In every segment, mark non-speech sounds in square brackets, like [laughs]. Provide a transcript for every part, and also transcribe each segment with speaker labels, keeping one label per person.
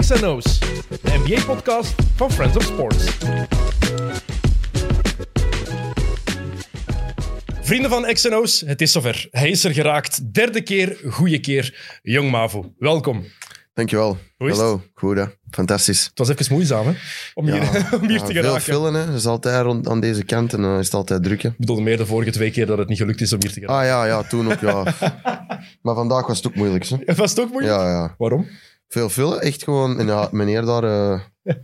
Speaker 1: XNO's, de NBA-podcast van Friends of Sports. Vrienden van XNO's, het is zover. Hij is er geraakt. Derde keer, goede keer. Jong Mavo, welkom.
Speaker 2: Dankjewel.
Speaker 1: Hoe is
Speaker 2: Hallo, goed hè. Fantastisch.
Speaker 1: Het was even moeizaam hè? om hier, [laughs] om hier
Speaker 2: Ja,
Speaker 1: te
Speaker 2: veel
Speaker 1: geraken.
Speaker 2: fillen hè. Dat is altijd rond aan deze kant en dan is het altijd druk hè.
Speaker 1: Ik bedoelde meer de vorige twee keer dat het niet gelukt is om hier te geraken.
Speaker 2: Ah ja, ja, toen ook
Speaker 1: [laughs]
Speaker 2: ja. maar vandaag was het ook moeilijk hè.
Speaker 1: Was [laughs] het ook moeilijk?
Speaker 2: Ja, Ah. ja.
Speaker 1: Waarom?
Speaker 2: Veel fillen, echt gewoon. En ja, meneer daar, eh,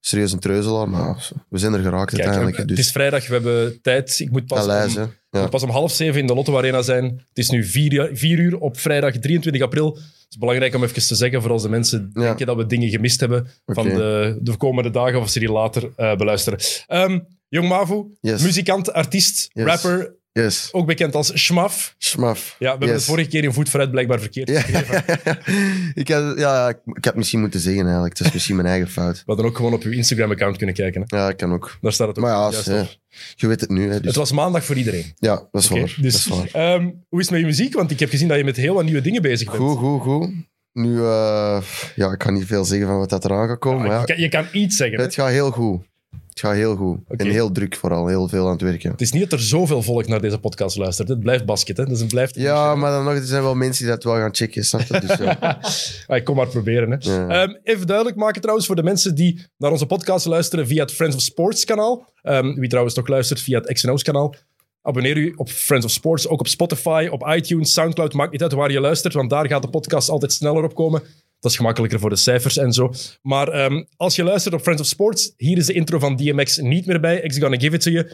Speaker 2: serieus een treuzelaar, maar we zijn er geraakt
Speaker 1: Kijk,
Speaker 2: uiteindelijk. hè.
Speaker 1: eh, het
Speaker 2: Dus
Speaker 1: is vrijdag, we hebben tijd. Ik moet pas
Speaker 2: Aleis,
Speaker 1: om-
Speaker 2: hè.
Speaker 1: Ik
Speaker 2: Ja.
Speaker 1: moet pas om half zeven in de Lotto Arena zijn. Het is nu vier, uur- vier uur op vrijdag 23 april. Het is belangrijk om even te zeggen, voor als de mensen
Speaker 2: Ja.
Speaker 1: denken dat we dingen gemist hebben van
Speaker 2: Oké.
Speaker 1: de, de komende dagen of als ze die later eh, beluisteren. Ehm, Jong Mavu,
Speaker 2: Yes.
Speaker 1: muzikant, artiest,
Speaker 2: Yes.
Speaker 1: rapper,
Speaker 2: Yes.
Speaker 1: ook bekend als Schmaf.
Speaker 2: Schmaf.
Speaker 1: Ja, we hebben
Speaker 2: Yes. [laughs]
Speaker 1: het vorige keer in Voet vooruit blijkbaar verkeerd
Speaker 2: Ja.
Speaker 1: geschreven.
Speaker 2: ik, had, ja, ik, ik had misschien moeten zeggen eigenlijk. Het is misschien mijn eigen fout.
Speaker 1: We hadden ook gewoon op uw Instagram-account kunnen kijken. Hè.
Speaker 2: Ja, ik kan ook.
Speaker 1: Daar staat het ook
Speaker 2: Maar ja,
Speaker 1: juist
Speaker 2: hè,
Speaker 1: op.
Speaker 2: je weet het nu. Hè, dus.
Speaker 1: Het was maandag voor iedereen.
Speaker 2: Ja, dat is
Speaker 1: Oké,
Speaker 2: waar.
Speaker 1: dus,
Speaker 2: Dat is waar.
Speaker 1: ehm, hoe is het met je muziek? Want ik heb gezien dat je met heel wat nieuwe dingen bezig bent.
Speaker 2: Goed, goed, goed. Nu, eh, ja, ik kan niet veel zeggen van wat dat eraan gaat komen,
Speaker 1: Ah,
Speaker 2: maar
Speaker 1: je,
Speaker 2: ja,
Speaker 1: kan, je kan iets zeggen. hè.
Speaker 2: het gaat heel goed. Het gaat heel goed.
Speaker 1: Oké.
Speaker 2: En heel druk vooral, heel veel aan het werken.
Speaker 1: Het is niet dat er zoveel volk naar deze podcast luistert. Het blijft basket, hè? Dus het blijft.
Speaker 2: Ja, maar dan nog, er zijn wel mensen die dat wel gaan checken, snap je? Dus,
Speaker 1: [laughs]
Speaker 2: ja.
Speaker 1: Ah, ik kom maar proberen. Hè.
Speaker 2: Ja.
Speaker 1: Ehm, even duidelijk maken trouwens voor de mensen die naar onze podcast luisteren via het Friends of Sports kanaal. Ehm, wie trouwens nog luistert via het XNO's kanaal. Abonneer u op Friends of Sports, ook op Spotify, op iTunes, Soundcloud. Maakt niet uit waar je luistert, want daar gaat de podcast altijd sneller op komen. Dat is gemakkelijker voor de cijfers en zo. Maar ehm, als je luistert op Friends of Sports, hier is de intro van DMX niet meer bij. X gonna give it to you.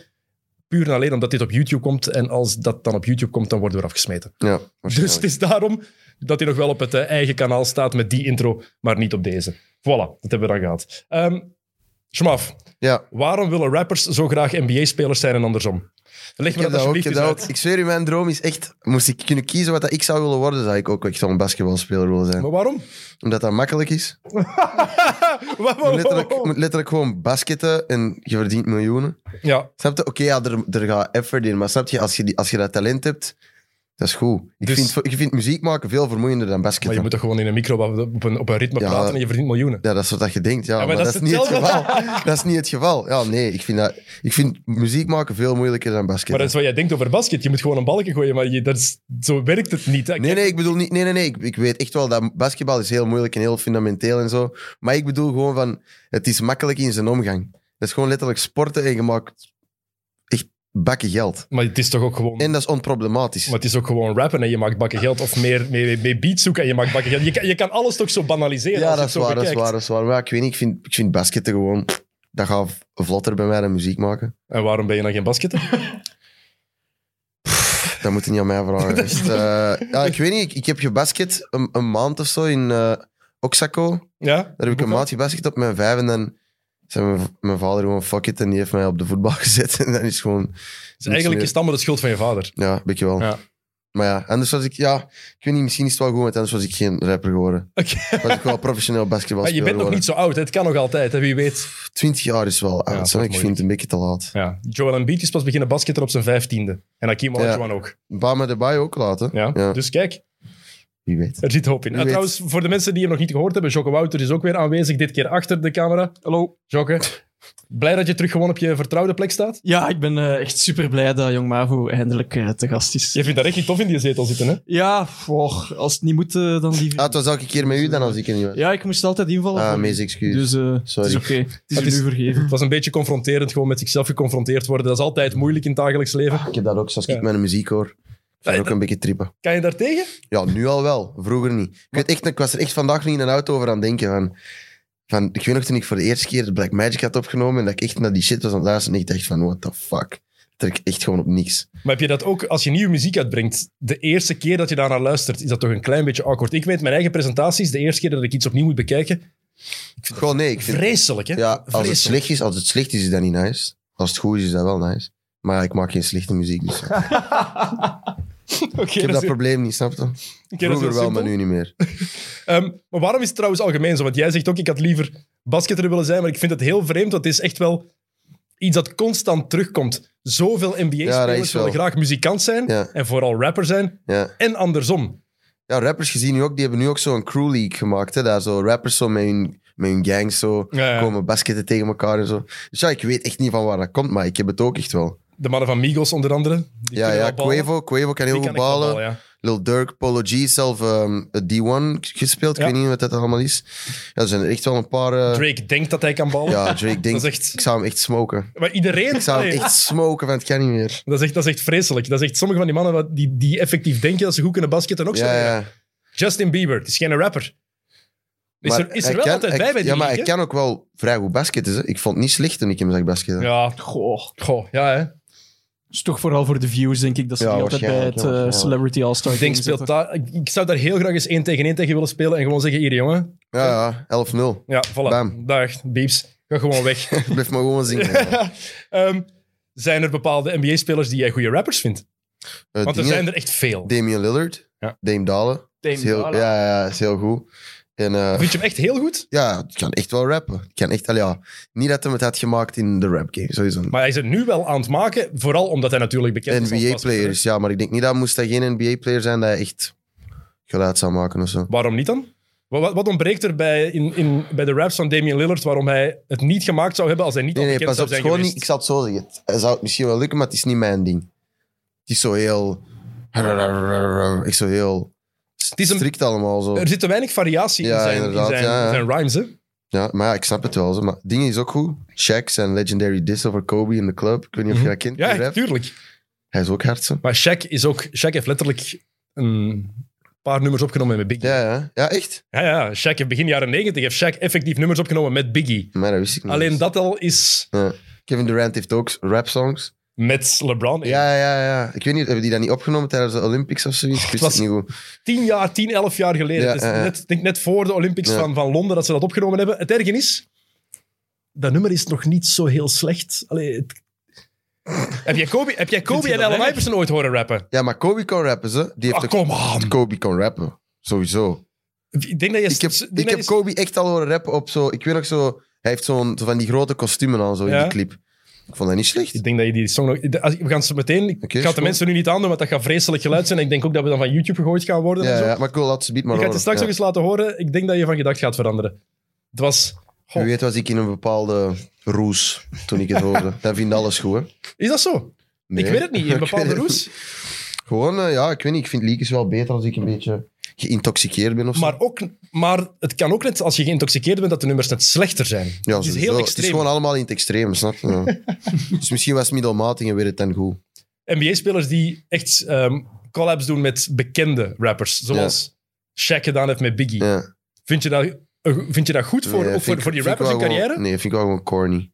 Speaker 1: Puur en alleen omdat dit op YouTube komt. En als dat dan op YouTube komt, dan worden we er afgesmeten.
Speaker 2: ja, waarschijnlijk.
Speaker 1: Dus het is daarom dat hij nog wel op het eh, eigen kanaal staat met die intro, maar niet op deze. Voilà, dat hebben we dan gehad. Ehm Schmaf,
Speaker 2: ja.
Speaker 1: waarom willen rappers zo graag NBA-spelers zijn en andersom? Leg
Speaker 2: Ik
Speaker 1: me
Speaker 2: heb
Speaker 1: dat
Speaker 2: dat ook, ik
Speaker 1: alsjeblieft
Speaker 2: heb
Speaker 1: eens
Speaker 2: dat ook.
Speaker 1: uit.
Speaker 2: Ik zweer u, mijn droom is echt... Moest ik kunnen kiezen wat dat ik zou willen worden, zou ik ook echt zo'n basketbalspeler willen zijn.
Speaker 1: Maar waarom? [laughs]
Speaker 2: Omdat dat makkelijk is. Je
Speaker 1: Wa- wa-
Speaker 2: moet letterlijk,
Speaker 1: wa-
Speaker 2: je
Speaker 1: wa-
Speaker 2: moet letterlijk gewoon basketten en je verdient miljoenen.
Speaker 1: Ja,
Speaker 2: Snap je? Oké, ja, er, er gaat effort in. Maar snap je, als je, die, als je dat talent hebt, dat is goed. Ik,
Speaker 1: Dus-
Speaker 2: vind, ik vind muziek maken veel vermoeiender dan
Speaker 1: maar je
Speaker 2: basketten.
Speaker 1: moet toch gewoon in een micro op een, op een ritme
Speaker 2: Ja.
Speaker 1: praten en je verdient miljoenen.
Speaker 2: Ja, dat is wat dat je denkt. Ja,
Speaker 1: Ja,
Speaker 2: maar, dat is niet het
Speaker 1: hetzelfde.
Speaker 2: geval. [laughs] dat is niet het geval. Ja, nee, ik vind, dat, ik vind muziek maken veel moeilijker dan
Speaker 1: Maar dat
Speaker 2: basketten.
Speaker 1: is wat jij denkt over basket. Je moet gewoon een balken gooien, maar je, dat is, zo werkt het niet. hè.
Speaker 2: Nee, nee, ik bedoel niet... Nee, nee, nee. Ik, ik weet echt wel dat basketbal is heel moeilijk en heel fundamenteel en zo. Maar ik bedoel gewoon van... Het is makkelijk in zijn omgang. Dat is gewoon letterlijk sporten en je maakt echt bakken geld.
Speaker 1: Maar het is toch ook gewoon...
Speaker 2: En dat is onproblematisch.
Speaker 1: Maar het is ook gewoon rappen en je maakt bakken geld. Of meer, meer, meer beats zoeken en je maakt bakken geld. Je kan, je kan alles toch zo banaliseren
Speaker 2: Ja,
Speaker 1: als je
Speaker 2: dat
Speaker 1: het
Speaker 2: is,
Speaker 1: zo
Speaker 2: waar, dat is
Speaker 1: bekijkt.
Speaker 2: waar, dat is waar. Maar ja, ik weet niet, ik vind, ik vind basketten gewoon... Dat gaat v- vlotter bij mij dan muziek maken.
Speaker 1: En waarom ben je dan geen basketter?
Speaker 2: Dat moet je niet aan mij vragen. Echt,
Speaker 1: [laughs]
Speaker 2: eh, ja, ik weet niet, ik, ik heb gebasket een, een maand of zo in eh Oaxaco.
Speaker 1: Ja?
Speaker 2: Daar heb ik een maand gebasket op mijn vijf en dan zei mijn, mijn vader gewoon fuck it en die heeft mij op de voetbal [laughs] gezet. En dan is gewoon...
Speaker 1: Dus eigenlijk is het allemaal de schuld van je vader.
Speaker 2: Ja, weet je wel.
Speaker 1: Ja.
Speaker 2: Maar ja, anders was ik... Ja, ik weet niet, misschien is het wel goed, want anders was ik geen rapper geworden.
Speaker 1: Oké.
Speaker 2: Was ik wel professioneel
Speaker 1: Maar
Speaker 2: basketbalspeler
Speaker 1: je bent nog
Speaker 2: geworden.
Speaker 1: niet zo oud, hè. het kan nog altijd, hè. wie weet.
Speaker 2: 20 jaar is wel
Speaker 1: dat
Speaker 2: oud,
Speaker 1: is
Speaker 2: hè. ik
Speaker 1: moeilijk.
Speaker 2: vind het een beetje te laat.
Speaker 1: Ja. Joel Embiid is pas beginnen basketten op zijn vijftiende. En Hakim Olajuwon ook.
Speaker 2: Bama de Bayo ook laten.
Speaker 1: Ja?
Speaker 2: Ja.
Speaker 1: Dus kijk,
Speaker 2: Wie weet.
Speaker 1: er zit hoop in.
Speaker 2: Wie
Speaker 1: En
Speaker 2: weet.
Speaker 1: trouwens, voor de mensen die hem nog niet gehoord hebben, Jocke Wouter is ook weer aanwezig, dit keer achter de camera. Hallo. Jocke, blij dat je terug gewoon op je vertrouwde plek staat.
Speaker 3: Ja, ik ben eh, echt super blij dat Jong Mavo eindelijk eh, te gast is.
Speaker 1: Je vindt dat echt niet tof in die zetel zitten, hè?
Speaker 3: Ja, goh, als het niet moet, eh, dan liever.
Speaker 2: Ah, het was elke keer met u dan als ik er niet was.
Speaker 3: Ja, ik moest altijd invallen.
Speaker 2: Ah,
Speaker 3: voor-
Speaker 2: mees excuus.
Speaker 3: Dus eh,
Speaker 2: Sorry.
Speaker 3: het is oké. Het is
Speaker 1: Het
Speaker 3: u
Speaker 1: is-
Speaker 3: nu vergeven.
Speaker 1: Het was een beetje confronterend, gewoon met zichzelf geconfronteerd worden. Dat is altijd moeilijk in het dagelijks leven.
Speaker 2: Ik heb dat ook, zoals
Speaker 1: Ja.
Speaker 2: ik mijn muziek hoor. Ik vind
Speaker 1: Ja,
Speaker 2: ook een beetje trippen.
Speaker 1: Kan je daar tegen?
Speaker 2: Ja, nu al wel. Vroeger niet. Ik, weet echt, ik was er echt vandaag niet in een auto over aan het denken. Van, van, ik weet nog toen ik voor de eerste keer Black Magic had opgenomen en dat ik echt naar die shit was aan het luisteren en ik dacht van, what the fuck. Trek echt gewoon op niks.
Speaker 1: Maar heb je dat ook als je nieuwe muziek uitbrengt? De eerste keer dat je daarnaar luistert, is dat toch een klein beetje awkward? Ik weet mijn eigen presentaties, de eerste keer dat ik iets opnieuw moet bekijken.
Speaker 2: Gewoon nee, ik vind...
Speaker 1: Vreselijk, hè?
Speaker 2: Ja, als het
Speaker 1: Vreselijk.
Speaker 2: slecht is, als het slecht is, is dat niet nice. Als het goed is, is dat wel nice. Maar ja, ik maak geen slechte muziek, dus ja.
Speaker 1: [laughs] Oké,
Speaker 2: ik heb
Speaker 1: dat
Speaker 2: dat
Speaker 1: is-
Speaker 2: probleem niet, snap je?
Speaker 1: oké, dus- dat is heel
Speaker 2: Vroeger wel,
Speaker 1: simpel.
Speaker 2: maar nu niet meer.
Speaker 1: Ehm, maar waarom is het trouwens algemeen zo? Want jij zegt ook, ik had liever basketter willen zijn, maar ik vind het heel vreemd, want het is echt wel iets dat constant terugkomt. Zoveel
Speaker 2: Ja, dat
Speaker 1: NBA-spelers
Speaker 2: is wel.
Speaker 1: willen graag muzikant zijn
Speaker 2: Ja.
Speaker 1: en vooral rapper zijn
Speaker 2: Ja.
Speaker 1: en andersom.
Speaker 2: Ja, rappers gezien nu ook, die hebben nu ook zo'n crew league gemaakt. Hè, daar zo rappers zo met hun, met hun gangs zo
Speaker 1: Ja, ja.
Speaker 2: komen basketten tegen elkaar en zo. Dus ja, ik weet echt niet van waar dat komt, maar ik heb het ook echt wel.
Speaker 1: De mannen van Migos onder andere. Die
Speaker 2: ja,
Speaker 1: kunnen
Speaker 2: ja,
Speaker 1: wel ballen.
Speaker 2: Quavo, Quavo kan heel
Speaker 1: Die
Speaker 2: goed
Speaker 1: kan echt wel
Speaker 2: ballen.
Speaker 1: ballen, ja.
Speaker 2: Lil Durk, Polo G, zelf ehm, het D1 gespeeld.
Speaker 1: Ja.
Speaker 2: Ik weet niet wat dat allemaal is. Ja, er zijn er echt wel een paar... eh,
Speaker 1: Drake denkt dat hij kan ballen.
Speaker 2: Ja, Drake
Speaker 1: Dat
Speaker 2: denk
Speaker 1: is echt-
Speaker 2: Ik zou hem echt smoken.
Speaker 1: Maar iedereen...
Speaker 2: Ik zou hem
Speaker 1: nee.
Speaker 2: echt smoken, want het kan niet meer.
Speaker 1: dat, is echt, dat is echt vreselijk. Dat is echt sommige van die mannen wat- die, die effectief denken dat ze goed kunnen basketten ook zo.
Speaker 2: Ja, ja.
Speaker 1: Justin Bieber, het is geen rapper. Is
Speaker 2: Maar
Speaker 1: er, is
Speaker 2: hij
Speaker 1: er wel
Speaker 2: kan-
Speaker 1: altijd
Speaker 2: hij-
Speaker 1: bij bij die
Speaker 2: Ja, maar hij
Speaker 1: league, hè?
Speaker 2: kan ook wel vrij goed basketten. Hè. Ik vond het niet slecht toen ik hem zag basketten.
Speaker 1: Ja,
Speaker 3: Goh.
Speaker 1: goh, ja hè.
Speaker 3: is toch vooral voor de views, denk ik, dat ze
Speaker 2: Ja,
Speaker 3: die altijd bij
Speaker 2: waarschijnlijk,
Speaker 3: het
Speaker 2: ja,
Speaker 3: eh,
Speaker 2: waarschijnlijk.
Speaker 3: Celebrity All-Star
Speaker 1: Ik, denk,
Speaker 3: Game
Speaker 1: speelt
Speaker 3: zitten.
Speaker 1: daar- ik, ik zou daar heel graag eens één tegen één tegen willen spelen en gewoon zeggen, hier jongen.
Speaker 2: Ja, ja, [laughs] 11-0.
Speaker 1: Ja, voilà.
Speaker 2: Bam.
Speaker 1: Dag, beeps. Ga gewoon
Speaker 2: [laughs]
Speaker 1: weg.
Speaker 2: Blijf maar gewoon
Speaker 1: [laughs]
Speaker 2: zien. Eh,
Speaker 1: Ehm, zijn er bepaalde NBA-spelers die jij goede rappers vindt? Want er zijn er echt veel.
Speaker 2: Damian Lillard,
Speaker 1: Ja.
Speaker 2: Dame Dalen.
Speaker 3: Dame
Speaker 2: Is heel,
Speaker 3: Dalla.
Speaker 2: Ja, ja, is heel goed. En eh,
Speaker 1: Vind je hem echt heel goed?
Speaker 2: ja, het kan echt wel rappen. Het kan echt, al ja, niet dat hij het had gemaakt in de rap game, sowieso.
Speaker 1: Maar hij is het nu wel aan het maken, vooral omdat hij natuurlijk bekend is. als basketter.
Speaker 2: NBA-players, ja, maar ik denk niet dat moest hij geen NBA-player zijn dat hij echt geluid zou maken of zo.
Speaker 1: Waarom niet dan? Wat, wat- wat ontbreekt er bij, in, in, bij de raps van Damian Lillard waarom hij het niet gemaakt zou hebben als hij niet
Speaker 2: Nee,
Speaker 1: al
Speaker 2: nee,
Speaker 1: bekend
Speaker 2: pas op.
Speaker 1: zou
Speaker 2: het is
Speaker 1: zijn
Speaker 2: Gewoon
Speaker 1: geweest?
Speaker 2: niet, ik zal het zo zeggen. Het het zou het misschien wel lukken, maar het is niet mijn ding. Het is zo heel... Ik zo heel
Speaker 1: Het is een-
Speaker 2: strikt allemaal zo.
Speaker 1: Er zit te weinig variatie
Speaker 2: Ja,
Speaker 1: in zijn, in
Speaker 2: inderdaad,
Speaker 1: zijn,
Speaker 2: ja, ja.
Speaker 1: zijn rhymes. Hè?
Speaker 2: Ja, maar ja, ik snap het wel. Zo. Maar dingen is ook goed. Shaq zijn legendary diss over Kobe in de club. Ik weet niet of je dat kent. die
Speaker 1: Mhm. Ja,
Speaker 2: rap.
Speaker 1: tuurlijk.
Speaker 2: Hij is ook hard, zo.
Speaker 1: Maar Shaq, is ook, Shaq heeft letterlijk een paar nummers opgenomen met Biggie.
Speaker 2: Ja, ja. Ja, echt?
Speaker 1: Ja, ja, Shaq heeft begin jaren 90 heeft Shaq effectief nummers opgenomen met Biggie.
Speaker 2: Maar dat wist ik niet.
Speaker 1: Alleen
Speaker 2: eens.
Speaker 1: dat al is
Speaker 2: Ja. Kevin Durant heeft ook rap songs.
Speaker 1: met LeBron. hè.
Speaker 2: Ja, ja, ja. Ik weet niet, hebben die dat niet opgenomen tijdens de Olympics of zoiets? Ik wist
Speaker 1: Oh, was-
Speaker 2: het niet goed.
Speaker 1: Tien jaar, tien, elf jaar geleden.
Speaker 2: Ja,
Speaker 1: Het is
Speaker 2: ja, ja.
Speaker 1: net, ik denk net voor de Olympics
Speaker 2: Ja.
Speaker 1: van, van Londen dat ze dat opgenomen hebben. Het erge is, dat nummer is nog niet zo heel slecht. Allee, het- Heb jij Kobe, heb jij Kobe
Speaker 3: je
Speaker 1: en
Speaker 3: dat
Speaker 1: Allen
Speaker 3: erg?
Speaker 1: Iverson ooit horen rappen?
Speaker 2: Ja, maar Kobe kon rappen, ze. Die heeft
Speaker 1: Ah, kom aan.
Speaker 2: ook... Kobe kon rappen. Sowieso.
Speaker 1: Ik denk dat je...
Speaker 2: Ik heb,
Speaker 1: denk
Speaker 2: ik
Speaker 1: dat
Speaker 2: heb
Speaker 1: je-
Speaker 2: Kobe echt al horen rappen op zo... Ik weet nog zo... Hij heeft zo'n zo van die grote kostumen aan, zo
Speaker 1: Ja.
Speaker 2: in die clip. Ik vond dat niet slecht.
Speaker 1: Ik denk dat je die song nog... als- We gaan ze meteen... Ik
Speaker 2: Oké,
Speaker 1: ga het de
Speaker 2: cool.
Speaker 1: mensen nu niet aandoen, want dat gaat vreselijk geluid zijn. En ik denk ook dat we dan van YouTube gegooid gaan worden. en
Speaker 2: Ja,
Speaker 1: zo.
Speaker 2: ja, maar ik wil dat ze beat maar
Speaker 1: ik ga het je
Speaker 2: horen.
Speaker 1: straks
Speaker 2: Ja.
Speaker 1: nog eens laten horen. Ik denk dat je van gedacht gaat veranderen. Het was... Goh,
Speaker 2: Wie weet was ik in een bepaalde roes
Speaker 1: [laughs]
Speaker 2: toen ik het hoorde. Dan vind alles goed, hè.
Speaker 1: Is dat zo?
Speaker 2: Nee.
Speaker 1: Ik weet het
Speaker 2: [laughs]
Speaker 1: niet. In
Speaker 2: Ik weet
Speaker 1: bepaalde
Speaker 2: het
Speaker 1: roes.
Speaker 2: Gewoon, eh, ja, ik weet niet. Ik vind leakers wel beter als ik een beetje geïntoxiceerd ben of zo.
Speaker 1: Maar, ook, maar het kan ook net als je geïntoxiceerd bent dat de nummers net slechter zijn.
Speaker 2: ja,
Speaker 1: het is
Speaker 2: sowieso.
Speaker 1: heel
Speaker 2: Het is
Speaker 1: extreem.
Speaker 2: gewoon allemaal in het extreem, snap je? Ja.
Speaker 1: [laughs]
Speaker 2: dus misschien was middelmatig en werd het dan goed.
Speaker 1: NBA-spelers die echt ehm, collabs doen met bekende rappers. Zoals Shaq gedaan heeft met Biggie.
Speaker 2: Ja.
Speaker 1: Vind, je dat, eh, vind je dat goed voor,
Speaker 2: Nee,
Speaker 1: ook
Speaker 2: vind
Speaker 1: voor,
Speaker 2: ik-
Speaker 1: voor die
Speaker 2: vind ik
Speaker 1: rappers hun
Speaker 2: wel gewoon-
Speaker 1: carrière?
Speaker 2: nee, vind ik wel gewoon corny.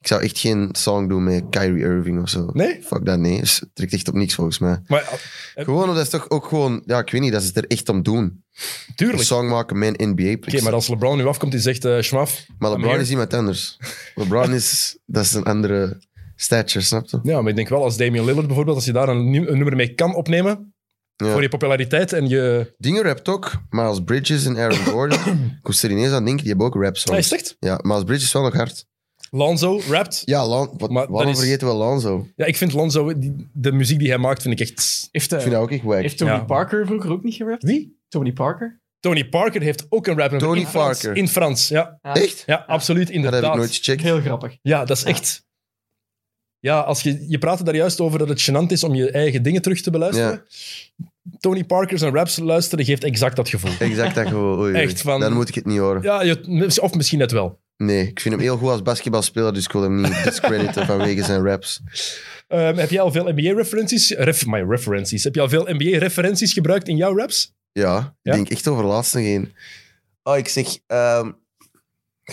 Speaker 2: Ik zou echt geen song doen met Kyrie Irving of zo.
Speaker 1: Nee?
Speaker 2: Fuck dat, nee. Dus Het trekt echt op niks volgens mij.
Speaker 1: Maar eh,
Speaker 2: Gewoon, dat is toch ook gewoon... Ja, ik weet niet, dat ze het er echt om doen. Een
Speaker 1: tuurlijk.
Speaker 2: song maken met een nba
Speaker 1: Oké,
Speaker 2: picks
Speaker 1: maar
Speaker 2: maar,
Speaker 1: als LeBron nu afkomt en zegt, eh schmaf, I'm
Speaker 2: LeBron
Speaker 1: here.
Speaker 2: is iemand anders. LeBron
Speaker 1: [laughs]
Speaker 2: is... Dat is een andere stature, snap je?
Speaker 1: Ja, maar ik denk wel als Damian Lillard bijvoorbeeld, als je daar een, nieuw- een nummer mee kan opnemen
Speaker 2: Ja.
Speaker 1: voor je populariteit en je...
Speaker 2: Dingen rapt ook, maar als Bridges en Aaron Gordon...
Speaker 1: [clears throat]
Speaker 2: ik moest er ineens aan denken, die hebben ook rap
Speaker 1: Nee,
Speaker 2: songs.
Speaker 1: slecht.
Speaker 2: Ja, maar als Bridges is wel nog hard.
Speaker 1: Lonzo rapt.
Speaker 2: Ja, Lon, wat,
Speaker 1: Maar
Speaker 2: waarom
Speaker 1: dat is-
Speaker 2: vergeten we Lonzo?
Speaker 1: Ja, ik vind Lonzo, die- de muziek die hij maakt, vind ik echt...
Speaker 3: Heeft,
Speaker 2: Ik
Speaker 3: eh,
Speaker 2: vind dat ook echt wack.
Speaker 3: heeft Tony
Speaker 1: Ja.
Speaker 3: Parker vroeger ook niet gerapt?
Speaker 1: Wie?
Speaker 3: Tony Parker?
Speaker 1: Tony Parker heeft ook een rap
Speaker 2: Tony
Speaker 1: in Frans.
Speaker 2: Parker.
Speaker 1: In Frans, ja.
Speaker 3: Ja.
Speaker 2: Echt?
Speaker 1: Ja, absoluut,
Speaker 2: Dat
Speaker 1: inderdaad.
Speaker 2: heb ik nooit gecheckt.
Speaker 3: Heel grappig.
Speaker 1: Ja, dat is echt... Ja, als je, je praatte daar juist over dat het gênant is om je eigen dingen terug te beluisteren. Tony Parker's en raps luisteren geeft exact dat gevoel.
Speaker 2: Exact dat gewoon. Oei, oei.
Speaker 1: Echt van-
Speaker 2: Dan moet ik het niet horen.
Speaker 1: Ja, je- of misschien net wel.
Speaker 2: Nee, ik vind hem heel goed als basketbalspeler, dus ik wil
Speaker 1: [laughs]
Speaker 2: hem niet discrediten vanwege zijn raps.
Speaker 1: Ehm, heb jij al veel NBA-referenties? Ref, my referenties. Heb je al veel NBA-referenties gebruikt in jouw raps?
Speaker 2: Ja,
Speaker 1: Ja?
Speaker 2: ik denk echt over laatst nog één. Oh, ik zeg... ehm,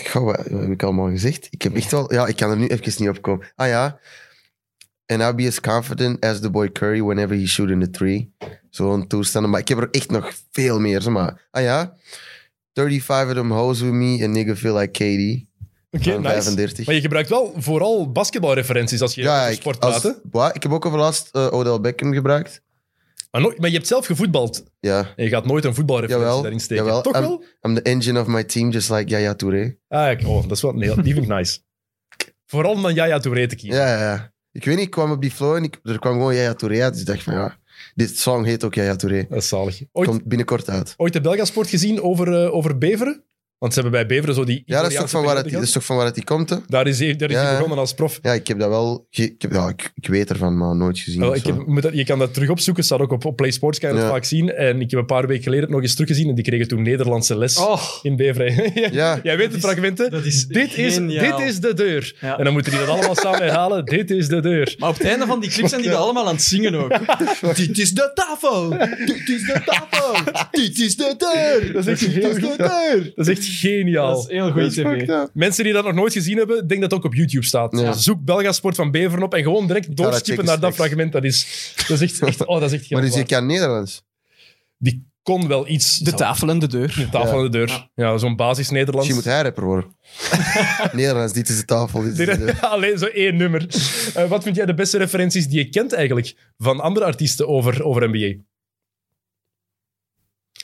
Speaker 2: Goh, wat, wat heb ik allemaal gezegd? Ik heb echt wel... Ja, ik kan er nu even niet op komen. Ah ja. And I'll be as confident as the boy Curry whenever he shoot in the three. Zo'n toestanden. Maar ik heb er echt nog veel meer. Zeg maar. Ah ja. 35 of them hoes with me and nigga feel like Katie.
Speaker 1: Oké,
Speaker 2: Van
Speaker 1: nice.
Speaker 2: 35.
Speaker 1: Maar je gebruikt wel vooral basketbalreferenties als je
Speaker 2: ja,
Speaker 1: over
Speaker 2: ik,
Speaker 1: sport
Speaker 2: als-
Speaker 1: praat. hè?
Speaker 2: Wa- ik heb ook over laatst eh, Odell Beckham gebruikt.
Speaker 1: Maar, nooit- maar je hebt zelf gevoetbald.
Speaker 2: Ja.
Speaker 1: En je gaat nooit een voetbalreferentie
Speaker 2: Jawel,
Speaker 1: daarin steken.
Speaker 2: jawel.
Speaker 1: Toch
Speaker 2: En-
Speaker 1: wel?
Speaker 2: I'm the engine of my team, just like Yaya Touré.
Speaker 1: Ah, ik- oh, dat is wel... Nee, die vind ik nice. [laughs] Vooral om dan Yaya Touré te kiezen.
Speaker 2: Ja, ja, ja. Ik weet niet, ik kwam op die flow en ik, er kwam gewoon Yaya Touré uit. Dus ik dacht van, ja, Dit song heet ook Yaya Touré.
Speaker 1: Dat is zalig. Ooit,
Speaker 2: Komt binnenkort uit.
Speaker 1: ooit de Belgasport gezien over, eh, over Beveren? Want ze hebben bij Beveren zo die.
Speaker 2: Ja, dat is, toch
Speaker 1: Italiaanse
Speaker 2: van waar het,
Speaker 1: periode
Speaker 2: dat is
Speaker 1: gehad.
Speaker 2: toch van waar het die komt, hè?
Speaker 1: Daar is, hij- daar is hij
Speaker 2: Ja, ja.
Speaker 1: begonnen als prof.
Speaker 2: Ja, ik heb dat wel... ge- ik, heb, ja, ik, ik weet ervan, maar nooit gezien.
Speaker 1: Wel,
Speaker 2: of
Speaker 1: Oh, ik
Speaker 2: zo.
Speaker 1: heb, moet dat, je kan dat terug opzoeken, staat ook op, op Play Sports, kan je dat
Speaker 2: Ja.
Speaker 1: vaak zien. En ik heb een paar weken geleden het nog eens teruggezien en die kregen toen Nederlandse les
Speaker 3: Oh,
Speaker 1: in Beverij. [laughs] Ja.
Speaker 2: Ja,
Speaker 1: Jij weet de
Speaker 3: is-
Speaker 1: fragmenten.
Speaker 3: dat is
Speaker 1: dit, is,
Speaker 3: geniaal.
Speaker 1: dit is de deur.
Speaker 3: Ja.
Speaker 1: En dan moeten die dat allemaal samen herhalen. Dit is de deur.
Speaker 3: maar op het einde van die clip zijn die dat allemaal aan het zingen ook. [laughs] Dit is de tafel! Dit is de tafel! Dit is de deur!
Speaker 1: Dat is echt,
Speaker 2: dat is
Speaker 1: heel,
Speaker 2: de deur.
Speaker 1: dat is echt geniaal.
Speaker 3: Dat is heel goed
Speaker 2: Dat is
Speaker 3: tv.
Speaker 2: fucked up.
Speaker 1: Mensen die dat nog nooit gezien hebben, denk dat het ook op YouTube staat.
Speaker 2: Ja.
Speaker 1: Zoek Belgasport van Beveren op en gewoon direct
Speaker 2: dat
Speaker 1: doorskippen
Speaker 2: checken
Speaker 1: naar dat
Speaker 2: straks.
Speaker 1: fragment. Dat is, dat is echt, echt- oh, dat is echt
Speaker 2: [laughs] Maar is
Speaker 1: geniaal.
Speaker 2: je kan Nederlands?
Speaker 1: Die kon wel iets.
Speaker 3: De tafel en de deur.
Speaker 1: De tafel aan de deur. Ja, zo'n basis Nederlands.
Speaker 2: Misschien moet hij rapper
Speaker 1: [laughs]
Speaker 2: worden. Nederlands, dit is de tafel. Dit is de deur.
Speaker 1: Dit- [laughs] Alleen zo één nummer. Eh, wat vind jij de beste referenties die je kent eigenlijk van andere artiesten over, over NBA?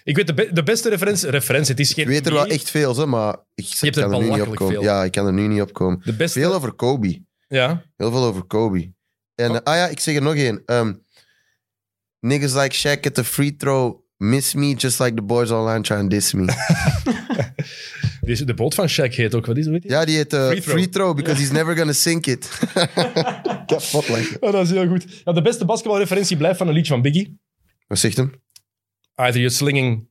Speaker 1: Ik weet de, be- de beste referentie. Referentie, het is geen.
Speaker 2: Ik weet er
Speaker 1: NBA.
Speaker 2: wel echt veel, hè, maar ik
Speaker 1: Je hebt er
Speaker 2: kan er nu niet
Speaker 1: belachelijk
Speaker 2: op komen.
Speaker 1: veel.
Speaker 2: Ja, ik kan er nu niet op komen.
Speaker 1: De beste.
Speaker 2: Veel over Kobe.
Speaker 1: Ja.
Speaker 2: Heel veel over Kobe. En
Speaker 1: Oh.
Speaker 2: eh, ah ja, ik zeg er nog één. Ehm, Niggas like Shaq at the free throw miss me just like the boys online try and diss
Speaker 1: [laughs]
Speaker 2: me.
Speaker 1: Deze, de boot van Shaq heet ook. Wat is weet je?
Speaker 2: ja, die heet eh,
Speaker 1: Free
Speaker 2: free,
Speaker 1: throw.
Speaker 2: throw. because he's never gonna
Speaker 1: [laughs]
Speaker 2: sink it. Kapot lachen.
Speaker 1: Oh, dat is heel goed. Ja, de beste basketbalreferentie blijft van een liedje van Biggie.
Speaker 2: Wat zegt hem?
Speaker 1: Either you're slinging.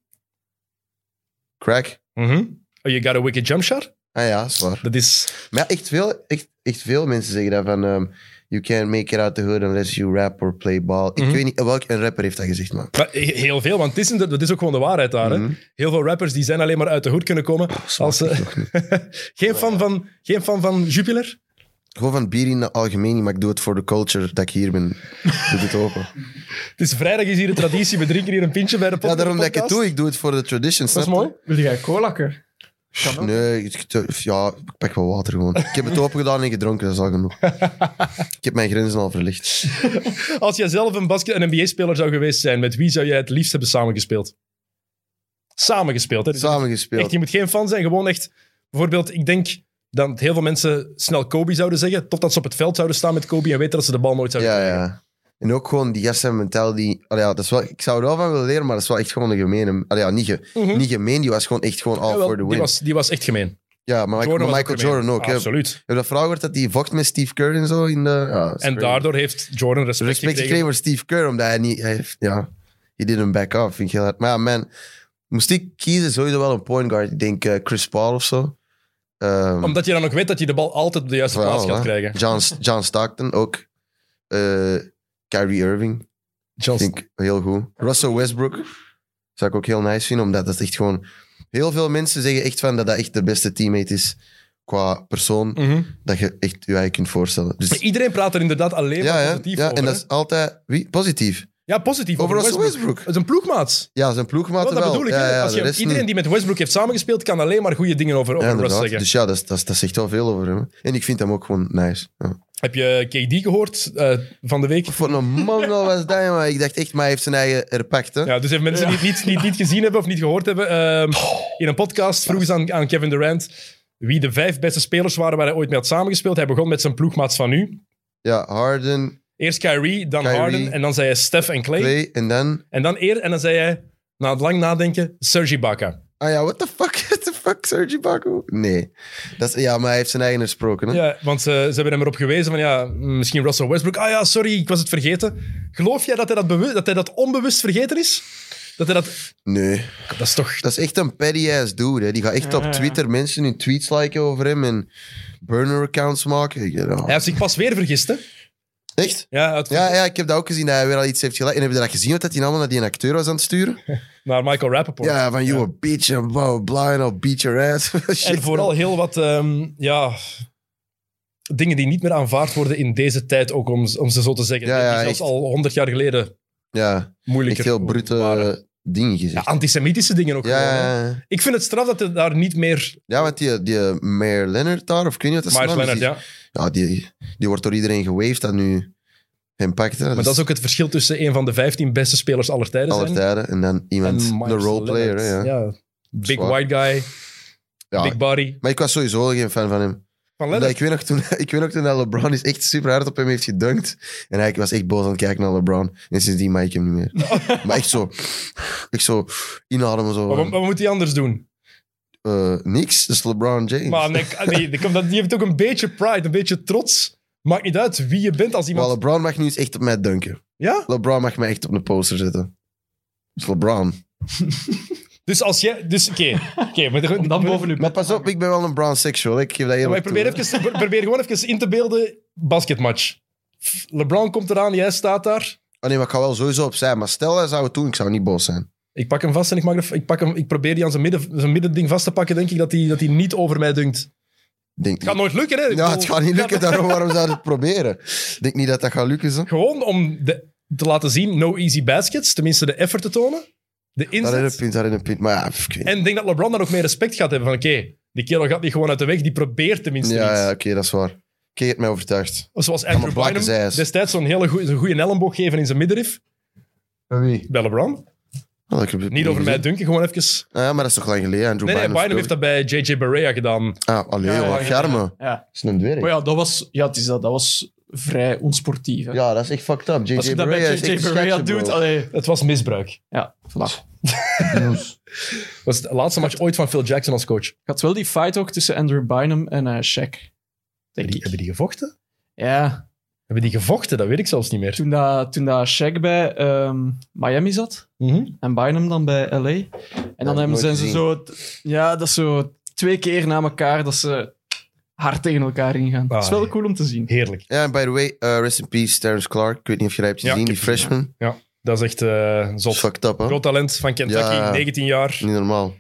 Speaker 2: Crack?
Speaker 1: mhm, or you got a wicked jump shot.
Speaker 2: Ah ja, is waar.
Speaker 1: Dat is.
Speaker 2: Maar ja, echt veel, echt, echt veel mensen zeggen dat van... ehm, you can't make it out the hood unless you rap or play ball. Ik
Speaker 1: Mhm.
Speaker 2: weet niet, welk een rapper heeft dat gezegd, man?
Speaker 1: maar he- heel veel, want het is, inderdaad- dat is ook gewoon de waarheid daar. Hè?
Speaker 2: Mhm. Oh,
Speaker 1: Heel veel rappers die zijn alleen maar uit de hoed kunnen komen. als, ze- [laughs] geen, fan van, geen fan van Jupiler?
Speaker 2: Gewoon van bier in het algemeen, maar ik doe het voor de culture dat ik hier ben. Ik doe het open.
Speaker 1: Het is vrijdag, is hier de traditie. We drinken hier een pintje bij de pod-
Speaker 2: Ja, daarom dat ik het
Speaker 1: podcast.
Speaker 2: doe. Ik doe het voor de tradition.
Speaker 1: Dat is mooi.
Speaker 3: Wil jij colakker?
Speaker 2: Nee, ik, ik- ja, ik pak wel water gewoon. Ik
Speaker 1: [laughs]
Speaker 2: heb het open gedaan en gedronken, dat is al genoeg. ik heb mijn grenzen al verlicht.
Speaker 1: Als jij zelf een basket- en NBA-speler zou geweest zijn, met wie zou jij het liefst hebben samengespeeld? Samengespeeld, hè? Dus
Speaker 2: Samen
Speaker 1: echt,
Speaker 2: gespeeld.
Speaker 1: je moet geen fan zijn, gewoon echt... Bijvoorbeeld, ik denk dat heel veel mensen snel Kobe zouden zeggen, totdat ze op het veld zouden staan met Kobe en weten dat ze de bal nooit zouden
Speaker 2: Ja,
Speaker 1: krijgen.
Speaker 2: ja. En ook gewoon die gasten mentaal die... Allee, ja, dat is wel, ik zou er wel van willen leren, maar dat is wel echt gewoon een gemene... Allee, ja, niet, ge-
Speaker 1: Mhm.
Speaker 2: niet gemeen, die was gewoon echt gewoon all
Speaker 1: Jawel,
Speaker 2: for the
Speaker 1: Die
Speaker 2: win.
Speaker 1: was, die was echt gemeen.
Speaker 2: ja, maar, Michael-
Speaker 1: Jordan
Speaker 2: maar
Speaker 1: was
Speaker 2: Michael
Speaker 1: gemeen.
Speaker 2: Jordan ook. hè. Heb
Speaker 1: Absoluut.
Speaker 2: je dat verhaal gehoord dat hij vocht met Steve Kerr en zo? In de, ja, dat is
Speaker 1: En
Speaker 2: crazy. Dus
Speaker 1: daardoor heeft Jordan respect,
Speaker 2: respect
Speaker 1: gekregen.
Speaker 2: gekregen voor Steve Kerr, omdat hij niet... Hij heeft, ja, he didn't back off, vind ik heel hard. Maar ja, man, moest ik kiezen, sowieso wel een point guard. Ik denk eh, Chris Paul of zo. Ehm,
Speaker 1: Omdat je dan ook weet dat je de bal altijd op de juiste plaats
Speaker 2: Wel,
Speaker 1: gaat
Speaker 2: hè.
Speaker 1: krijgen.
Speaker 2: John, John Stockton ook. Eh, Kyrie Irving,
Speaker 1: Johnson.
Speaker 2: vind ik heel goed. Russell Westbrook zou ik ook heel nice vinden, omdat dat echt gewoon... Heel veel mensen zeggen echt van dat dat echt de beste teammate is qua persoon,
Speaker 1: Mhm.
Speaker 2: dat je echt je eigen kunt voorstellen. Dus,
Speaker 1: Maar Iedereen praat er inderdaad alleen
Speaker 2: ja,
Speaker 1: maar
Speaker 2: ja,
Speaker 1: positief
Speaker 2: ja,
Speaker 1: over.
Speaker 2: en dat
Speaker 1: hè.
Speaker 2: is altijd... Wie? Positief.
Speaker 1: Ja, positief.
Speaker 2: Over Russell
Speaker 1: Westbrook.
Speaker 2: Westbrook.
Speaker 1: Het is een ploegmaat.
Speaker 2: Ja, zijn ploegmaat
Speaker 1: Wel, dat
Speaker 2: wel.
Speaker 1: bedoel ik.
Speaker 2: ja,
Speaker 1: hè.
Speaker 2: ja,
Speaker 1: Als
Speaker 2: de
Speaker 1: je,
Speaker 2: rest
Speaker 1: iedereen
Speaker 2: niet.
Speaker 1: die met Westbrook heeft samengespeeld, kan alleen maar goede dingen over, over
Speaker 2: Ja,
Speaker 1: Russ
Speaker 2: inderdaad.
Speaker 1: zeggen.
Speaker 2: Dus ja, dat, is- dat, is- dat zegt wel veel over hem. En ik vind hem ook gewoon nice. Ja.
Speaker 1: Heb je KD gehoord eh, van de week?
Speaker 2: Voor een man was dat, maar ik dacht echt, maar hij heeft zijn eigen erpakt. Hè?
Speaker 1: Ja, dus even mensen die het niet, niet, niet gezien hebben of niet gehoord hebben. ehm, in een podcast vroeg ze aan, aan Kevin Durant wie de vijf beste spelers waren waar hij ooit mee had samengespeeld. Hij begon met zijn ploegmaats van nu.
Speaker 2: ja Harden,
Speaker 1: Eerst Kyrie, dan
Speaker 2: Kyrie.
Speaker 1: Harden en dan zei hij Steph en Clay.
Speaker 2: Clay en dan...
Speaker 1: En dan eer en dan zei hij, na het lang nadenken, Serge Ibaka.
Speaker 2: Ah ja, what the fuck? [laughs] What the fuck, Sergi Baku? Nee. Dat is, ja, maar hij heeft zijn eigen gesproken. Hè?
Speaker 1: Ja, want ze, ze hebben hem erop gewezen van ja, mm, misschien Russell Westbrook. Ah ja, sorry, ik was het vergeten. Geloof jij dat hij dat, bewust, dat, hij dat onbewust vergeten is? Dat hij dat...
Speaker 2: Nee.
Speaker 1: Dat is toch...
Speaker 2: Dat is echt een petty-ass dude. Hè. Die gaat echt
Speaker 3: Ja.
Speaker 2: op Twitter mensen hun tweets liken over hem en burner-accounts maken. Ja,
Speaker 1: Hij heeft zich pas weer vergist, hè?
Speaker 2: Echt?
Speaker 1: Ja, uit,
Speaker 2: Ja, ja, ik heb dat ook gezien, dat hij weer al iets heeft gelijk. En heb je dat gezien, wat dat hij allemaal naar die acteur was aan het sturen?
Speaker 1: naar Michael Rappaport.
Speaker 2: Ja, van, you a bitch, en bla, bla, bla, en I'll beat your ass. [laughs] Shit.
Speaker 1: en vooral heel wat, ehm, ja... Dingen die niet meer aanvaard worden in deze tijd, ook om, om ze zo te zeggen.
Speaker 2: Ja,
Speaker 1: die
Speaker 2: ja,
Speaker 1: zelfs
Speaker 2: echt.
Speaker 1: al honderd jaar geleden
Speaker 2: Ja,
Speaker 1: moeilijker
Speaker 2: echt heel brute
Speaker 1: waren.
Speaker 2: eh, dingen
Speaker 1: Ja,
Speaker 2: gezegd.
Speaker 1: antisemitische dingen ook
Speaker 2: Ja,
Speaker 1: gewoon, hè.
Speaker 2: ja, ja.
Speaker 1: Ik vind het straf dat er daar niet meer...
Speaker 2: Ja, want die, die Mayor Leonard daar, of ik weet niet wat dat
Speaker 1: Myers
Speaker 2: naam is,
Speaker 1: Leonard,
Speaker 2: die-
Speaker 1: ja.
Speaker 2: ja, die, die wordt door iedereen gewaved dat nu hem pakt. Hè.
Speaker 1: Maar dat is ook het verschil tussen een van de 15 beste spelers aller tijden
Speaker 2: alle
Speaker 1: zijn.
Speaker 2: tijden. En dan iemand,
Speaker 1: En
Speaker 2: de
Speaker 1: Myers
Speaker 2: roleplayer. hè,
Speaker 1: Leonard,
Speaker 2: Ja.
Speaker 1: Big
Speaker 2: Zwaar.
Speaker 1: white guy,
Speaker 2: Ja,
Speaker 1: big body.
Speaker 2: Maar ik was sowieso geen fan van hem.
Speaker 1: Van
Speaker 2: Omdat
Speaker 1: Lennon.
Speaker 2: ik, weet nog toen, [laughs] ik weet nog toen dat LeBron is echt super hard op hem heeft gedunkt. En hij ik was echt boos aan het kijken naar LeBron. En sindsdien maak ik hem niet meer.
Speaker 1: [laughs]
Speaker 2: maar echt zo. Ik zo inademen zo.
Speaker 1: Maar wat, wat moet hij anders doen?
Speaker 2: eh, niks, dat is LeBron James.
Speaker 1: Maar
Speaker 2: [laughs]
Speaker 1: nee, nee, die, komt dat- die heeft ook een beetje pride, een beetje trots. Maakt niet uit wie je bent als
Speaker 2: Maar
Speaker 1: iemand...
Speaker 2: LeBron mag nu eens echt op mij dunken.
Speaker 1: Ja?
Speaker 2: LeBron mag mij echt op een poster zetten. Dat is LeBron.
Speaker 1: Dus als jij... Dus oké. oké, maar de-
Speaker 3: [laughs] Om dan boven uw
Speaker 2: Maar
Speaker 3: bed
Speaker 2: pas
Speaker 3: te
Speaker 2: op, ik ben wel een brown sexual. Ik geef dat
Speaker 1: maar
Speaker 2: eerlijk
Speaker 1: ik probeer,
Speaker 2: toe, hè.
Speaker 1: even, pro- probeer gewoon even in te beelden. Basketmatch. LeBron komt eraan, jij staat daar.
Speaker 2: Oh nee, maar ik ga wel sowieso op zijn. Maar stel, hij zou het doen, ik zou niet boos zijn.
Speaker 1: Ik pak hem vast en ik, maak de- ik, pak hem, ik probeer die aan zijn, midden, zijn middending vast te pakken. Denk ik dat hij dat hij niet over mij dunkt.
Speaker 2: Ik Denk
Speaker 1: Het gaat nooit lukken, hè? Ik
Speaker 2: Ja,
Speaker 1: bedoel,
Speaker 2: het gaat niet lukken, daarom waarom zou je het proberen? Ik denk niet dat dat gaat lukken. Zo.
Speaker 1: Gewoon om de, te laten zien, no easy baskets. Tenminste, de effort te tonen. De
Speaker 2: Daar is een
Speaker 1: inzet.
Speaker 2: punt, daar is een punt. Maar ja, pff, ik weet niet.
Speaker 1: En ik denk dat LeBron daar ook meer respect gaat hebben. Van oké, die kerel gaat niet gewoon uit de weg. Die probeert tenminste
Speaker 2: Ja,
Speaker 1: iets.
Speaker 2: ja oké, dat is waar. Oké, je hebt mij overtuigd.
Speaker 1: Zoals
Speaker 2: Allemaal
Speaker 1: Andrew
Speaker 2: blakke
Speaker 1: Bynum
Speaker 2: zijs.
Speaker 1: destijds zo'n hele goeie- zo'n goede elleboog geven in zijn middenrif.
Speaker 2: Bij wie?
Speaker 1: Bij LeBron.
Speaker 2: Oh,
Speaker 1: Niet over mij dunken, gewoon even...
Speaker 2: Ah, ja, maar dat is toch lang geleden, Andrew
Speaker 1: Nee, nee,
Speaker 2: Bynum.
Speaker 1: Bynum heeft dat bij J.J. Barea gedaan.
Speaker 2: Ah, allee,
Speaker 3: Ja, ja,
Speaker 2: wat
Speaker 3: ja,
Speaker 2: charme. Dat
Speaker 3: Ja.
Speaker 2: is een dwerg.
Speaker 3: Maar
Speaker 2: Ja.
Speaker 3: ja, dat was, ja het is dat, dat was vrij onsportief. Hè.
Speaker 2: dat is echt fucked up.
Speaker 3: Als
Speaker 2: J.J.
Speaker 3: je dat
Speaker 2: Barea
Speaker 3: bij
Speaker 2: is
Speaker 3: J.J.
Speaker 2: echt
Speaker 3: Barea
Speaker 2: schatje,
Speaker 3: doet,
Speaker 2: bro.
Speaker 3: allee.
Speaker 1: Het was misbruik.
Speaker 3: Ja, voilà.
Speaker 1: Dat was de laatste match ooit van Phil Jackson als coach.
Speaker 3: Ik had wel die fight ook tussen Andrew Bynum en eh Shaq. Denk
Speaker 1: Hebben die,
Speaker 3: ik.
Speaker 1: hebben die gevochten?
Speaker 3: Ja,
Speaker 1: Hebben die gevochten? Dat weet ik zelfs niet meer.
Speaker 3: toen dat, toen dat Shaq bij ehm, Miami zat
Speaker 1: Mhm.
Speaker 3: en Bynum dan bij LA. En dan
Speaker 2: ik
Speaker 3: hebben,
Speaker 2: nooit
Speaker 3: zijn ze
Speaker 2: gezien.
Speaker 3: zo... t- Ja, dat is zo twee keer na elkaar dat ze hard tegen elkaar ingaan.
Speaker 1: Ah,
Speaker 3: dat is wel
Speaker 1: nee.
Speaker 3: cool om te zien.
Speaker 1: Heerlijk.
Speaker 2: Ja, en by the way, eh, rest in peace, Terrence Clark. Ik weet niet of je dat hebt
Speaker 1: Ja,
Speaker 2: gezien,
Speaker 1: ik
Speaker 2: die
Speaker 1: heb het
Speaker 2: freshman.
Speaker 1: Dat is echt eh
Speaker 2: Dat
Speaker 1: zot.
Speaker 2: is fucked up, hè.
Speaker 1: Groot talent van Kentucky,
Speaker 2: Ja.
Speaker 1: 19 jaar.
Speaker 2: Niet normaal.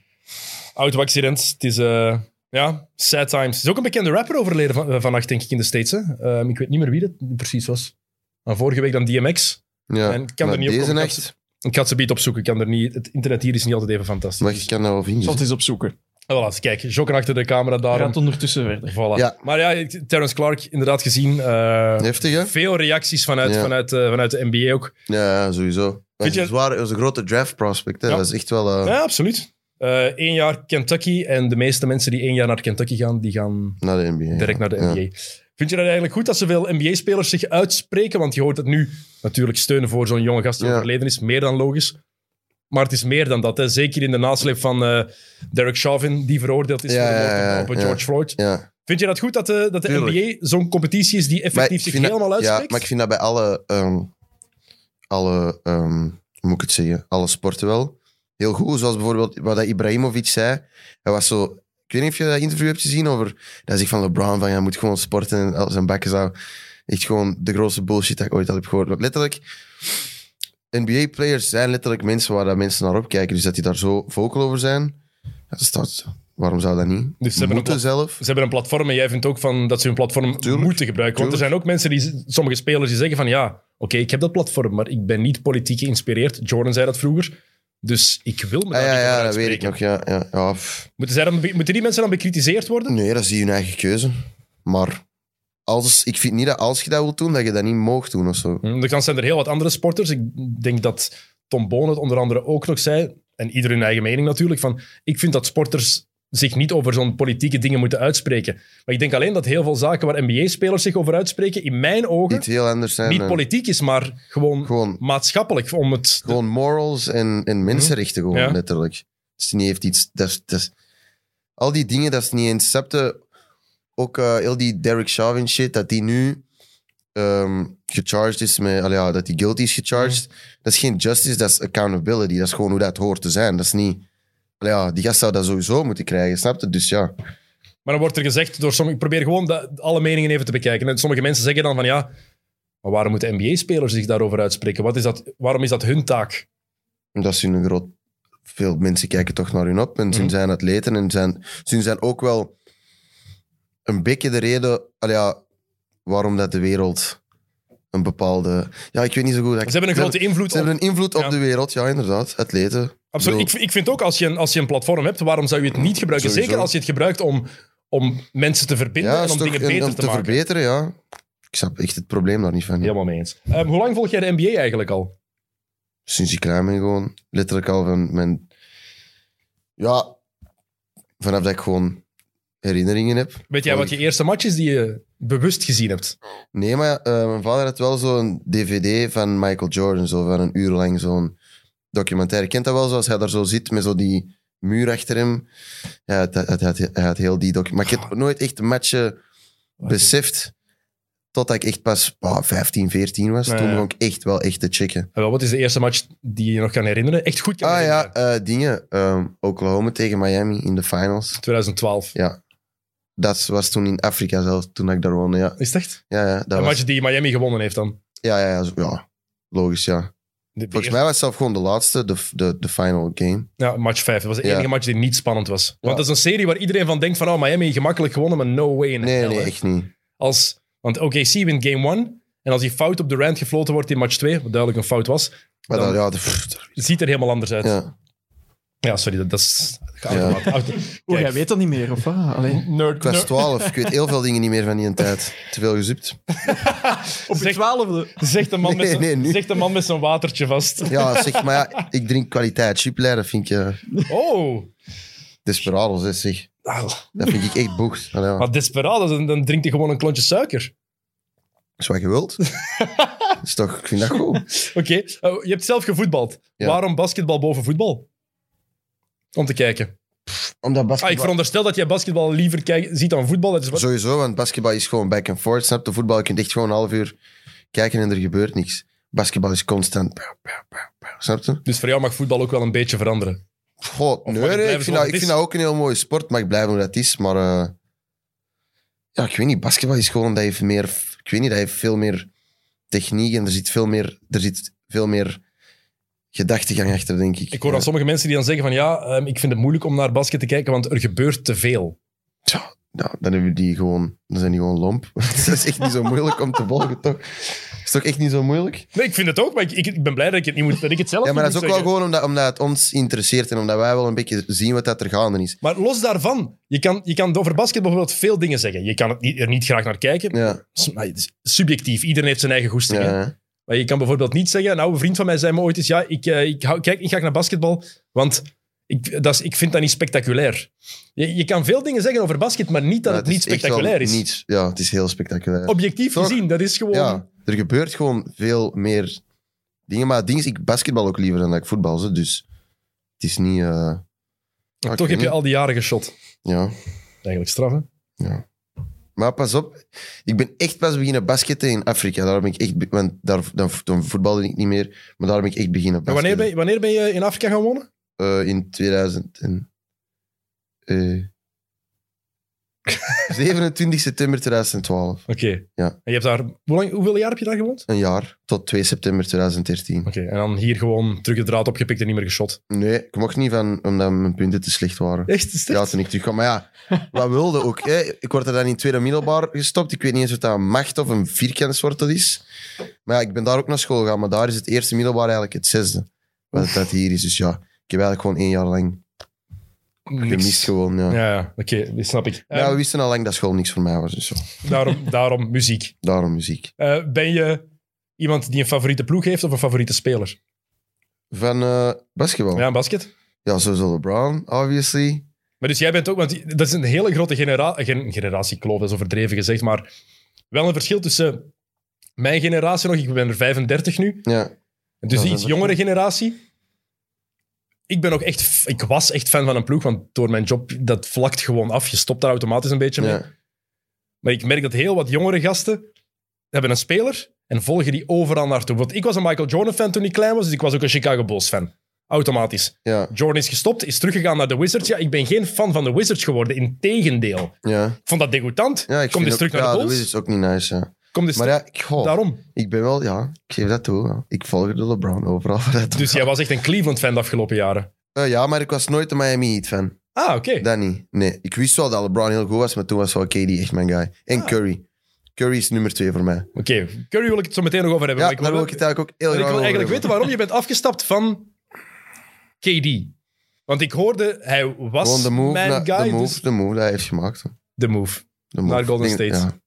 Speaker 1: Auto accident. Het is, eh, ja, sad times. Er is ook een bekende rapper overleden van, eh, vannacht, denk ik, in de States. Hè? Ehm, ik weet niet meer wie dat precies was. Maar vorige week dan DMX.
Speaker 2: Ja.
Speaker 1: En ik kan
Speaker 2: Maar
Speaker 1: er niet op
Speaker 2: deze
Speaker 1: komen.
Speaker 2: echt,
Speaker 1: Ik ga ze beat opzoeken. Ik kan er niet, het internet hier is niet altijd even fantastisch.
Speaker 2: maar je kan dat wel
Speaker 3: Ik zal
Speaker 2: vinden.
Speaker 3: het eens opzoeken.
Speaker 1: Ah, voilà, kijk, jokken achter de camera daarom.
Speaker 3: Gaat ondertussen verder.
Speaker 1: Voilà.
Speaker 2: Ja.
Speaker 1: Maar ja, Terence Clark, inderdaad gezien. eh,
Speaker 2: Heftig, hè?
Speaker 1: Veel reacties vanuit,
Speaker 2: Ja.
Speaker 1: vanuit, eh, vanuit de NBA ook.
Speaker 2: Ja, ja, sowieso. Dat
Speaker 1: Vind
Speaker 2: was,
Speaker 1: je-
Speaker 2: een zware, dat was een grote draft prospect. Hè.
Speaker 1: Ja.
Speaker 2: Dat is echt wel... eh,
Speaker 1: Ja, absoluut. Eén jaar Kentucky en de meeste mensen die één jaar naar Kentucky gaan, die gaan
Speaker 2: Naar de NBA.
Speaker 1: direct naar de NBA. Vind je dat eigenlijk goed dat zoveel NBA-spelers zich uitspreken? Want je hoort het nu natuurlijk steunen voor zo'n jonge gast die
Speaker 2: Ja.
Speaker 1: overleden is, meer dan logisch. Maar het is meer dan dat. Hè. Zeker in de nasleep van eh, Derek Chauvin, die veroordeeld is
Speaker 2: Ja,
Speaker 1: voor de
Speaker 2: ja, ja,
Speaker 1: moord op, op
Speaker 2: ja.
Speaker 1: George Floyd.
Speaker 2: Ja.
Speaker 1: Vind je dat goed dat de, dat de
Speaker 2: Tuurlijk.
Speaker 1: NBA zo'n competitie is die
Speaker 2: Maar
Speaker 1: effectief
Speaker 2: ik
Speaker 1: zich
Speaker 2: vind dat-
Speaker 1: helemaal uitspreekt?
Speaker 2: Ja, maar ik vind dat bij alle... ehm, alle ehm, hoe moet ik het zeggen? Alle sporten wel. Heel goed. Zoals bijvoorbeeld wat dat Ibrahimovic zei. Hij was zo... Ik weet niet of je dat interview hebt gezien over... Dat zegt van LeBron van, ja, je moet gewoon sporten en al zijn bakken zou... Echt gewoon de grootste bullshit dat ik ooit al heb gehoord. Want letterlijk... NBA-players zijn letterlijk mensen waar dat mensen naar opkijken. Dus dat die daar zo vocal over zijn... Dat is dat. Waarom zou dat niet?
Speaker 1: Dus ze hebben
Speaker 2: Moeten
Speaker 1: een
Speaker 2: zelf.
Speaker 1: Ze hebben een platform en jij vindt ook van dat ze hun platform
Speaker 2: Tuurlijk,
Speaker 1: moeten gebruiken. Want er zijn ook mensen, die, sommige spelers, die zeggen van ja, oké, ik heb dat platform, maar ik ben niet politiek geïnspireerd. Jordan zei dat vroeger. Dus ik wil me daar
Speaker 2: Ah,
Speaker 1: niet
Speaker 2: ja,
Speaker 1: over
Speaker 2: ja, dat weet
Speaker 1: uitspreken.
Speaker 2: ik nog. Ja, ja, ja, pff.
Speaker 1: Moeten, zij dan, be- moeten die mensen dan bekritiseerd worden?
Speaker 2: Nee, dat is hun eigen keuze. Maar als, ik vind niet dat als je dat wilt doen, dat je dat niet mag doen of zo.
Speaker 1: Hm, Dan zijn er heel wat andere sporters. Ik denk dat Tom Boon het onder andere ook nog zei, en ieder hun eigen mening natuurlijk, van ik vind dat sporters zich niet over zo'n politieke dingen moeten uitspreken. Maar ik denk alleen dat heel veel zaken waar NBA-spelers zich over uitspreken, in mijn ogen,
Speaker 2: Niet heel anders zijn.
Speaker 1: niet
Speaker 2: dan-
Speaker 1: politiek is, maar gewoon
Speaker 2: Gewoon,
Speaker 1: maatschappelijk om het.
Speaker 2: gewoon morals en, en mensenrechten, gewoon,
Speaker 1: Mhm. Ja.
Speaker 2: letterlijk. Dus die heeft iets... Dat, is- dat, is- al die dingen, dat is niet eens... Septe, ook eh, heel die Derek Chauvin shit, dat die nu ehm, gecharged is met... allee, ja, dat die guilty is gecharged.
Speaker 1: Mhm.
Speaker 2: Dat is geen justice, dat is accountability. Dat is gewoon hoe dat hoort te zijn. Dat is niet... allee, ja, die gast zou dat sowieso moeten krijgen, snap je? Dus ja...
Speaker 1: Maar dan wordt er gezegd door sommige. Ik probeer gewoon dat- alle meningen even te bekijken. En sommige mensen zeggen dan van ja. Maar waarom moeten NBA-spelers zich daarover uitspreken? Wat is dat, waarom is dat hun taak?
Speaker 2: Omdat ze een groot... Veel mensen kijken toch naar hun op. En ze
Speaker 1: Mhm.
Speaker 2: zijn atleten. En zijn, ze zijn ook wel een beetje de reden al ja, waarom dat de wereld een bepaalde... Ja, ik weet niet zo goed.
Speaker 1: Ze hebben een grote invloed.
Speaker 2: Ze hebben een invloed op
Speaker 1: Ja.
Speaker 2: de wereld, ja, inderdaad. Atleten.
Speaker 1: op- absoluut. Ik,
Speaker 2: bedoel-
Speaker 1: ik vind ook als je, een, als je een platform hebt, waarom zou je het niet gebruiken?
Speaker 2: Sowieso.
Speaker 1: Zeker als je het gebruikt om, om mensen te verbinden
Speaker 2: Ja,
Speaker 1: en om
Speaker 2: is toch-
Speaker 1: dingen
Speaker 2: en
Speaker 1: beter
Speaker 2: om
Speaker 1: te,
Speaker 2: te
Speaker 1: maken.
Speaker 2: verbeteren, ja. Ik snap echt het probleem daar niet van.
Speaker 1: Helemaal mee eens. Ehm, hoe lang volg jij de NBA eigenlijk al?
Speaker 2: Sinds ik klein ben gewoon. Letterlijk al van mijn... Ja, vanaf dat ik gewoon herinneringen heb.
Speaker 1: Weet jij wat je eerste match is die je bewust gezien hebt?
Speaker 2: Nee, maar eh, mijn vader had wel zo'n dvd van Michael Jordan, zo van een uur lang zo'n documentaire. Kent dat wel, zoals hij daar zo zit met zo die muur achter hem. Ja, het- het- het- hij had, heel die documentaire. Maar ik heb nooit echt matchen beseft totdat ik echt pas ah, 15, 14 was.
Speaker 1: Nee.
Speaker 2: Toen begon ik echt wel echt te checken.
Speaker 1: En Eh, wel, wat is de eerste match die je nog kan herinneren? Echt goed kan
Speaker 2: Ah
Speaker 1: herinneren.
Speaker 2: ja, eh, dingen. Ehm, Oklahoma tegen Miami in de finals.
Speaker 1: 2012.
Speaker 2: Dat was toen in Afrika zelf, toen ik daar woonde. Ja,
Speaker 1: Is het echt?
Speaker 2: ja, ja
Speaker 1: Een
Speaker 2: dat was...
Speaker 1: match die Miami gewonnen heeft dan.
Speaker 2: Ja, ja, ja, zo- ja. Logisch, ja.
Speaker 1: De- de
Speaker 2: Volgens
Speaker 1: eerste-
Speaker 2: mij was het zelf gewoon de laatste, de, de, de final game.
Speaker 1: Ja, match 5. Dat was de
Speaker 2: Ja.
Speaker 1: enige match die niet spannend was. Want
Speaker 2: Ja.
Speaker 1: dat is een serie waar iedereen van denkt van oh, Miami gemakkelijk gewonnen, maar no way in
Speaker 2: Nee,
Speaker 1: hell,
Speaker 2: nee,
Speaker 1: hè.
Speaker 2: echt niet.
Speaker 1: Als, want OKC wint game 1 en als die fout op de rand gefloten wordt in match 2, wat duidelijk een fout was,
Speaker 2: Maar
Speaker 1: Dan-
Speaker 2: dat, ja, de- pff, dat-
Speaker 1: ziet er helemaal anders uit. Ja,
Speaker 2: ja.
Speaker 1: sorry, dat, dat is... geautomaat- auto-
Speaker 3: Oh,
Speaker 1: Kijk, Hm?
Speaker 3: jij weet dat niet meer, of wat? Allee.
Speaker 1: Nerd,
Speaker 2: Ik was
Speaker 1: nerd.
Speaker 2: 12,
Speaker 1: [laughs]
Speaker 2: ik weet heel veel dingen niet meer van die tijd. Te veel gezupt.
Speaker 3: Op je
Speaker 1: Zeg-
Speaker 3: twaalfde.
Speaker 1: Zegt een man, met
Speaker 2: Nee,
Speaker 1: zijn-
Speaker 2: nee, nu.
Speaker 1: zegt een man met zijn watertje vast.
Speaker 2: Ja, zeg, maar ja, ik drink kwaliteit. Chipleid, dat vind ik eh,
Speaker 1: Oh,
Speaker 2: desperados, hè, zeg.
Speaker 1: Ah,
Speaker 2: Dat vind ik echt boeg. Allee, ja.
Speaker 1: maar desperados, dan, dan drinkt hij gewoon een klontje suiker.
Speaker 2: is wat je
Speaker 1: [laughs]
Speaker 2: wilt. Dat is toch, ik vind dat goed.
Speaker 1: Oké, eh, je hebt zelf gevoetbald.
Speaker 2: Ja.
Speaker 1: Waarom basketbal boven voetbal? Om te kijken. Ah,
Speaker 2: Omdat
Speaker 1: ik
Speaker 2: basketbal...
Speaker 1: veronderstel dat jij basketbal liever kijk- ziet dan voetbal. Dat is wat...
Speaker 2: Sowieso, want basketbal is gewoon back and forth. Snap je? Voetbal, je kunt echt gewoon een half uur kijken en er gebeurt niks. Basketbal is constant. pow, pow, pow, pow. Snap je?
Speaker 1: Dus voor jou mag voetbal ook wel een beetje veranderen.
Speaker 2: Goh,
Speaker 1: mag
Speaker 2: nee,
Speaker 1: het
Speaker 2: nee,
Speaker 1: blijven
Speaker 2: ik, vind
Speaker 1: zoals
Speaker 2: dat,
Speaker 1: het
Speaker 2: ik vind
Speaker 1: is?
Speaker 2: dat ook een heel mooie sport. Mag blijven hoe dat is, maar... eh, ja, ik weet niet. Basketbal is gewoon... Dat heeft meer... Ik weet niet, dat heeft veel meer techniek en er zit veel meer, er zit veel meer gedachtegang achter, denk ik.
Speaker 1: Ik hoor aan
Speaker 2: Ja.
Speaker 1: sommige mensen die dan zeggen van ja, ehm, ik vind het moeilijk om naar basket te kijken, want er gebeurt te veel.
Speaker 2: Tja, nou, dan, hebben die gewoon, dan zijn die gewoon lomp. [laughs] dat is echt niet zo moeilijk om te volgen, toch? is toch echt niet zo moeilijk?
Speaker 1: Nee, ik vind het ook, maar ik, ik, ik ben blij dat ik het, niet moet, dat ik het zelf
Speaker 2: Ja, maar
Speaker 1: niet
Speaker 2: dat is ook
Speaker 1: moet
Speaker 2: wel
Speaker 1: zeggen.
Speaker 2: gewoon omdat, omdat het ons interesseert en omdat wij wel een beetje zien wat dat er gaande is.
Speaker 1: Maar los daarvan, je kan, je kan over basket bijvoorbeeld veel dingen zeggen. Je kan het niet, er niet graag naar kijken.
Speaker 2: Ja,
Speaker 1: S- maar het is Subjectief, iedereen heeft zijn eigen goesting. hè.
Speaker 2: ja.
Speaker 1: Maar je kan bijvoorbeeld niet zeggen, een oude vriend van mij zei me ooit eens, ja, ik, eh, ik hou, kijk niet graag naar basketbal, want ik, dat is, ik vind dat niet spectaculair. Je, je kan veel dingen zeggen over basket, maar niet dat
Speaker 2: Maar
Speaker 1: het, niet
Speaker 2: is echt wel
Speaker 1: spectaculair is.
Speaker 2: Niets, ja, het is heel spectaculair.
Speaker 1: Objectief
Speaker 2: Toch?
Speaker 1: gezien, dat is gewoon...
Speaker 2: Ja, er gebeurt gewoon veel meer dingen. Maar het ding is, ik basketbal ook liever dan dat ik voetbal. zo, Dus het is niet... eh,
Speaker 1: Maar toch
Speaker 2: ik
Speaker 1: heb
Speaker 2: weet
Speaker 1: je
Speaker 2: niet.
Speaker 1: al die jaren geshot.
Speaker 2: Ja.
Speaker 1: Eigenlijk straf, hè?
Speaker 2: Maar pas op, ik ben echt pas beginnen basketten in Afrika. Daarom ben ik echt... be- Want daar, dan, dan voetbalde ik niet meer. Maar daarom ben ik echt beginnen
Speaker 1: Maar
Speaker 2: basketten.
Speaker 1: wanneer ben, je, wanneer ben je in Afrika gaan wonen?
Speaker 2: Eh, in 2000 en... eh, [laughs] 27 september 2012.
Speaker 1: Oké.
Speaker 2: Ja.
Speaker 1: En je hebt daar... Hoe lang, hoeveel jaar heb je daar gewoond?
Speaker 2: Een jaar. Tot 2 september 2013.
Speaker 1: Oké, en dan hier gewoon terug de draad opgepikt en niet meer geshot.
Speaker 2: Nee, ik mocht niet van... Omdat mijn punten te slecht waren.
Speaker 1: Echt? Is dit-
Speaker 2: Ja, toen ik terugkwam. Maar ja, wat wilde ook. Hè? Ik word er dan in het tweede middelbaar gestopt. Ik weet niet eens of dat een macht of een vierkantswortel is. Maar ja, ik ben daar ook naar school gegaan. Maar daar is het eerste middelbaar eigenlijk het zesde. Wat dat hier is. Dus ja, ik heb eigenlijk gewoon één jaar lang
Speaker 1: Niks.
Speaker 2: gemist gewoon. Ja.
Speaker 1: Ja, ja, oké, dat snap ik.
Speaker 2: Maar ja, we
Speaker 1: Ehm,
Speaker 2: wisten al lang dat school niks voor mij was. Dus ja,
Speaker 1: daarom, daarom muziek.
Speaker 2: daarom muziek.
Speaker 1: Eh, ben je iemand die een favoriete ploeg heeft of een favoriete speler?
Speaker 2: Van eh, basketbal.
Speaker 1: Ja,
Speaker 2: Ja.
Speaker 1: in basket.
Speaker 2: sowieso LeBron, obviously.
Speaker 1: Maar dus jij bent ook, want dat is een hele grote genera gen- generatiekloof, dat is overdreven gezegd, maar wel een verschil tussen mijn generatie nog, ik ben er 35 nu,
Speaker 2: Ja.
Speaker 1: en dus
Speaker 2: Ja,
Speaker 1: de
Speaker 2: dat
Speaker 1: iets
Speaker 2: is ook
Speaker 1: jongere
Speaker 2: goed.
Speaker 1: generatie. Ik ben ook echt, f- ik was echt fan van een ploeg, want door mijn job, dat vlakt gewoon af. Je stopt daar automatisch een beetje mee.
Speaker 2: ja.
Speaker 1: Maar ik merk dat heel wat jongere gasten hebben een speler en volgen die overal naartoe. Want ik was een Michael Jordan-fan toen ik klein was, dus ik was ook een Chicago Bulls-fan. Automatisch.
Speaker 2: Ja,
Speaker 1: Jordan is gestopt, is teruggegaan naar de Wizards. Ja, ik ben geen fan van de Wizards geworden, integendeel.
Speaker 2: ja.
Speaker 1: Ik vond dat degoutant.
Speaker 2: ja ik
Speaker 1: Kom
Speaker 2: vind
Speaker 1: dus
Speaker 2: ook-
Speaker 1: terug naar
Speaker 2: ja,
Speaker 1: de
Speaker 2: dat
Speaker 1: Bulls.
Speaker 2: is ook niet nice. Ja.
Speaker 1: Kom dus
Speaker 2: Maar ja, ik, goh.
Speaker 1: daarom.
Speaker 2: Ik ben wel, ja, ik geef dat toe. ja. Ik volg de LeBron overal. [laughs] waar dat
Speaker 1: Dus jij was echt een Cleveland-fan de afgelopen jaren.
Speaker 2: Eh, ja, maar ik was nooit een Miami Heat fan.
Speaker 1: Ah, oké.
Speaker 2: Dat niet. Nee, ik wist wel dat LeBron heel goed was, maar toen was wel KD echt mijn guy. En
Speaker 1: Ah.
Speaker 2: Curry. Curry is nummer twee voor mij.
Speaker 1: Oké, Curry wil ik het zo meteen nog over hebben.
Speaker 2: Ja,
Speaker 1: maar
Speaker 2: daar wil ik het eigenlijk ook heel
Speaker 1: En
Speaker 2: graag
Speaker 1: ik wil
Speaker 2: over
Speaker 1: eigenlijk weten
Speaker 2: hebben.
Speaker 1: waarom je bent afgestapt van KD. Want ik hoorde, hij was
Speaker 2: Gewoon de move,
Speaker 1: mijn
Speaker 2: na-
Speaker 1: guy,
Speaker 2: de, move
Speaker 1: dus-
Speaker 2: de move dat hij heeft gemaakt. hoor.
Speaker 1: de move.
Speaker 2: De move.
Speaker 1: Naar Golden
Speaker 2: Ik denk-
Speaker 1: State.
Speaker 2: Ja,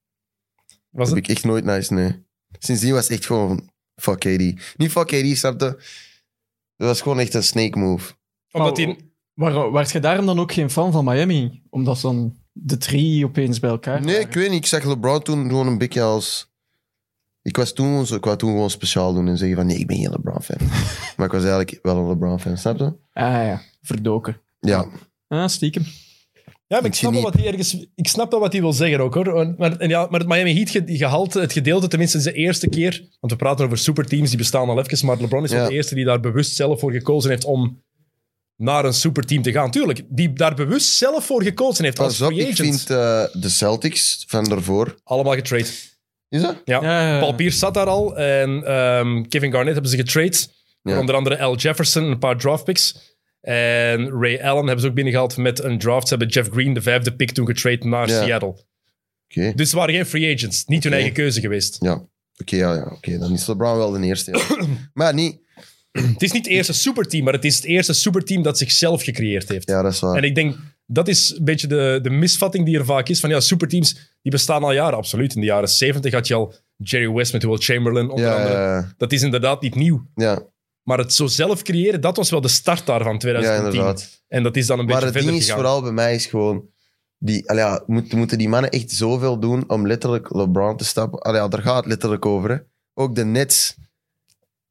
Speaker 1: Was
Speaker 2: dat
Speaker 1: het?
Speaker 2: heb ik echt nooit nice, nee. Sindsdien was het echt gewoon van, fuck KD. Niet fuck KD, snapte. Dat was gewoon echt een snake move.
Speaker 1: Omdat
Speaker 3: Maar-
Speaker 1: hij...
Speaker 3: Waar, waart je daarom dan ook geen fan van Miami? Omdat ze dan
Speaker 4: de drie opeens bij elkaar
Speaker 2: Nee,
Speaker 4: waren.
Speaker 2: ik weet niet. Ik zag LeBron toen gewoon een beetje als... Ik, was toen, gewoon zo- ik wou toen gewoon speciaal doen en zeggen van nee, ik ben geen LeBron-fan.
Speaker 1: [laughs]
Speaker 2: maar ik was eigenlijk wel een LeBron-fan, snap je?
Speaker 4: Ah ja, verdoken.
Speaker 2: Ja.
Speaker 4: Ah, stiekem.
Speaker 1: Ja, maar ik
Speaker 2: Moet je
Speaker 1: snap, wel
Speaker 2: niet-
Speaker 1: wat hij ergens, ik snap wel wat hij wil zeggen ook, hoor. En- Maar, en ja, maar het Miami Heat ge- gehalte, het gedeelte, tenminste zijn eerste keer, want we praten over superteams, die bestaan al even, maar LeBron is wel
Speaker 2: Ja.
Speaker 1: de eerste die daar bewust zelf voor gekozen heeft om naar een superteam te gaan. Tuurlijk, die daar bewust zelf voor gekozen heeft als
Speaker 2: Pas op,
Speaker 1: free
Speaker 2: ik
Speaker 1: agent.
Speaker 2: vind eh, de Celtics van daarvoor...
Speaker 1: Allemaal getrade.
Speaker 2: Is dat?
Speaker 1: Ja.
Speaker 4: Ja, ja,
Speaker 1: Paul Pierce zat daar al en ehm, Kevin Garnett hebben ze getrade.
Speaker 2: Ja.
Speaker 1: Onder andere Al Jefferson, een paar draftpicks. En Ray Allen hebben ze ook binnengehaald met een draft. Ze hebben Jeff Green, de vijfde pick, toen getrade naar
Speaker 2: Ja.
Speaker 1: Seattle.
Speaker 2: Oké.
Speaker 1: Dus ze waren geen free agents. Niet hun
Speaker 2: Oké.
Speaker 1: eigen keuze geweest.
Speaker 2: Ja. Oké, ja, ja. Oké, dan is LeBron wel de
Speaker 1: [coughs]
Speaker 2: eerste. ja. maar niet...
Speaker 1: Het is niet het eerste superteam, maar het is het eerste superteam dat zichzelf gecreëerd heeft.
Speaker 2: Ja, dat is waar.
Speaker 1: En ik denk, dat is een beetje de, de misvatting die er vaak is. Van ja, superteams, die bestaan al jaren, absoluut. In de jaren 70 had je al Jerry West met Will Chamberlain, onder
Speaker 2: Ja,
Speaker 1: andere.
Speaker 2: ja,
Speaker 1: Dat is inderdaad niet nieuw.
Speaker 2: ja.
Speaker 1: Maar het zo zelf creëren, dat was wel de start daarvan,
Speaker 2: ja,
Speaker 1: 2010.
Speaker 2: inderdaad.
Speaker 1: en dat is dan een
Speaker 2: Maar
Speaker 1: beetje
Speaker 2: het ding
Speaker 1: verder
Speaker 2: is
Speaker 1: gegaan.
Speaker 2: vooral bij mij is gewoon... Die, allee, ja, moet, moeten die mannen echt zoveel doen om letterlijk LeBron te stappen? Allee, ja, daar gaat het letterlijk over. Hè. Ook de Nets.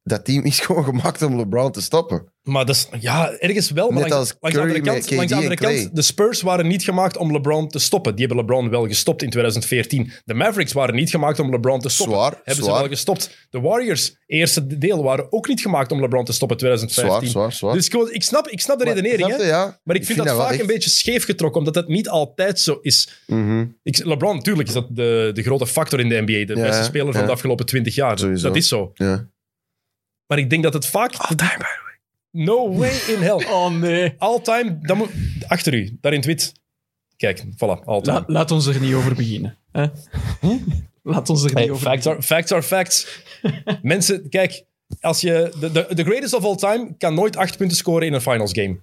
Speaker 2: Dat team is [laughs] gewoon gemaakt om LeBron te stappen.
Speaker 1: Maar dat is, ja, ergens wel. Maar
Speaker 2: Net
Speaker 1: langs,
Speaker 2: als
Speaker 1: langs de andere
Speaker 2: Curry
Speaker 1: kant,
Speaker 2: met KD
Speaker 1: langs de
Speaker 2: en
Speaker 1: andere
Speaker 2: Klay.
Speaker 1: kant, de Spurs waren niet gemaakt om LeBron te stoppen. Die hebben LeBron wel gestopt in 2014. De Mavericks waren niet gemaakt om LeBron te stoppen.
Speaker 2: Zwaar,
Speaker 1: hebben ze
Speaker 2: zwaar.
Speaker 1: wel gestopt. De Warriors, eerste deel, waren ook niet gemaakt om LeBron te stoppen in
Speaker 2: Zwaar,
Speaker 1: 2015.
Speaker 2: zwaar, zwaar.
Speaker 1: Dus ik, wil- ik snap, ik snap de
Speaker 2: Maar-
Speaker 1: redenering,
Speaker 2: snap
Speaker 1: hè?
Speaker 2: je, ja.
Speaker 1: maar ik vind, dat,
Speaker 2: wel
Speaker 1: vaak
Speaker 2: echt-
Speaker 1: een beetje scheef getrokken, omdat dat niet altijd zo is.
Speaker 2: Mhm.
Speaker 1: Ik, LeBron, natuurlijk, is dat de, de grote factor in de NBA. De
Speaker 2: Ja,
Speaker 1: beste speler van
Speaker 2: ja.
Speaker 1: de afgelopen 20 jaar.
Speaker 2: Sowieso.
Speaker 1: Dat is zo.
Speaker 2: Ja.
Speaker 1: Maar ik denk dat het vaak... All-time, by the way. No way in hell.
Speaker 4: Oh nee.
Speaker 1: All-time, dan moet... Achter u, daar in het wit. Kijk, voilà, all-time.
Speaker 4: La- laat ons er niet over beginnen. Hè? Laat ons er niet
Speaker 1: Hey,
Speaker 4: over
Speaker 1: facts, are,
Speaker 4: beginnen.
Speaker 1: facts are [laughs] facts. Mensen, kijk, als je... De, de, de greatest of all time kan nooit acht punten scoren in een finals game.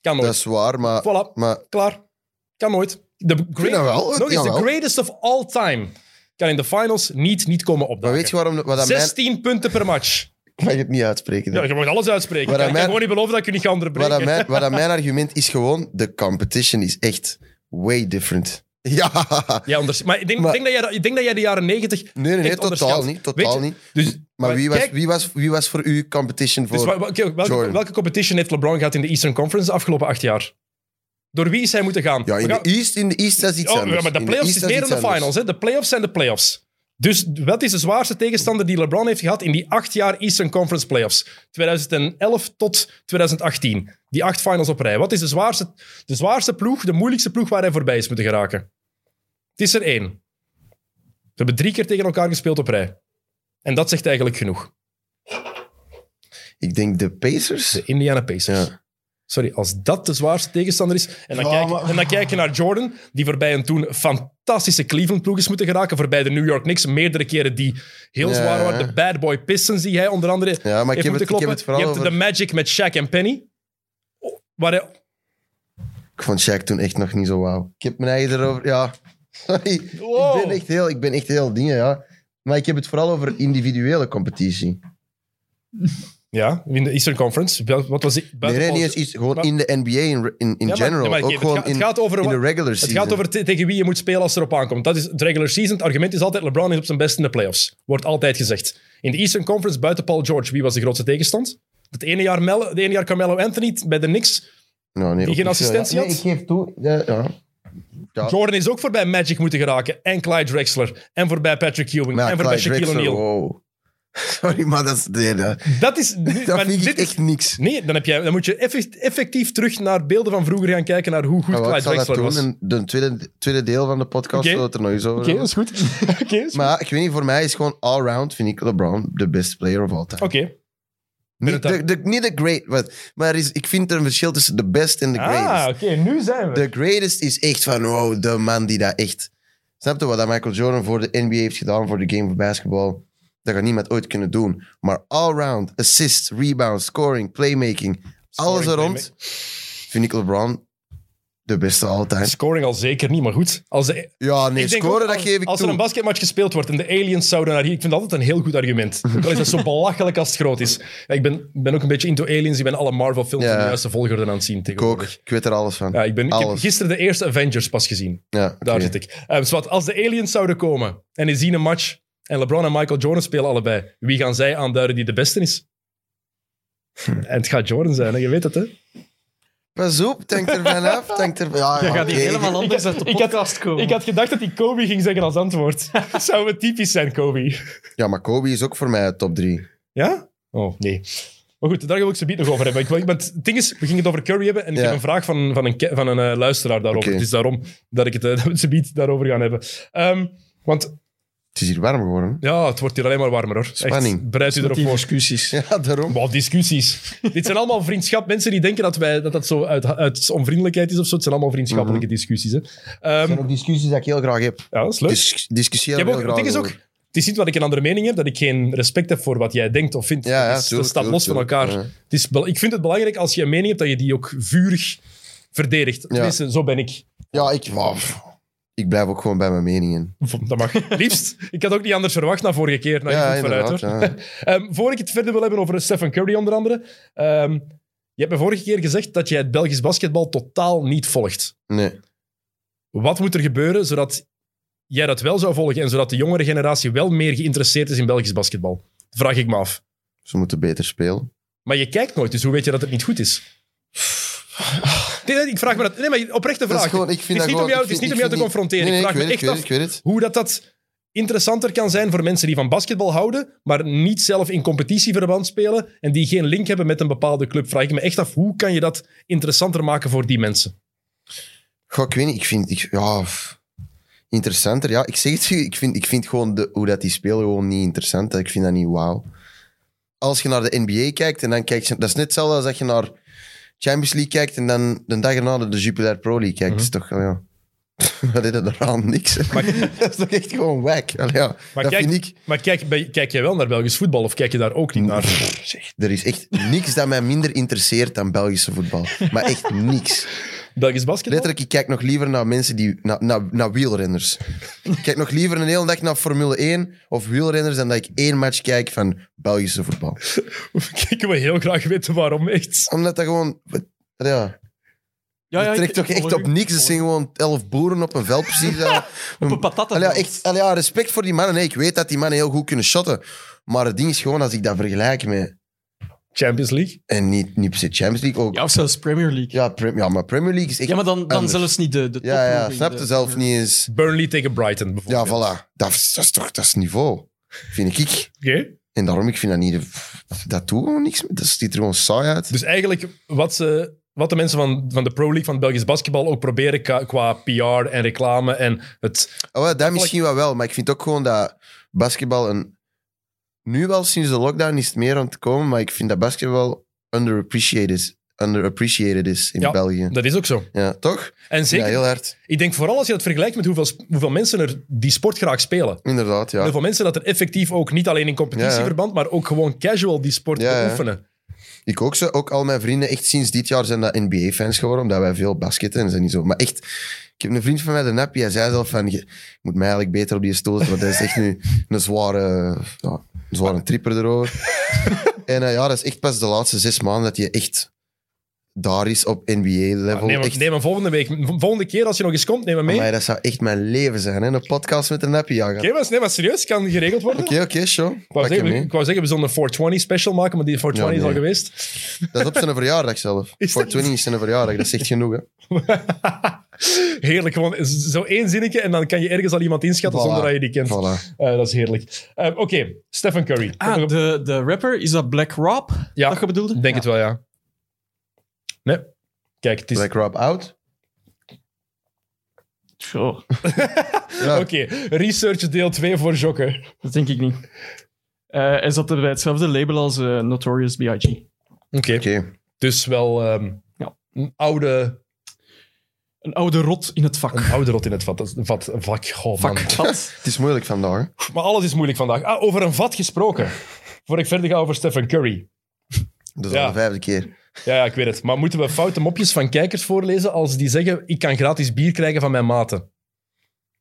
Speaker 1: Kan nooit.
Speaker 2: Dat is waar, maar...
Speaker 1: Voilà,
Speaker 2: maar
Speaker 1: klaar. Kan nooit. De great-
Speaker 2: dat wel,
Speaker 1: Nog eens, de
Speaker 2: jawel.
Speaker 1: greatest of all time kan in de finals niet, niet komen
Speaker 2: maar
Speaker 1: opdagen.
Speaker 2: weet je waarom... Wat aan mij,
Speaker 1: 16 punten per match.
Speaker 2: ik mag het niet uitspreken. hè.
Speaker 1: Ja, je mag alles uitspreken. ik
Speaker 2: Maar aan
Speaker 1: kan
Speaker 2: mij-
Speaker 1: gewoon niet beloven dat ik je niet ga onderbreken.
Speaker 2: Wat aan mijn, wat aan mijn argument is gewoon... De competition is echt way different. [laughs] Ja.
Speaker 1: Ja, onders- maar ik denk,
Speaker 2: Maar-
Speaker 1: ik denk dat jij, dat- ik denk dat jij de jaren 90
Speaker 2: Nee, nee, nee,
Speaker 1: echt
Speaker 2: totaal
Speaker 1: onderschat.
Speaker 2: niet.
Speaker 1: Weet
Speaker 2: Totaal
Speaker 1: je,
Speaker 2: niet.
Speaker 1: Dus,
Speaker 2: Maar wie was,
Speaker 1: kijk,
Speaker 2: wie, was, wie was voor u competition voor?
Speaker 1: dus wa- wa- oké, welke,
Speaker 2: Jordan?
Speaker 1: welke competition heeft LeBron gehad in de Eastern Conference de afgelopen acht jaar? Door wie is hij moeten gaan?
Speaker 2: ja,
Speaker 1: We
Speaker 2: in
Speaker 1: gaan-
Speaker 2: de East, in de East is iets
Speaker 1: oh,
Speaker 2: anders.
Speaker 1: ja, maar de
Speaker 2: In
Speaker 1: playoffs
Speaker 2: East
Speaker 1: is
Speaker 2: is
Speaker 1: meer
Speaker 2: iets
Speaker 1: dan de
Speaker 2: anders.
Speaker 1: finals. Hè? De playoffs zijn de playoffs. Dus wat is de zwaarste tegenstander die LeBron heeft gehad in die acht jaar Eastern Conference playoffs? 2011 tot 2018. Die acht finals op rij. Wat is de zwaarste, de zwaarste ploeg, de moeilijkste ploeg waar hij voorbij is moeten geraken? Het is er één. Ze hebben drie keer tegen elkaar gespeeld op rij. En dat zegt eigenlijk genoeg.
Speaker 2: Ik denk de Pacers.
Speaker 1: De Indiana Pacers.
Speaker 2: Ja.
Speaker 1: Sorry, als dat de zwaarste tegenstander is. En dan,
Speaker 2: Ja,
Speaker 1: kijk,
Speaker 2: maar-
Speaker 1: en dan kijk je naar Jordan, die voorbij een toen fantastische Cleveland-ploeg is moeten geraken. Voorbij de New York Knicks, meerdere keren die heel
Speaker 2: Ja,
Speaker 1: zwaar waren.
Speaker 2: ja.
Speaker 1: De Bad Boy Pistons, die hij onder andere
Speaker 2: Ja, maar
Speaker 1: heeft
Speaker 2: ik heb,
Speaker 1: moeten
Speaker 2: het, ik
Speaker 1: kloppen.
Speaker 2: heb het vooral
Speaker 1: je hebt
Speaker 2: over...
Speaker 1: de Magic met Shaq en Penny. Oh, Waar hij,
Speaker 2: Ik vond Shaq toen echt nog niet zo wauw. Ik heb mijn eigen erover... Ja. [laughs] Sorry.
Speaker 1: Wow.
Speaker 2: Ik, ben echt heel, ik ben echt heel dingen, ja. Maar ik heb het vooral over individuele competitie.
Speaker 1: ja, in de Eastern Conference. Wel- Wat was die,
Speaker 2: Nee,
Speaker 1: buiten-
Speaker 2: nee, niet eens iets. Gewoon
Speaker 1: Maar-
Speaker 2: in de NBA in, in, in
Speaker 1: Ja, maar-
Speaker 2: general.
Speaker 1: ja, maar
Speaker 2: ook
Speaker 1: het
Speaker 2: gewoon
Speaker 1: gaat- het
Speaker 2: in,
Speaker 1: gaat over
Speaker 2: in
Speaker 1: wat-
Speaker 2: de regular
Speaker 1: Het
Speaker 2: season.
Speaker 1: gaat over te- tegen wie je moet spelen als het erop aankomt. Dat is het regular season. Het argument is altijd: LeBron is op zijn best in de playoffs. Wordt altijd gezegd. In de Eastern Conference, buiten Paul George, wie was de grootste tegenstand? Het ene jaar, Mel, het ene jaar Carmelo Anthony bij de Knicks.
Speaker 2: Nou, nee,
Speaker 1: die
Speaker 2: ook
Speaker 1: geen
Speaker 2: niet veel, ja.
Speaker 1: assistentie
Speaker 2: Nee,
Speaker 1: had?
Speaker 2: ik geef toe. Ja, ja. Ja.
Speaker 1: Jordan is ook voorbij Magic moeten geraken. En Clyde Drexler. En voorbij Patrick Ewing.
Speaker 2: Maar ja,
Speaker 1: en voorbij
Speaker 2: Clyde
Speaker 1: Shaquille
Speaker 2: Drexler,
Speaker 1: O'Neal.
Speaker 2: wow. [laughs] Sorry, maar dat is... Nee, dat,
Speaker 1: Dat is.
Speaker 2: [laughs] dat
Speaker 1: maar
Speaker 2: vind ik
Speaker 1: dit is-
Speaker 2: echt niks.
Speaker 1: Nee, dan, heb jij, dan moet je effe- effectief terug naar beelden van vroeger gaan kijken naar hoe goed
Speaker 2: Maar wat,
Speaker 1: Clyde
Speaker 2: ik zal dat
Speaker 1: Drexler
Speaker 2: doen
Speaker 1: was.
Speaker 2: in de tweede, tweede deel van de podcast,
Speaker 1: Oké.
Speaker 2: zodat er nog eens over
Speaker 4: Oké, dat
Speaker 2: gaat.
Speaker 4: is goed. Oké, dat is goed.
Speaker 2: Maar ja, ik weet niet, voor mij is gewoon allround, vind ik LeBron de beste player of all time.
Speaker 1: Oké.
Speaker 2: Niet,
Speaker 1: ben
Speaker 2: de,
Speaker 1: het
Speaker 2: de- niet de great, maar, maar er is, ik vind er een verschil tussen de best en de
Speaker 1: Ah,
Speaker 2: greatest.
Speaker 1: oké, nu zijn we.
Speaker 2: De greatest is echt van, wow, de man die dat echt... Snap je wat dat Michael Jordan voor de NBA heeft gedaan, voor de game van basketbal? Dat gaat niemand ooit kunnen doen. Maar allround, assists, rebounds, scoring, playmaking, alles er
Speaker 1: Scoring,
Speaker 2: rond, vind ik LeBron de beste altijd.
Speaker 1: Scoring al zeker niet, maar goed. Als de,
Speaker 2: Ja, nee,
Speaker 1: ik denk
Speaker 2: scoren,
Speaker 1: ook
Speaker 2: dat
Speaker 1: als-
Speaker 2: geef ik
Speaker 1: Als er een
Speaker 2: toe.
Speaker 1: basketmatch gespeeld wordt en de aliens zouden naar hier... Ik vind dat altijd een heel goed
Speaker 2: [laughs]
Speaker 1: argument. Dan is dat zo belachelijk als het groot is. Ja, ik ben, ben ook een beetje into aliens. Ik ben alle Marvel-films
Speaker 2: Ja.
Speaker 1: in de juiste volgorde aan het zien
Speaker 2: Ik ook.
Speaker 1: tegenwoordig.
Speaker 2: Ik weet er alles van.
Speaker 1: Ja, ik, ben, ik heb
Speaker 2: Alles.
Speaker 1: gisteren de eerste Avengers pas gezien.
Speaker 2: Ja, oké.
Speaker 1: Daar zit ik. Eh, dus wat, als de aliens zouden komen en die zien een match en LeBron en Michael Jordan spelen allebei, wie gaan zij aanduiden die de beste
Speaker 2: [laughs]
Speaker 1: is? En het gaat Jordan zijn, hè? je weet het, hè?
Speaker 2: Pas op, denk er vanaf. Denk er... Ja,
Speaker 4: Je gaat
Speaker 2: oké.
Speaker 4: hier helemaal anders uit de
Speaker 1: ik had-
Speaker 4: podcast komen.
Speaker 1: Ik had gedacht dat hij Kobe ging zeggen als [laughs] antwoord. Zou het typisch zijn, Kobe?
Speaker 2: ja, maar Kobe is ook voor mij top drie.
Speaker 1: Ja? Oh, nee. Maar goed, daar wil ik ze niet nog over hebben. Ik, wil- ik ben, het ding is, we gingen het over Curry hebben en ik
Speaker 2: Ja.
Speaker 1: heb een vraag van, van een, ke- van een eh, luisteraar daarover.
Speaker 2: Oké.
Speaker 1: Het is daarom dat, ik het, eh, [laughs] dat we het subiet daarover gaan hebben. Ehm, want
Speaker 2: Het is hier warm geworden.
Speaker 1: ja, het wordt hier alleen maar warmer, hoor. Echt,
Speaker 2: Spanning.
Speaker 1: bereid u erop
Speaker 4: die
Speaker 1: voor.
Speaker 4: discussies.
Speaker 2: hè? Ja, daarom.
Speaker 1: Wow,
Speaker 2: [laughs]
Speaker 1: discussies. Dit zijn allemaal vriendschap. Mensen die denken dat wij, dat, dat zo uit, uit onvriendelijkheid is of zo. Het zijn allemaal vriendschappelijke discussies. Hè. Ehm,
Speaker 2: Er Mhm. zijn ook discussies die ik heel graag heb.
Speaker 1: ja, dat is leuk.
Speaker 2: Dis discussiëren
Speaker 1: Ik heb
Speaker 2: heel
Speaker 1: ook-
Speaker 2: graag
Speaker 1: het ding is ook,
Speaker 2: over.
Speaker 1: het is niet dat ik een andere mening heb, dat ik geen respect heb voor wat jij denkt of vindt.
Speaker 2: Ja,
Speaker 1: dat,
Speaker 2: ja,
Speaker 1: is- dat
Speaker 2: tuurlijk,
Speaker 1: staat los van
Speaker 2: tuurlijk,
Speaker 1: elkaar.
Speaker 2: tuurlijk,
Speaker 1: Het is, bel- ik vind het belangrijk als je een mening hebt, dat je die ook vurig verdedigt. Tenminste, zo ben ik.
Speaker 2: Ja, ik... wauw. Ik blijf ook gewoon bij mijn meningen.
Speaker 1: Dat
Speaker 2: [laughs]
Speaker 1: mag. Liefst. Ik had ook niet anders verwacht na vorige keer. Nou, je
Speaker 2: ja,
Speaker 1: komt vanuit, hoor.
Speaker 2: inderdaad, ja.
Speaker 1: Ehm, voor ik het verder wil hebben over Stephen Curry onder andere. ehm, je hebt me vorige keer gezegd dat jij het Belgisch basketbal totaal niet volgt.
Speaker 2: Nee.
Speaker 1: Wat moet er gebeuren zodat jij dat wel zou volgen en zodat de jongere generatie wel meer geïnteresseerd is in Belgisch basketbal? Vraag ik me af.
Speaker 2: Ze moeten beter spelen.
Speaker 1: Maar je kijkt nooit, dus hoe weet je dat het niet goed
Speaker 2: [laughs]
Speaker 1: is? Nee, nee, ik vraag me dat. Nee, maar oprechte
Speaker 2: Dat
Speaker 1: vraag.
Speaker 2: is gewoon... Ik vind
Speaker 1: het is
Speaker 2: dat
Speaker 1: niet
Speaker 2: gewoon...
Speaker 1: om jou,
Speaker 2: ik
Speaker 1: het is
Speaker 2: vind-
Speaker 1: niet om
Speaker 2: ik
Speaker 1: jou te
Speaker 2: vind
Speaker 1: confronteren.
Speaker 2: Nee, nee,
Speaker 1: ik vraag
Speaker 2: ik weet
Speaker 1: me
Speaker 2: het,
Speaker 1: echt
Speaker 2: ik weet
Speaker 1: af
Speaker 2: het, ik weet het.
Speaker 1: hoe dat, dat interessanter kan zijn voor mensen die van basketbal houden, maar niet zelf in competitieverband spelen en die geen link hebben met een bepaalde club. Vraag ik me echt af, hoe kan je dat interessanter maken voor die mensen?
Speaker 2: Goh, ik weet niet. Ik vind... Ik, ja, pff. interessanter. Ja, ik zeg het u. Ik vind, ik vind gewoon de, hoe dat die spelen gewoon niet interessant. Ik vind dat niet wauw. Als je naar de NBA kijkt en dan kijkt... je- Dat is net hetzelfde als dat je naar Champions League kijkt en dan de dag erna naar de Jupiler Pro League kijkt.
Speaker 1: Mhm.
Speaker 2: Dat is toch... Ja. [laughs] Wat is dat
Speaker 1: [laughs]
Speaker 2: eraan? Niks. hè. [laughs] dat is toch echt gewoon wack. Allee, ja,
Speaker 1: Maar
Speaker 2: dat
Speaker 1: kijk-
Speaker 2: vind ik...
Speaker 1: Maar kijk, bij- kijk jij wel naar Belgisch voetbal of kijk je daar ook niet naar?
Speaker 2: [laughs] Er is echt niks dat mij minder interesseert dan Belgische voetbal. Maar echt niks.
Speaker 1: Belgisch basketbal?
Speaker 2: Letterlijk, ik kijk nog liever naar mensen die... Naar, naar, naar wielrenners. Ik kijk nog liever een hele dag naar Formule 1 of wielrenners dan dat ik één match kijk van Belgische voetbal.
Speaker 1: [laughs] Kijken we heel graag weten waarom, echt.
Speaker 2: Omdat dat gewoon... Ja,
Speaker 4: Ja, ja,
Speaker 2: dat
Speaker 4: ik-
Speaker 2: trekt toch
Speaker 4: ik
Speaker 2: echt
Speaker 4: volg
Speaker 2: op
Speaker 4: u.
Speaker 2: niks. Het zijn gewoon elf boeren op een veld,
Speaker 4: [laughs]
Speaker 2: precies. Ja.
Speaker 4: Op een patat.
Speaker 2: Allee, ja, echt, allee, ja, respect voor die mannen. Nee, ik weet dat die mannen heel goed kunnen shotten. Maar het ding is gewoon, als ik dat vergelijk met...
Speaker 1: Champions League?
Speaker 2: En niet, niet per se Champions League, ook...
Speaker 4: Ja, of zelfs Premier League.
Speaker 2: Ja, Prem- ja, maar Premier League is echt...
Speaker 4: ja, maar dan, dan
Speaker 2: anders.
Speaker 4: zelfs niet de, de
Speaker 2: Ja, ja,
Speaker 4: topploegen,
Speaker 2: snapte
Speaker 4: de-
Speaker 2: zelf niet eens.
Speaker 1: Burnley tegen Brighton,
Speaker 2: Ja,
Speaker 1: bijvoorbeeld.
Speaker 2: voilà. Dat is, dat is toch dat is niveau, vind ik.
Speaker 1: Oké.
Speaker 2: En daarom, ik vind dat niet... Dat doet gewoon niks. mee. Dat ziet er gewoon saai uit.
Speaker 1: Dus eigenlijk wat, ze, wat de mensen van, van de Pro League, van het Belgisch basketbal, ook proberen qua, qua PR en reclame en het...
Speaker 2: Oh, ja, dat misschien wel wel, maar ik vind ook gewoon dat basketbal een... Nu wel, sinds de lockdown is het meer aan het komen, maar ik vind dat basketbal underappreciated is, underappreciated is in
Speaker 1: Ja.
Speaker 2: België.
Speaker 1: Dat is ook zo.
Speaker 2: Ja, toch?
Speaker 1: En zeker,
Speaker 2: Ja, heel hard.
Speaker 1: ik denk vooral als je dat vergelijkt met hoeveel, sp- hoeveel mensen er die sport graag spelen.
Speaker 2: Inderdaad, ja.
Speaker 1: Hoeveel mensen dat er effectief ook niet alleen in competitieverband, maar ook gewoon casual die sport
Speaker 2: Ja, ja.
Speaker 1: beoefenen.
Speaker 2: Ik ook zo. Ook al mijn vrienden, echt sinds dit jaar zijn dat NBA-fans geworden, omdat wij veel basketten en zijn niet zo. Maar echt, ik heb een vriend van mij, de Nappie, hij zei zelf van, je je moet mij eigenlijk beter op die stoel zetten, want dat is echt nu een zware, ja, een zware tripper erover. en eh, ja, dat is echt pas de laatste zes maanden dat je echt daar is op NBA-level.
Speaker 1: Neem, hem-
Speaker 2: echt,
Speaker 1: neem hem volgende week. Volgende keer als je nog eens komt, neem hem mee.
Speaker 2: Amai, dat zou echt mijn leven zijn, hè? een podcast met de Nappie. Ja, ga-
Speaker 1: Oké, maar, nee, maar serieus, kan geregeld worden.
Speaker 2: Oké, oké,
Speaker 1: Ik
Speaker 2: show.
Speaker 1: wou,
Speaker 2: Pak hem
Speaker 1: zeggen,
Speaker 2: mee.
Speaker 1: ik wou zeggen, we zullen een 420 special maken, maar die 420
Speaker 2: Ja,
Speaker 1: is al
Speaker 2: nee.
Speaker 1: geweest. [laughs]
Speaker 2: Dat is op zijn verjaardag zelf.
Speaker 1: dat-
Speaker 2: Voor 20 is zijn verjaardag, dat is echt
Speaker 1: [laughs]
Speaker 2: genoeg. Hè?
Speaker 1: heerlijk, gewoon zo één zinnetje en dan kan je ergens al iemand inschatten
Speaker 2: Voilà.
Speaker 1: zonder dat je die kent.
Speaker 2: Voilà.
Speaker 1: Eh, dat is heerlijk. Eh, Oké, Stephen Curry. Ik heb
Speaker 4: Ah,
Speaker 1: nog een-
Speaker 4: de, de rapper, is dat Black Rob?
Speaker 1: Ja,
Speaker 4: Dat je bedoelde?
Speaker 1: denk het wel, ja. Nee. Kijk, het is...
Speaker 2: Black Rob out.
Speaker 4: Zo,
Speaker 2: Ja.
Speaker 1: Oké, research deel 2 voor Jokke.
Speaker 4: dat denk ik niet. Eh hij zat er bij hetzelfde label als eh, Notorious B.I.G.
Speaker 1: Oké.
Speaker 2: Oké.
Speaker 1: Dus wel ehm,
Speaker 4: Ja.
Speaker 1: een oude,
Speaker 4: Een oude rot in het vak.
Speaker 1: een oude rot in het vat. vat vak, goh, man.
Speaker 4: Vak. Vat.
Speaker 2: [laughs] Het is moeilijk vandaag. hè.
Speaker 1: Maar alles is moeilijk vandaag. Ah, over een vat gesproken. Voor ik verder ga over Stephen Curry.
Speaker 2: Dat is
Speaker 1: Ja.
Speaker 2: al de vijfde keer.
Speaker 1: Ja, ja, ik weet het. Maar moeten we foute mopjes van kijkers voorlezen als die zeggen ik kan gratis bier krijgen van mijn maten?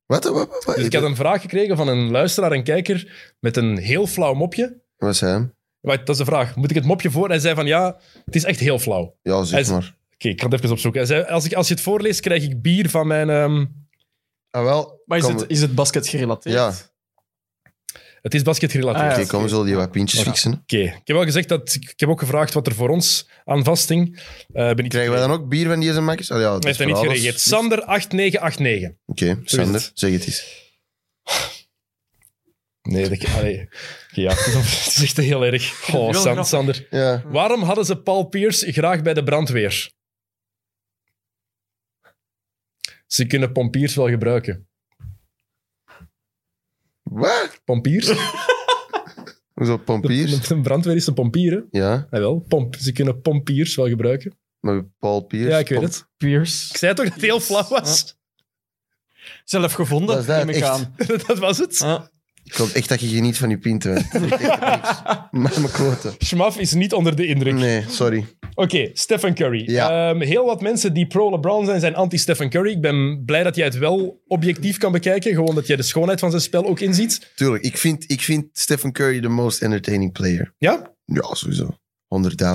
Speaker 2: Wat? Wat? Wat? Wat?
Speaker 1: Dus ik had een vraag gekregen van een luisteraar en kijker met een heel flauw mopje.
Speaker 2: Wat zei hem?
Speaker 1: Maar dat is de vraag. Moet ik het mopje voor? Hij zei van ja, het is echt heel flauw. Oké,
Speaker 2: Ja,
Speaker 1: Hij
Speaker 2: zeg
Speaker 1: is-
Speaker 2: maar.
Speaker 1: ik ga het even opzoeken. Hij zei, als, ik, als je het voorleest, krijg ik bier van mijn... ehm,
Speaker 2: Ah, wel.
Speaker 4: Maar is
Speaker 2: kom,
Speaker 4: het, is het basket gerelateerd?
Speaker 2: Ja.
Speaker 1: Het is basket gerelateerd.
Speaker 4: Ah, ja.
Speaker 2: Oké, kom, we zullen die wat pintjes
Speaker 1: Ja.
Speaker 2: fixen.
Speaker 1: Oké, ik heb wel gezegd dat ik heb ook gevraagd wat er voor ons aan vasting. Eh ben ik
Speaker 2: Krijgen wij dan ook bier van die zijn makkers? Ah, ja, dat
Speaker 1: Hij heeft
Speaker 2: is
Speaker 1: daar niet
Speaker 2: voor alles.
Speaker 1: gereageerd. Sander 8989.
Speaker 2: Oké, Sander, zeg het eens.
Speaker 1: Nee, dat, allee. ja, [laughs] dat is echt heel erg.
Speaker 4: Heel
Speaker 1: Oh, San-
Speaker 4: grappig.
Speaker 1: Sander.
Speaker 2: Ja.
Speaker 1: Waarom hadden ze Paul Pierce graag bij de brandweer? Ze kunnen pompiers wel gebruiken.
Speaker 2: Wat?
Speaker 1: Pompiers?
Speaker 2: Hoezo,
Speaker 1: [laughs]
Speaker 2: pompiers?
Speaker 1: Een brandweer is een pompier, hè?
Speaker 2: Ja,
Speaker 1: Jawel, pomp. ze kunnen pompiers wel gebruiken.
Speaker 2: maar Paul Piers.
Speaker 1: Ja, ik weet het. Ik
Speaker 4: Pierce.
Speaker 1: zei toch dat het heel flauw was?
Speaker 4: Zelf
Speaker 2: Dat
Speaker 4: gevonden,
Speaker 2: is dat,
Speaker 4: neem ik
Speaker 2: echt.
Speaker 4: aan.
Speaker 1: [laughs] dat was het.
Speaker 4: Ah.
Speaker 2: Ik hoop echt dat je geniet van je
Speaker 1: [laughs]
Speaker 2: pinten. hè. Ik denk er niks. Maar mijn kloten.
Speaker 1: Schmaf is niet onder de indruk.
Speaker 2: Nee, sorry.
Speaker 1: Oké, Stephen Curry.
Speaker 2: Ja.
Speaker 1: Ehm, heel wat mensen die pro-LeBron zijn, zijn anti-Stephen Curry. Ik ben blij dat jij het wel objectief kan bekijken. Gewoon dat jij de schoonheid van zijn spel ook inziet.
Speaker 2: Tuurlijk, ik vind, ik vind Stephen Curry de most entertaining player.
Speaker 1: Ja?
Speaker 2: Ja, sowieso.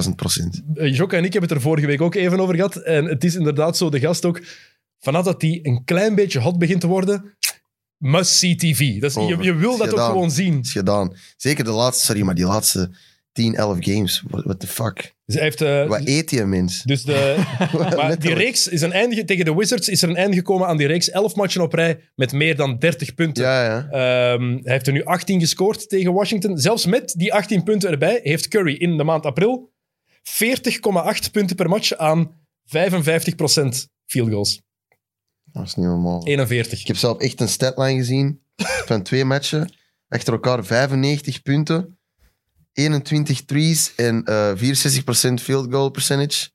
Speaker 2: 100.000 procent.
Speaker 1: Eh, Jocke en ik hebben het er vorige week ook even over gehad. En het is inderdaad zo, de gast ook, vanaf dat hij een klein beetje hot begint te worden, must-see TV. Dat is, je, je wil dat ook
Speaker 2: Gedaan.
Speaker 1: gewoon zien.
Speaker 2: Is gedaan. Zeker de laatste, sorry, maar die laatste 10, 11 games. What, what the fuck?
Speaker 1: Dus hij heeft... eh,
Speaker 2: Wat eet je,
Speaker 1: [laughs]
Speaker 2: mens? [laughs]
Speaker 1: dus de, maar die
Speaker 2: Letterlijk.
Speaker 1: reeks is een einde, tegen de Wizards is er een einde gekomen aan die reeks. Elf matchen op rij met meer dan 30 punten.
Speaker 2: Ja, ja.
Speaker 1: Ehm, hij heeft er nu 18 gescoord tegen Washington. Zelfs met die 18 punten erbij heeft Curry in de maand april 40,8 punten per match aan 55% field goals.
Speaker 2: Dat is niet normaal.
Speaker 1: 41.
Speaker 2: Ik heb zelf echt een statline gezien van twee matchen. Achter elkaar 95 punten, 21 threes en eh 64% field goal percentage.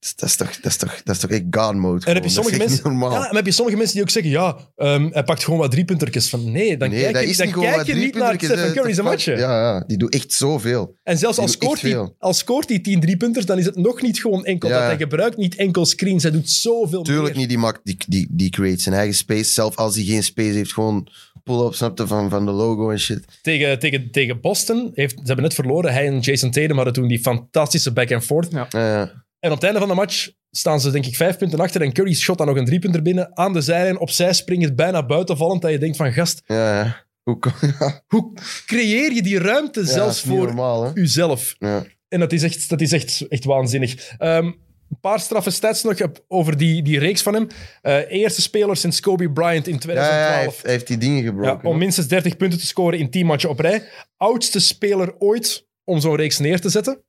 Speaker 2: Dus dat is toch, dat is toch, dat is toch echt god mode.
Speaker 1: En heb
Speaker 2: gewoon.
Speaker 1: je sommige
Speaker 2: dat is echt
Speaker 1: mensen...
Speaker 2: niet
Speaker 1: Ja,
Speaker 2: normaal.
Speaker 1: maar heb je sommige mensen die ook zeggen, ja, ehm, hij pakt gewoon wat driepuntertjes van. Nee, dan
Speaker 2: nee,
Speaker 1: kijk
Speaker 2: dat
Speaker 1: je,
Speaker 2: is
Speaker 1: dan
Speaker 2: niet gewoon
Speaker 1: kijk
Speaker 2: wat
Speaker 1: je
Speaker 2: drie
Speaker 1: niet naar
Speaker 2: punten.
Speaker 1: Stephen Curry's matchen.
Speaker 2: Ja, ja, die doet echt zoveel.
Speaker 1: En zelfs
Speaker 2: Die
Speaker 1: al
Speaker 2: doet echt
Speaker 1: scoort, hij,
Speaker 2: veel.
Speaker 1: al scoort hij 10 driepunters, dan is het nog niet gewoon enkel
Speaker 2: Ja.
Speaker 1: dat hij gebruikt, niet enkel screens. Hij doet zoveel
Speaker 2: Tuurlijk
Speaker 1: meer.
Speaker 2: niet, die, maakt, die, die, die create zijn eigen space. Zelf als hij geen space heeft, gewoon pull-up, snapte van, van de logo en shit.
Speaker 1: Tegen, tegen, tegen Boston, heeft, ze hebben net verloren. Hij en Jason Tatum hadden toen die fantastische back-and-forth.
Speaker 2: Eh,
Speaker 1: En op het einde van de match staan ze denk ik vijf punten achter en Curry shot dan nog een driepunter binnen. Aan de zijlijn, opzij springend, bijna buitenvallend. Dat je denkt van, gast,
Speaker 2: ja, ja. Hoe kom [laughs] ja,
Speaker 1: hoe creëer je die ruimte
Speaker 2: dat
Speaker 1: zelfs
Speaker 2: is niet
Speaker 1: voor
Speaker 2: normaal, hè?
Speaker 1: uzelf?
Speaker 2: Ja.
Speaker 1: En dat is echt, dat is echt, echt waanzinnig. Ehm, een paar straffe stats nog op- over die, die reeks van hem. Eh, eerste speler sinds Kobe Bryant in
Speaker 2: Ja, ja, hij
Speaker 1: 2012.
Speaker 2: heeft, hij heeft die dingen
Speaker 1: Ja,
Speaker 2: gebroken.
Speaker 1: om minstens 30 punten te scoren in 10 matchen op rij. Oudste speler ooit om zo'n reeks neer te zetten.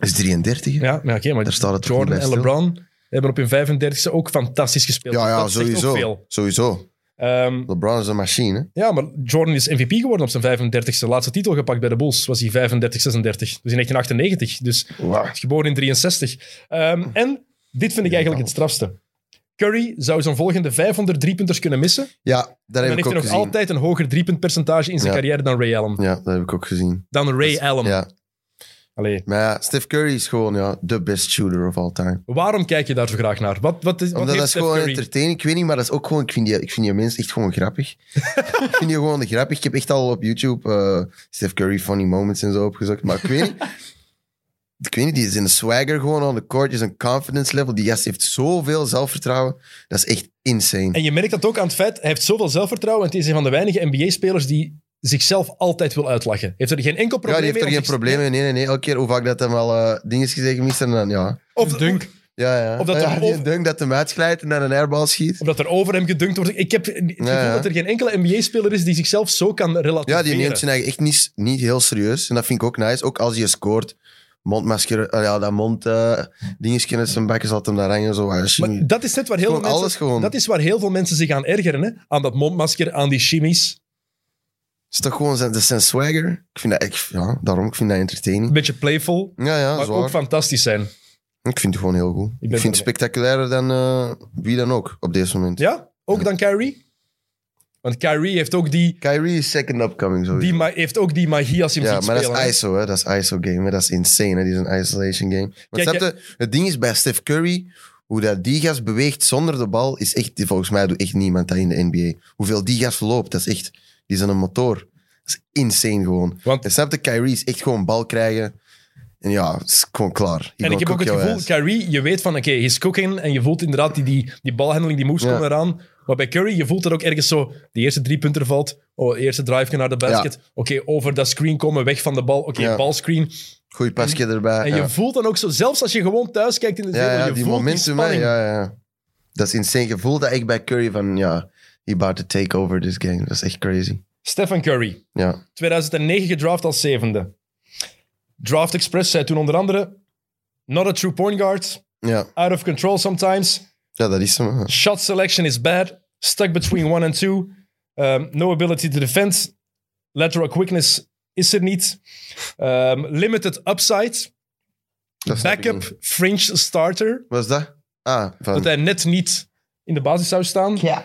Speaker 2: is 33. hè?
Speaker 1: Ja, maar oké, maar
Speaker 2: Daar staat het toch
Speaker 1: Jordan
Speaker 2: niet
Speaker 1: en
Speaker 2: bij stil?
Speaker 1: LeBron hebben op hun 35e ook fantastisch gespeeld.
Speaker 2: Ja, ja
Speaker 1: Dat zegt ook
Speaker 2: sowieso.
Speaker 1: veel.
Speaker 2: Sowieso.
Speaker 1: Ehm,
Speaker 2: LeBron is een machine. hè.
Speaker 1: ja, maar Jordan is MVP geworden op zijn 35e. Laatste titel gepakt bij de Bulls was hij 35, 36. Dus in 1998. Dus
Speaker 2: Wauw.
Speaker 1: geboren in 63. Ehm, en dit vind ik eigenlijk het strafste. Curry zou zijn volgende 500 driepunters kunnen missen.
Speaker 2: Ja, daar
Speaker 1: Dan
Speaker 2: heb
Speaker 1: heeft
Speaker 2: ik
Speaker 1: hij
Speaker 2: ook
Speaker 1: nog
Speaker 2: gezien.
Speaker 1: altijd een hoger driepuntpercentage in zijn
Speaker 2: Ja.
Speaker 1: carrière dan Ray Allen.
Speaker 2: Ja, dat heb ik ook gezien.
Speaker 1: Dan Ray Allen.
Speaker 2: Ja.
Speaker 1: Allee.
Speaker 2: Maar ja, Steph Curry is gewoon ja, de best shooter of all time.
Speaker 1: Waarom kijk je daar zo graag naar? Wat, wat is, wat
Speaker 2: Omdat
Speaker 1: heeft
Speaker 2: dat is
Speaker 1: Steph
Speaker 2: gewoon
Speaker 1: Curry?
Speaker 2: entertaining. Ik weet niet, maar dat is ook gewoon... Ik vind die, ik vind die mens echt gewoon
Speaker 1: [laughs]
Speaker 2: grappig. ik vind die gewoon grappig. Ik heb echt al op YouTube eh, Steph Curry funny moments en zo opgezocht. Maar ik weet
Speaker 1: [laughs]
Speaker 2: niet... Ik weet niet, die is in een swagger gewoon on the court. Die is een confidence level. Die gast heeft zoveel zelfvertrouwen. Dat is echt insane.
Speaker 1: En je merkt dat ook aan het feit, hij heeft zoveel zelfvertrouwen en het is een van de weinige NBA-spelers die zichzelf altijd wil uitlachen. Heeft er geen enkel
Speaker 2: Ja,
Speaker 1: probleem
Speaker 2: die heeft er
Speaker 1: mee
Speaker 2: geen
Speaker 1: om zich-
Speaker 2: probleem mee. Nee, nee, nee. Elke keer hoe vaak dat hem al eh dingen gezegd mist en dan ja.
Speaker 1: Of,
Speaker 4: Dunk.
Speaker 2: Ja, ja.
Speaker 1: Of dat
Speaker 2: ja,
Speaker 1: hem
Speaker 2: die
Speaker 1: over-
Speaker 2: dunk dat hem uitglijdt en dan een airbal schiet.
Speaker 1: of dat er over hem gedunkt wordt. Ik heb het gevoel
Speaker 2: Ja, ja.
Speaker 1: dat er geen enkele NBA-speler is die zichzelf zo kan
Speaker 2: Ja,
Speaker 1: relativeren.
Speaker 2: die neemt zijn eigen echt niet, niet heel serieus. En dat vind ik ook nice. Ook als hij scoort. Mondmasker, ah ja, dat mond eh dingetje uit zijn bekken zat hem daar hangen. Zo, ah, shit.
Speaker 1: Maar dat is net waar heel, veel
Speaker 2: Gewoon
Speaker 1: mensen,
Speaker 2: alles gewoon.
Speaker 1: dat is waar heel veel mensen zich aan ergeren. Hè? Aan dat mondmasker, aan die chimies.
Speaker 2: is toch gewoon zijn, dat is zijn swagger? Ik vind dat echt, ja, daarom, ik vind dat
Speaker 1: Een
Speaker 2: entertaining.
Speaker 1: beetje playful,
Speaker 2: Ja, ja,
Speaker 1: maar
Speaker 2: zwaar.
Speaker 1: ook fantastisch zijn.
Speaker 2: Ik vind het gewoon heel goed.
Speaker 1: ben
Speaker 2: Ik vind
Speaker 1: ermee.
Speaker 2: het spectaculairder dan eh, wie dan ook op deze moment.
Speaker 1: Ja? Ook dan Kyrie? Want Kyrie heeft ook die,
Speaker 2: Kyrie is second upcoming, sowieso.
Speaker 1: die, ma- heeft ook die magie als hij hem
Speaker 2: Ja,
Speaker 1: ziet
Speaker 2: maar dat
Speaker 1: spelen. hè.
Speaker 2: is ISO, hè. Dat is ISO-game, hè. Dat is insane, hè. Die is een isolation game. Maar
Speaker 1: Kijk,
Speaker 2: snap je, het ding is bij Steph Curry, hoe dat die gast beweegt zonder de bal, is echt... Volgens mij doet echt niemand dat in de NBA. Hoeveel die gast loopt, dat is echt... Die is een motor. Dat is insane gewoon.
Speaker 1: Want-
Speaker 2: Want... En snap je, Kyrie is echt gewoon bal krijgen. En ja, het is gewoon klaar.
Speaker 1: En ik heb ook het gevoel, Kyrie, je weet van, oké, hij is cooking. En je voelt inderdaad die, die, die balhandeling, die moves
Speaker 2: Ja.
Speaker 1: komen eraan. Maar bij Curry, je voelt dat ook ergens zo, die eerste drie punten valt. Oh, eerste drive naar de basket. Oké, over dat screen komen, weg van de bal. Oké,
Speaker 2: Ja.
Speaker 1: balscreen.
Speaker 2: Goeie pasje erbij.
Speaker 1: En
Speaker 2: ja.
Speaker 1: je voelt dan ook zo, zelfs als je gewoon thuis kijkt in de
Speaker 2: Ja,
Speaker 1: zetel,
Speaker 2: ja,
Speaker 1: je
Speaker 2: die
Speaker 1: voelt
Speaker 2: momentum,
Speaker 1: die
Speaker 2: hè.
Speaker 1: spanning.
Speaker 2: ja, ja. Dat is insane gevoel dat ik bij Curry van, ja, he about to take over this game. Dat is echt crazy.
Speaker 1: Stephen Curry.
Speaker 2: Ja,
Speaker 1: 2009 gedraft als zevende. Draft Express zei toen onder andere: Not a true point guard,
Speaker 2: ja.
Speaker 1: out of control sometimes,
Speaker 2: ja dat is hem. hè.
Speaker 1: shot selection is bad, stuck between one and two, um, no ability to defend, lateral quickness is er niet, um, limited upside,
Speaker 2: Dat snap ik niet.
Speaker 1: backup fringe starter,
Speaker 2: Wat is dat? Ah, van...
Speaker 1: dat hij net niet in de basis zou staan.
Speaker 3: Ja.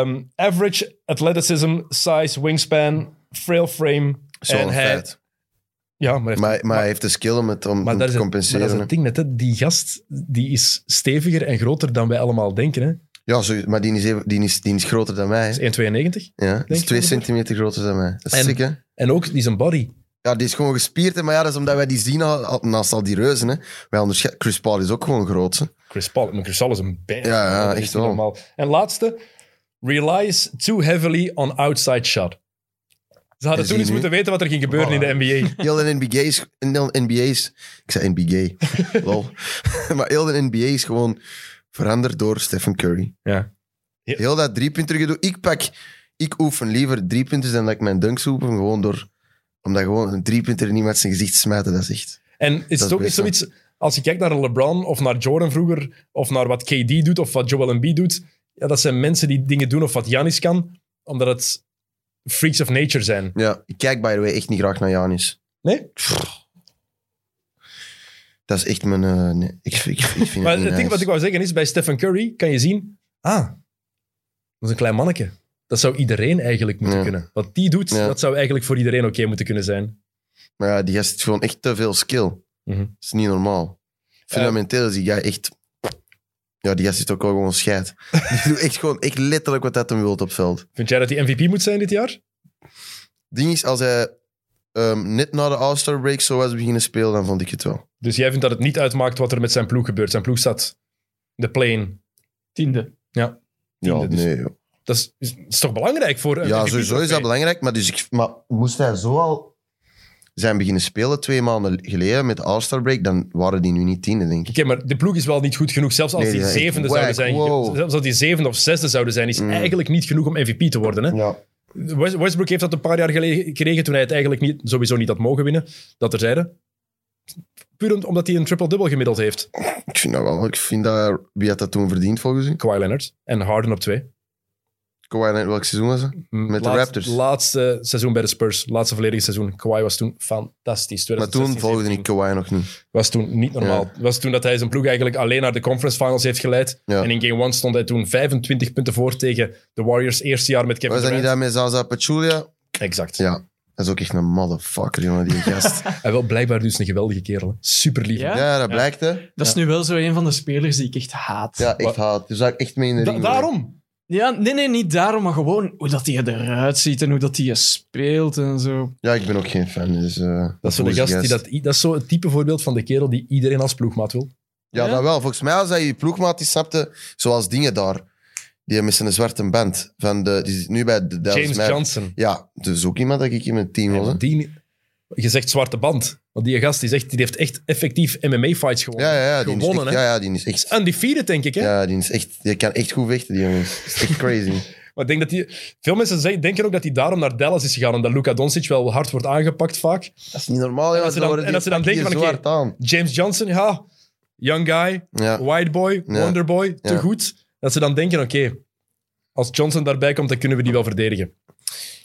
Speaker 1: Um, average athleticism, size, wingspan, frail frame.
Speaker 2: Zo'n
Speaker 1: en hij,
Speaker 2: feit.
Speaker 1: Ja, maar hij heeft
Speaker 2: Maar, maar, hij heeft de skill om het om,
Speaker 1: Maar
Speaker 2: om
Speaker 1: dat,
Speaker 2: te
Speaker 1: is het, maar
Speaker 2: compenseren.
Speaker 1: dat is het ding net, hè. die gast die is steviger en groter dan wij allemaal denken. Hè.
Speaker 2: Ja, zo, maar die is, even- die, is, die is groter dan mij.
Speaker 1: Hij
Speaker 2: hè.
Speaker 1: is 1,92.
Speaker 2: Ja, die is
Speaker 1: je
Speaker 2: twee
Speaker 1: ongeveer?
Speaker 2: centimeter groter dan mij. Dat is
Speaker 1: En-
Speaker 2: sick, hè?
Speaker 1: En ook, die is een body.
Speaker 2: Ja, die is gewoon gespierd, hè, maar ja, dat is omdat wij die zien al, al- naast al die reuzen. Hè. Wij onderscheiden... Chris Paul is ook gewoon groot, hè.
Speaker 1: Chris Paul, maar Chris Paul is een beest.
Speaker 2: Ja, ja,
Speaker 1: Dat is
Speaker 2: echt
Speaker 1: niet
Speaker 2: wel.
Speaker 1: normaal. En laatste, relies too heavily on outside shot. Ze hadden
Speaker 2: En
Speaker 1: toen
Speaker 2: zie
Speaker 1: eens
Speaker 2: nu.
Speaker 1: moeten weten wat er ging gebeuren in de NBA.
Speaker 2: Heel de NBA is... heel de NBA is ik zei NBA, lol. [laughs] maar heel de NBA is gewoon veranderd door Stephen Curry.
Speaker 1: Ja.
Speaker 2: Heel dat driepunter gedoe. Ik pak... Ik oefen liever driepunters dan dat ik mijn dunks oefen, gewoon door... Omdat gewoon een driepunter niet met zijn gezicht smijten, [laughs] dat is echt...
Speaker 1: En is het
Speaker 2: is
Speaker 1: ook niet
Speaker 2: best,
Speaker 1: zoiets, als je kijkt naar LeBron of naar Jordan vroeger, of naar wat KD doet of wat Joel Embiid doet, ja, dat zijn mensen die dingen doen of wat Janis kan, omdat het freaks of nature zijn.
Speaker 2: Ja, ik kijk by the way echt niet graag naar Janis.
Speaker 1: Nee?
Speaker 2: Pff. Dat is echt mijn... eh, nee, ik, ik, ik vind het
Speaker 1: Maar
Speaker 2: niet
Speaker 1: het ding
Speaker 2: nice.
Speaker 1: wat ik wou zeggen is, bij Stephen Curry kan je zien, ah, dat is een klein manneke. Dat zou iedereen eigenlijk moeten
Speaker 2: Ja.
Speaker 1: kunnen. Wat die doet,
Speaker 2: Ja.
Speaker 1: dat zou eigenlijk voor iedereen oké moeten kunnen zijn.
Speaker 2: Maar ja, die gast heeft gewoon echt te veel skill.
Speaker 1: Mhm.
Speaker 2: Dat is niet normaal. Fundamenteel is die guy echt... Ja, die gast is ook wel gewoon scheid. [laughs] Die doet echt gewoon echt letterlijk wat dat hem wilt op het veld.
Speaker 1: Vind jij dat hij MVP moet zijn dit jaar?
Speaker 2: Ding is, als hij ehm, net na de All-Star break zo was beginnen spelen, dan vond ik het wel.
Speaker 1: Dus jij vindt dat het niet uitmaakt wat er met zijn ploeg gebeurt. Zijn ploeg staat in de plane.
Speaker 4: Tiende.
Speaker 1: Ja, dus-
Speaker 2: nee. joh.
Speaker 1: Dat is, is, is toch belangrijk voor een
Speaker 2: Ja,
Speaker 1: MVP
Speaker 2: sowieso is dat
Speaker 1: trofee?
Speaker 2: belangrijk. Maar, dus ik, maar moest hij zo al zijn beginnen spelen twee maanden geleden met de All-Star break, dan waren die nu niet tiende, denk ik.
Speaker 1: Oké, maar de ploeg is wel niet goed genoeg. Zelfs als
Speaker 2: Nee,
Speaker 1: die
Speaker 2: die zijn echt
Speaker 1: zevende zouden
Speaker 2: whack.
Speaker 1: zijn, ge-
Speaker 2: Wow.
Speaker 1: zelfs als die zevende of zesde zouden zijn, is
Speaker 2: Mm.
Speaker 1: eigenlijk niet genoeg om MVP te worden. Hè?
Speaker 2: Ja.
Speaker 1: West- Westbrook heeft dat een paar jaar geleden gekregen toen hij het eigenlijk niet, sowieso niet had mogen winnen. Dat terzijde. Puur om- omdat hij een triple-double gemiddeld heeft.
Speaker 2: Ik vind dat wel. Ik vind dat... Wie had dat toen verdiend, volgens u?
Speaker 1: Kawhi Leonard en Harden op twee.
Speaker 2: Kawhi Leonard, welk seizoen was dat?
Speaker 1: Met
Speaker 2: de Raptors.
Speaker 1: Laatste seizoen bij de Spurs. Laatste volledige seizoen. Kawhi was toen fantastisch.
Speaker 2: Maar toen
Speaker 1: 2016,
Speaker 2: volgde
Speaker 1: 17.
Speaker 2: ik Kawhi nog niet.
Speaker 1: Was toen niet normaal. Was toen dat hij zijn ploeg eigenlijk alleen naar de conference finals heeft geleid.
Speaker 2: Ja.
Speaker 1: En in game one stond hij toen 25 punten voor tegen de Warriors eerste jaar met Kevin
Speaker 2: Was dat niet
Speaker 1: Durant.
Speaker 2: dat met Zaza Pachulia?
Speaker 1: Exact.
Speaker 2: Ja, dat is ook echt een motherfucker, jongen, die
Speaker 1: [laughs]
Speaker 2: gast.
Speaker 1: En wel blijkbaar dus een geweldige kerel. Super lief.
Speaker 4: Ja?
Speaker 2: ja, dat blijkt, hè.
Speaker 4: Dat is nu wel zo een van de spelers die ik echt haat.
Speaker 2: Ja, echt
Speaker 1: Wat?
Speaker 2: haat. Dus daar echt mee in de ring.
Speaker 1: daarom.
Speaker 4: Ja, nee, nee, niet daarom, maar gewoon hoe dat hij eruit ziet en hoe dat hij speelt en zo.
Speaker 2: Ja, ik ben ook geen fan, dus... eh,
Speaker 1: Dat is zo'n
Speaker 2: boze
Speaker 1: gast die dat... Dat is zo het type voorbeeld van de kerel die iedereen als ploegmaat wil.
Speaker 2: Ja,
Speaker 4: Ja?
Speaker 2: dat wel. Volgens mij, als hij je ploegmaat is, snapte, zoals dingen daar, die met zijn zwarte band, van de, die zit nu bij de Dallas
Speaker 1: James
Speaker 2: Mavericks.
Speaker 1: Johnson.
Speaker 2: Ja, dus ook iemand dat ik in mijn team was, hè.
Speaker 1: Ja, die, je zegt zwarte band. Want die gast die, zegt, die heeft echt effectief MMA-fights gewonnen.
Speaker 2: Ja, ja, ja, die is
Speaker 1: Gewonnen,
Speaker 2: echt...
Speaker 1: hè?
Speaker 2: Ja, ja, die is
Speaker 1: Is
Speaker 2: echt...
Speaker 1: Undefeated, denk ik. Hè?
Speaker 2: Ja, die is echt... Die kan echt goed vechten, die jongens. Dat is echt crazy.
Speaker 1: [laughs] Maar ik denk dat die, veel mensen zeggen- denken ook dat hij daarom naar Dallas is gegaan. Omdat Luka Doncic wel hard wordt aangepakt vaak.
Speaker 2: dat is niet normaal,
Speaker 1: als
Speaker 2: jongens.
Speaker 1: ze dan- en als ze dan denken van, oké,
Speaker 2: Zwart aan.
Speaker 1: James Johnson, ja, young guy,
Speaker 2: Ja.
Speaker 1: white boy,
Speaker 2: Ja.
Speaker 1: wonder boy, te
Speaker 2: Ja.
Speaker 1: goed. Dat ze dan denken, oké, als Johnson daarbij komt, dan kunnen we die wel verdedigen.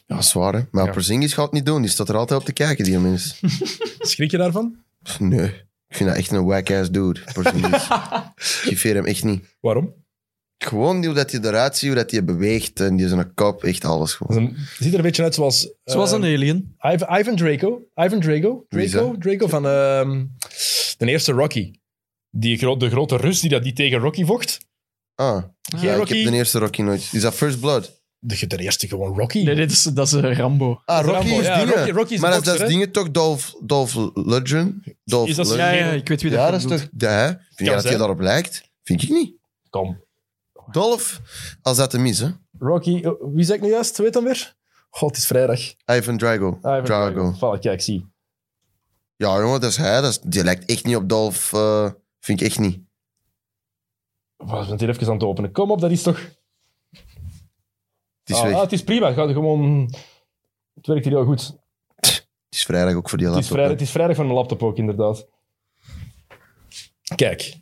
Speaker 2: Ja, zwaar, hè. Maar
Speaker 1: Ja.
Speaker 2: Porzingis gaat het niet doen. Die staat er altijd op te kijken, die mens.
Speaker 1: Schrik je daarvan?
Speaker 2: Pff, Nee.
Speaker 1: [laughs]
Speaker 2: Ik vind dat echt een whack-ass dude, Porzingis. Ik geveer hem echt niet.
Speaker 1: Waarom?
Speaker 2: Gewoon hoe dat je eruit ziet, hoe dat je beweegt en die zijn kop, echt alles
Speaker 1: Dat
Speaker 2: gewoon.
Speaker 1: is een- het ziet er een beetje uit zoals... eh,
Speaker 4: Zoals een alien.
Speaker 1: Ivan, Ivan Draco. Ivan Draco.
Speaker 2: Wie is
Speaker 1: Draco, Draco van ehm, de eerste Rocky. Die gro- de grote Rus die, dat, die tegen Rocky vocht.
Speaker 2: Ah,
Speaker 1: Geen
Speaker 2: ja, ik
Speaker 1: Rocky.
Speaker 2: heb de eerste Rocky nooit. Is dat First Blood?
Speaker 1: De, de eerste gewoon Rocky.
Speaker 4: Nee, dit is, dat is eh, Rambo.
Speaker 2: Ah, Rocky
Speaker 1: Rambo.
Speaker 2: is
Speaker 1: Ja,
Speaker 2: dingen.
Speaker 1: Rocky- Rocky is
Speaker 2: maar
Speaker 1: de
Speaker 2: dat is- dat
Speaker 1: bokser,
Speaker 2: is
Speaker 1: hè?
Speaker 2: dingen toch Dolph, Dolph Lundgren? Dolph
Speaker 1: Is dat zo-
Speaker 2: Lundgren?
Speaker 4: Ja, ja, ik weet wie dat
Speaker 2: Ja, dat is
Speaker 4: bedoelt.
Speaker 2: toch... Ja, hè? Vind jij dat
Speaker 1: zijn.
Speaker 2: je daarop lijkt? Vind ik niet.
Speaker 1: Kom.
Speaker 2: Dolph, als dat hem is, hè?
Speaker 1: Rocky, eh, wie zeg ik nu juist? Weet dan weer? God, het is vrijdag.
Speaker 2: Ivan Drago.
Speaker 1: Ivan
Speaker 2: Drago.
Speaker 1: Voilà, kijk, zie.
Speaker 2: Ja, jongen, dat is hij. Dat is, die lijkt echt niet op Dolph. eh, vind ik echt niet.
Speaker 1: We zijn hier even aan het openen. Kom op, dat is toch...
Speaker 2: Het is
Speaker 1: Ah,
Speaker 2: weg.
Speaker 1: ah, het is prima. Gaat gewoon... Het werkt hier heel goed.
Speaker 2: Het is vrijdag ook voor die
Speaker 1: Het is,
Speaker 2: laptop.
Speaker 1: vrijdag,
Speaker 2: hè.
Speaker 1: het is vrijdag van mijn laptop ook, inderdaad. Kijk.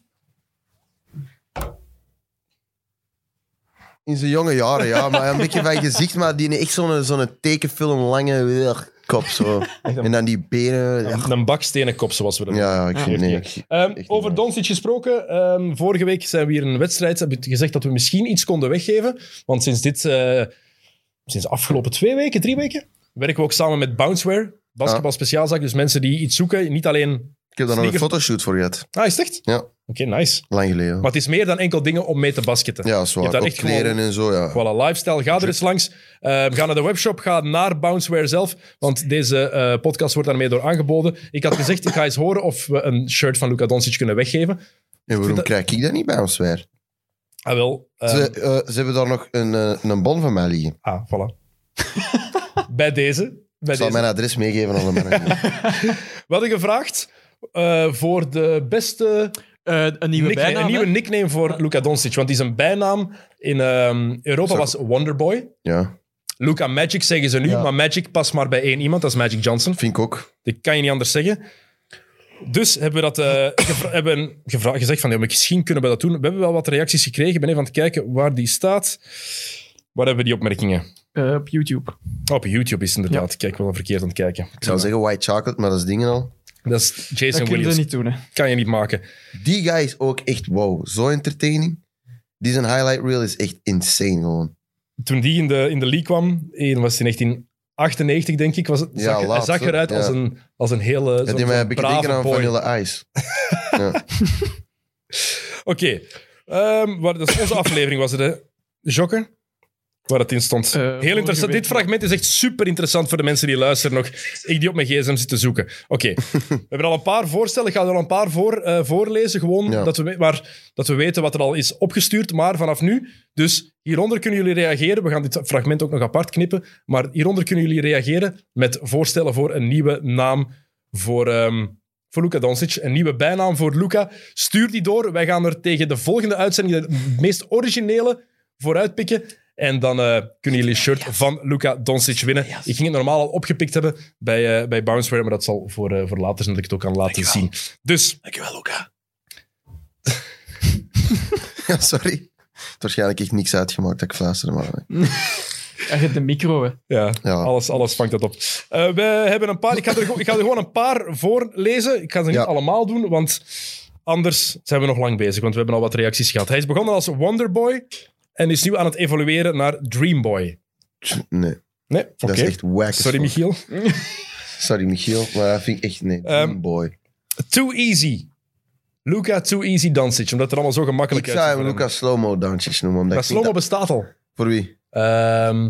Speaker 2: In zijn jonge jaren, ja. Maar een beetje van gezicht, maar die echt zo'n zo'n tekenfilm lange weer, kop zo.
Speaker 1: een-
Speaker 2: En dan die benen. Ja,
Speaker 1: Een bakstenen kop, zoals we dat noemen.
Speaker 2: ja ik vind nee. ik-
Speaker 1: Ehm,
Speaker 2: niet
Speaker 1: over
Speaker 2: waar.
Speaker 1: Doncic gesproken. ehm, vorige week zijn we hier een wedstrijd. Hebben we gezegd dat we misschien iets konden weggeven. Want sinds dit, eh, sinds de afgelopen twee weken, drie weken, werken we ook samen met Bounceware. Basketbal speciaalzaak. Dus mensen die iets zoeken. Niet alleen.
Speaker 2: Ik heb daar nog een
Speaker 1: Sneaker-
Speaker 2: fotoshoot voor gehad.
Speaker 1: Ah, is het echt?
Speaker 2: Ja.
Speaker 1: Oké, nice.
Speaker 2: Lang geleden.
Speaker 1: Maar het is meer dan enkel dingen om mee te basketten.
Speaker 2: ja,
Speaker 1: je hebt
Speaker 2: zwaar.
Speaker 1: daar
Speaker 2: Ook
Speaker 1: echt gewoon-
Speaker 2: kleren en zo, ja.
Speaker 1: Voilà, lifestyle. Ga er eens langs. Eh, ga naar de webshop. Ga naar Bounceware zelf. Want deze eh, podcast wordt daarmee door aangeboden. Ik had gezegd, ik ga eens horen of we een shirt van Luka Doncic kunnen weggeven.
Speaker 2: En waarom
Speaker 1: dat-
Speaker 2: krijg ik dat niet bij ons weer?
Speaker 1: Ah, wel. ehm,
Speaker 2: ze, eh, ze hebben daar nog een, eh, een bon van mij liggen.
Speaker 1: Ah,
Speaker 4: [laughs]
Speaker 1: voilà. bij deze. Bij
Speaker 2: Ik zal
Speaker 1: deze.
Speaker 2: mijn adres meegeven aan de mannen.
Speaker 1: [laughs] We hadden gevraagd eh, voor de beste
Speaker 4: Eh, een nieuwe
Speaker 1: nickname,
Speaker 4: bijnaam,
Speaker 1: een nieuwe
Speaker 4: hè?
Speaker 1: nickname voor Luka Doncic. Want die zijn bijnaam in ehm, Europa
Speaker 2: Zo.
Speaker 1: was Wonderboy.
Speaker 2: ja,
Speaker 1: Luka Magic zeggen ze nu,
Speaker 4: Ja.
Speaker 1: maar Magic past maar bij één iemand, dat is Magic Johnson.
Speaker 2: vind ik ook.
Speaker 1: Dat kan je niet anders zeggen. Dus hebben we dat
Speaker 2: [laughs]
Speaker 1: eh, gevra- hebben gevra- gezegd van ja, maar misschien kunnen we dat doen. We hebben wel wat reacties gekregen. Ik ben even aan het kijken waar die staat. Waar hebben we die opmerkingen?
Speaker 4: Eh, op YouTube.
Speaker 1: Op YouTube is het inderdaad. Ik Kijk, wel verkeerd aan het kijken.
Speaker 2: Ik zou zeggen white chocolate, maar dat is dingen al.
Speaker 1: Dat is Jason
Speaker 4: Dat kunnen
Speaker 1: Williams.
Speaker 4: we niet doen, hè.
Speaker 1: Kan je niet maken.
Speaker 2: Die guy is ook echt wow. Zo entertaining. Die zijn highlight reel is echt insane gewoon.
Speaker 1: Toen die in de, in de league kwam, in, was in 1998, denk ik. Was het,
Speaker 2: Ja,
Speaker 1: zag, hij
Speaker 2: laatst,
Speaker 1: zag
Speaker 2: hè?
Speaker 1: eruit als,
Speaker 2: Ja.
Speaker 1: een, als een hele
Speaker 2: Dat
Speaker 1: zo'n-
Speaker 2: die mij
Speaker 1: zo'n
Speaker 2: een beetje
Speaker 1: brave
Speaker 2: denken aan
Speaker 1: boy.
Speaker 2: Vanilla Ice. [laughs]
Speaker 1: Oké. Ehm, waar- dat is
Speaker 2: [laughs]
Speaker 1: onze aflevering, was het, hè? Jokken? Waar het in stond.
Speaker 4: Eh,
Speaker 1: Heel
Speaker 4: vorige
Speaker 1: interessant.
Speaker 4: week.
Speaker 1: Dit fragment is echt super interessant voor de mensen die luisteren nog. Ik die op mijn gsm zit te zoeken. Oké. we hebben al een paar voorstellen. Ik ga er al een paar voor, eh, voorlezen. Gewoon
Speaker 2: Ja.
Speaker 1: dat, we, we- maar, dat we weten wat er al is opgestuurd. Maar vanaf nu. Dus hieronder kunnen jullie reageren. We gaan dit fragment ook nog apart knippen. Maar hieronder kunnen jullie reageren met voorstellen voor een nieuwe naam voor. ehm, voor Luka Doncic. Een nieuwe bijnaam voor Luka. Stuur die door. Wij gaan er tegen de volgende uitzending de meest originele vooruitpikken. En dan eh, kunnen jullie een shirt van Luka Doncic winnen. Ik ging het normaal al opgepikt hebben bij, eh, bij Bounceware, maar dat zal voor, eh, voor later zijn dat ik het ook kan laten zien. Dus,
Speaker 3: Dankjewel, Luca.
Speaker 2: Ja, sorry. Het heeft waarschijnlijk echt niks uitgemaakt dat ik fluisterde, maar... eh,
Speaker 4: Hij heeft de micro, hè.
Speaker 1: ja,
Speaker 2: Ja.
Speaker 1: alles, alles vangt dat op. Eh, we hebben een paar... Ik ga, er, gewoon- ik ga er gewoon een paar voorlezen. Ik ga ze niet
Speaker 2: Ja.
Speaker 1: allemaal doen, want anders zijn we nog lang bezig, want we hebben al wat reacties gehad. Hij is begonnen als Wonderboy en is nu aan het evolueren naar Dreamboy.
Speaker 2: Nee,
Speaker 1: Nee, oké.
Speaker 2: dat is echt wack. as
Speaker 1: Sorry,
Speaker 2: fuck.
Speaker 1: Michiel.
Speaker 2: Sorry, Michiel. Maar dat vind ik echt... Nee,
Speaker 1: Ehm,
Speaker 2: Dream boy.
Speaker 1: Too easy. Luca Too Easy Doncic, omdat het er allemaal zo
Speaker 2: Ik
Speaker 1: gemakkelijk
Speaker 2: zou
Speaker 1: uitziet
Speaker 2: hem
Speaker 1: voor hem.
Speaker 2: Lucas Slow-Mo Doncic noemen, omdat
Speaker 1: Maar
Speaker 2: ik vind
Speaker 1: Slomo
Speaker 2: dat-
Speaker 1: bestaat al.
Speaker 2: Voor wie?
Speaker 1: Ehm,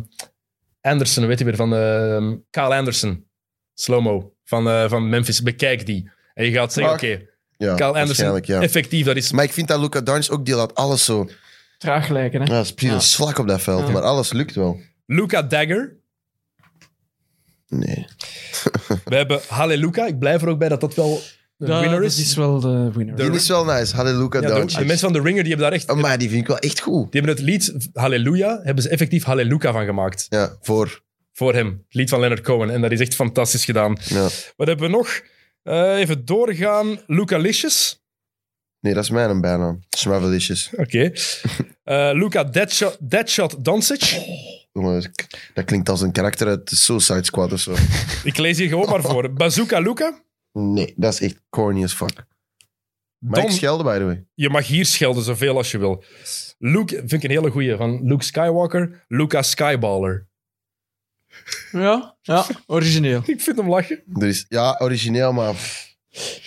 Speaker 1: Anderson, weet je weer, van ehm Kyle Anderson. Slomo van, eh, van Memphis. Bekijk die. En je gaat zeggen,
Speaker 2: Ah,
Speaker 1: oké,
Speaker 2: Ja,
Speaker 1: Kyle Anderson,
Speaker 2: waarschijnlijk, ja.
Speaker 1: effectief, dat is...
Speaker 2: Maar ik vind dat Luca Doncic ook, die laat alles zo...
Speaker 4: Traag lijken, hè.
Speaker 2: Ja, het is precies een
Speaker 4: Ja.
Speaker 2: slak op dat veld,
Speaker 4: Ja.
Speaker 2: maar alles lukt wel.
Speaker 1: Luca Dagger.
Speaker 2: Nee.
Speaker 1: We hebben Halleluca. Ik blijf er ook bij dat dat wel de
Speaker 4: Dat-
Speaker 1: winner
Speaker 4: dat
Speaker 1: is.
Speaker 4: is wel de winner.
Speaker 1: De-
Speaker 2: Die is wel nice. Hadden Luca
Speaker 1: Ja, de,
Speaker 2: Doncic. Oh,
Speaker 1: de mensen van The Ringer, die hebben daar echt...
Speaker 2: Maar die vind ik wel echt goed.
Speaker 1: Die hebben het lied Halleluja, hebben ze effectief Halleluca van gemaakt.
Speaker 2: Ja, voor.
Speaker 1: Voor hem. Het lied van Leonard Cohen. En dat is echt fantastisch gedaan.
Speaker 2: Ja.
Speaker 1: Wat hebben we nog? Eh, even doorgaan. Luca Licious.
Speaker 2: Nee, dat is mijn bijnaam. Smavelicious.
Speaker 1: Oké. Eh, Luca Deadshot, Deadshot Doncic.
Speaker 2: Jongens, k- Dat klinkt als een karakter uit de Suicide Squad of zo.
Speaker 1: Ik lees hier gewoon maar voor. Bazooka Luca.
Speaker 2: Nee, dat is echt corny as fuck. Maar ik
Speaker 1: Dan-
Speaker 2: schelde, by the way.
Speaker 1: je mag hier schelden zoveel als je wil. Luke vind ik een hele goeie. Van Luke Skywalker, Luca Skyballer. [laughs]
Speaker 4: Ja, ja, origineel.
Speaker 1: Ik vind hem lachen.
Speaker 2: Er is, ja, origineel, maar pff,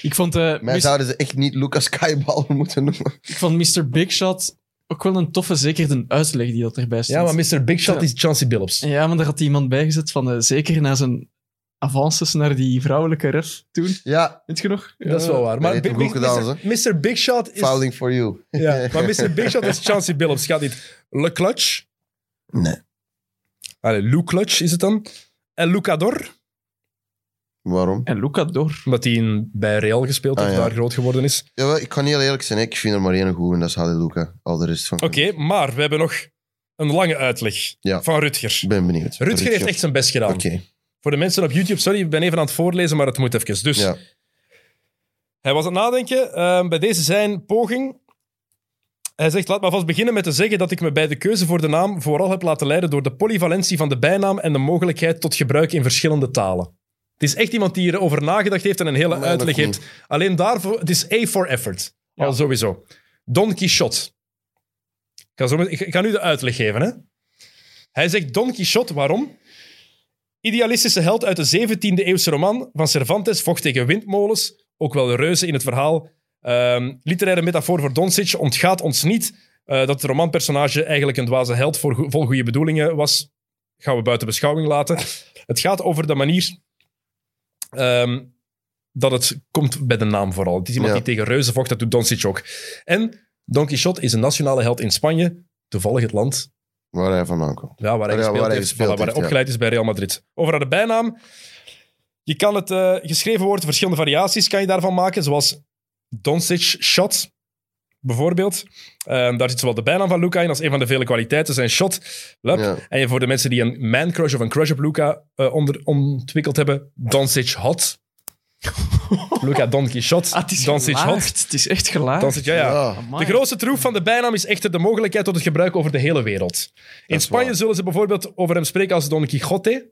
Speaker 4: Ik vond, eh,
Speaker 2: mij
Speaker 4: Mis-
Speaker 2: zouden ze echt niet Lucas Skyballer [laughs] moeten noemen.
Speaker 4: ik vond Mr. Big Shot ook wel een toffe, zeker de uitleg die dat erbij stond.
Speaker 1: Ja, maar Mr. Big Shot
Speaker 4: Ja.
Speaker 1: is Chancey Billups.
Speaker 4: Ja, maar daar had iemand bij gezet van, eh, zeker na zijn avances naar die vrouwelijke ref toen.
Speaker 2: Ja,
Speaker 4: Weet je nog? Eh,
Speaker 1: Dat is wel waar. Maar
Speaker 2: heeft
Speaker 1: Big-
Speaker 2: hem goed
Speaker 1: Big-
Speaker 2: gedaan,
Speaker 1: Mr. Mr. Big Shot is...
Speaker 2: fouling for you.
Speaker 1: Ja, maar Mr. Big Shot is Chancey Billups. Gaat dit Le Clutch?
Speaker 2: Nee.
Speaker 1: Allee, Lou Clutch is het dan. En Lucador,
Speaker 2: Waarom?
Speaker 4: En Luca door.
Speaker 1: omdat hij in- bij Real gespeeld heeft,
Speaker 2: Ah, ja.
Speaker 1: daar groot geworden is.
Speaker 2: Jawel, ik kan heel eerlijk zijn, ik vind er maar één goed en dat is Luca. Al de rest van...
Speaker 1: Oké, maar we hebben nog een lange uitleg
Speaker 2: Ja.
Speaker 1: van Rutger.
Speaker 2: Ik ben benieuwd.
Speaker 1: Rutger heeft echt zijn best gedaan.
Speaker 2: Oké,
Speaker 1: Voor de mensen op YouTube, sorry, ik ben even aan het voorlezen, maar het moet even. Dus
Speaker 2: ja.
Speaker 1: hij was aan het nadenken ehm, bij deze zijn poging. Hij zegt, laat maar vast beginnen met te zeggen dat ik me bij de keuze voor de naam vooral heb laten leiden door de polyvalentie van de bijnaam en de mogelijkheid tot gebruik in verschillende talen. Het is echt iemand die erover nagedacht heeft en een hele
Speaker 2: Nee, nog
Speaker 1: uitleg
Speaker 2: niet.
Speaker 1: heeft. Alleen daarvoor, het is A for effort. Al sowieso. Don Quixote. Ik ga, zo met- ik ga nu de uitleg geven. Hè? Hij zegt Don Quixote, waarom? Idealistische held uit de 17e-eeuwse roman van Cervantes vocht tegen windmolens, ook wel de reuzen in het verhaal. Ehm, literaire metafoor voor Doncic ontgaat ons niet eh, dat het romanpersonage eigenlijk een dwaze held voor go- vol goede bedoelingen was. Gaan we buiten beschouwing laten. Het gaat over de manier ehm, dat het komt bij de naam vooral. Het is iemand
Speaker 2: Ja.
Speaker 1: die tegen reuzen vocht, dat doet Doncic ook. En Don Quixote is een nationale held in Spanje, toevallig het land
Speaker 2: Waar hij vandaan komt.
Speaker 1: ja, waar hij
Speaker 2: Ja,
Speaker 1: gespeeld
Speaker 2: waar hij
Speaker 1: heeft, voilà,
Speaker 2: gespeeld
Speaker 1: waar hij
Speaker 2: heeft, ja.
Speaker 1: opgeleid is bij Real Madrid. Over naar de bijnaam. Je kan het eh, geschreven woord, verschillende variaties kan je daarvan maken, zoals Doncic shot, bijvoorbeeld. Ehm, daar zit zowel de bijnaam van Luca in als een van de vele kwaliteiten, zijn shot. Lup.
Speaker 2: Ja.
Speaker 1: En je- voor de mensen die een man-crush of een crush op Luca eh, onder, ontwikkeld hebben, Doncic
Speaker 2: [laughs]
Speaker 1: hot. Luca Don Quixote,
Speaker 4: Ah, het is
Speaker 1: Doncic hot.
Speaker 4: gelaagd. Het is echt gelaagd.
Speaker 1: Doncic, ja, ja. De
Speaker 2: Ah.
Speaker 4: Amai.
Speaker 1: grootste troef van de bijnaam is echter de mogelijkheid tot het gebruik over de hele wereld. In
Speaker 2: is
Speaker 1: Spanje
Speaker 2: waar.
Speaker 1: zullen ze bijvoorbeeld over hem spreken als Don Quixote,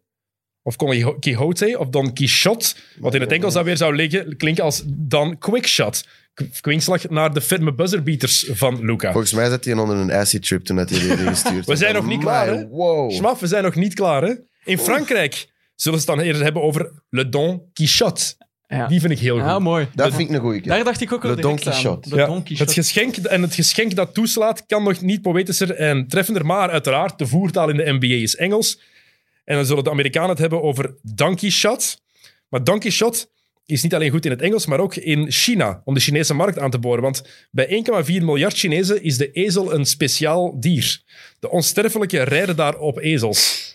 Speaker 1: of Don Quixote, of Don Quixote, wat in het Engels dan weer zou liggen, klinken als Don Quickshot. K- Kwinkslag naar de firme buzzerbeaters van Luca.
Speaker 2: Volgens mij zat hij onder een acid trip toen hij die [laughs] idee gestuurd
Speaker 1: We zijn
Speaker 2: had.
Speaker 1: nog niet
Speaker 2: Amai,
Speaker 1: klaar, hè?
Speaker 2: Wow.
Speaker 1: Schmaf, we zijn nog niet klaar, hè? In Frankrijk zullen ze het dan eerder hebben over Le Don Quixote.
Speaker 4: Ja.
Speaker 1: Die vind ik heel goed.
Speaker 4: Ja, mooi.
Speaker 2: Dat vind ik een goeie. keer.
Speaker 4: Daar dacht ik ook wel
Speaker 2: Le
Speaker 4: direct
Speaker 2: Donkey
Speaker 4: aan.
Speaker 2: Shot.
Speaker 4: Le
Speaker 1: Ja,
Speaker 4: Donkey
Speaker 1: het
Speaker 4: Shot.
Speaker 1: geschenk en het geschenk dat toeslaat kan nog niet poëtischer en treffender, maar uiteraard, de voertaal in de NBA is Engels. En dan zullen de Amerikanen het hebben over donkey shot. Maar donkey shot is niet alleen goed in het Engels, maar ook in China, om de Chinese markt aan te boren. Want bij 1,4 miljard Chinezen is de ezel een speciaal dier. De onsterfelijke rijden daar op ezels.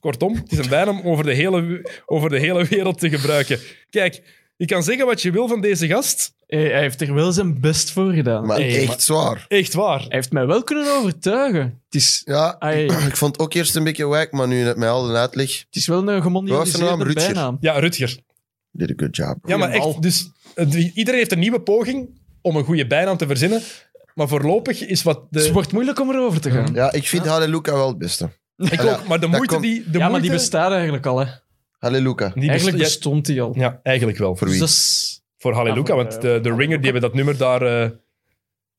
Speaker 1: Kortom, het is een wijn om over de, hele, over de hele wereld te gebruiken. Kijk, je kan zeggen wat je wil van deze gast.
Speaker 4: Hey, hij heeft er wel zijn best voor gedaan.
Speaker 2: Maar
Speaker 4: Hey,
Speaker 2: echt
Speaker 4: maar
Speaker 2: zwaar.
Speaker 1: Echt waar.
Speaker 4: Hij heeft mij wel kunnen overtuigen. Het is,
Speaker 2: Ja, [clears throat]
Speaker 4: Ai.
Speaker 2: ik vond het ook eerst een beetje wijk, maar nu met mij al de uitleg...
Speaker 4: het is wel een
Speaker 2: Wat was nou, zijn
Speaker 4: gemondialiseerde
Speaker 2: naam? Rutger.
Speaker 4: bijnaam.
Speaker 1: Ja, Rutger.
Speaker 2: Did a good job. bro.
Speaker 1: Ja, maar
Speaker 4: Goeie
Speaker 1: echt.
Speaker 4: bal.
Speaker 1: Dus, eh, die- iedereen heeft een nieuwe poging om een goede bijnaam te verzinnen. Maar voorlopig is wat de.
Speaker 4: Het wordt moeilijk om erover te gaan. Ja,
Speaker 2: Ja, ik vind Halle Luca wel het beste.
Speaker 1: ik
Speaker 2: Ja,
Speaker 1: ook, maar de
Speaker 2: dat
Speaker 1: moeite
Speaker 2: komt-
Speaker 1: die. De
Speaker 4: maar die
Speaker 1: moeite-
Speaker 4: bestaat eigenlijk al. Hè.
Speaker 2: Halle Luca.
Speaker 1: die best-
Speaker 4: eigenlijk
Speaker 1: ja,
Speaker 4: bestond die al.
Speaker 1: ja, eigenlijk wel. Voor,
Speaker 2: Voor wie?
Speaker 4: Dus dat is-
Speaker 1: voor Halleluja.
Speaker 4: Ja, voor,
Speaker 1: want
Speaker 4: eh,
Speaker 1: de, de
Speaker 4: voor
Speaker 1: Ringer die hebben dat nummer daar. eh,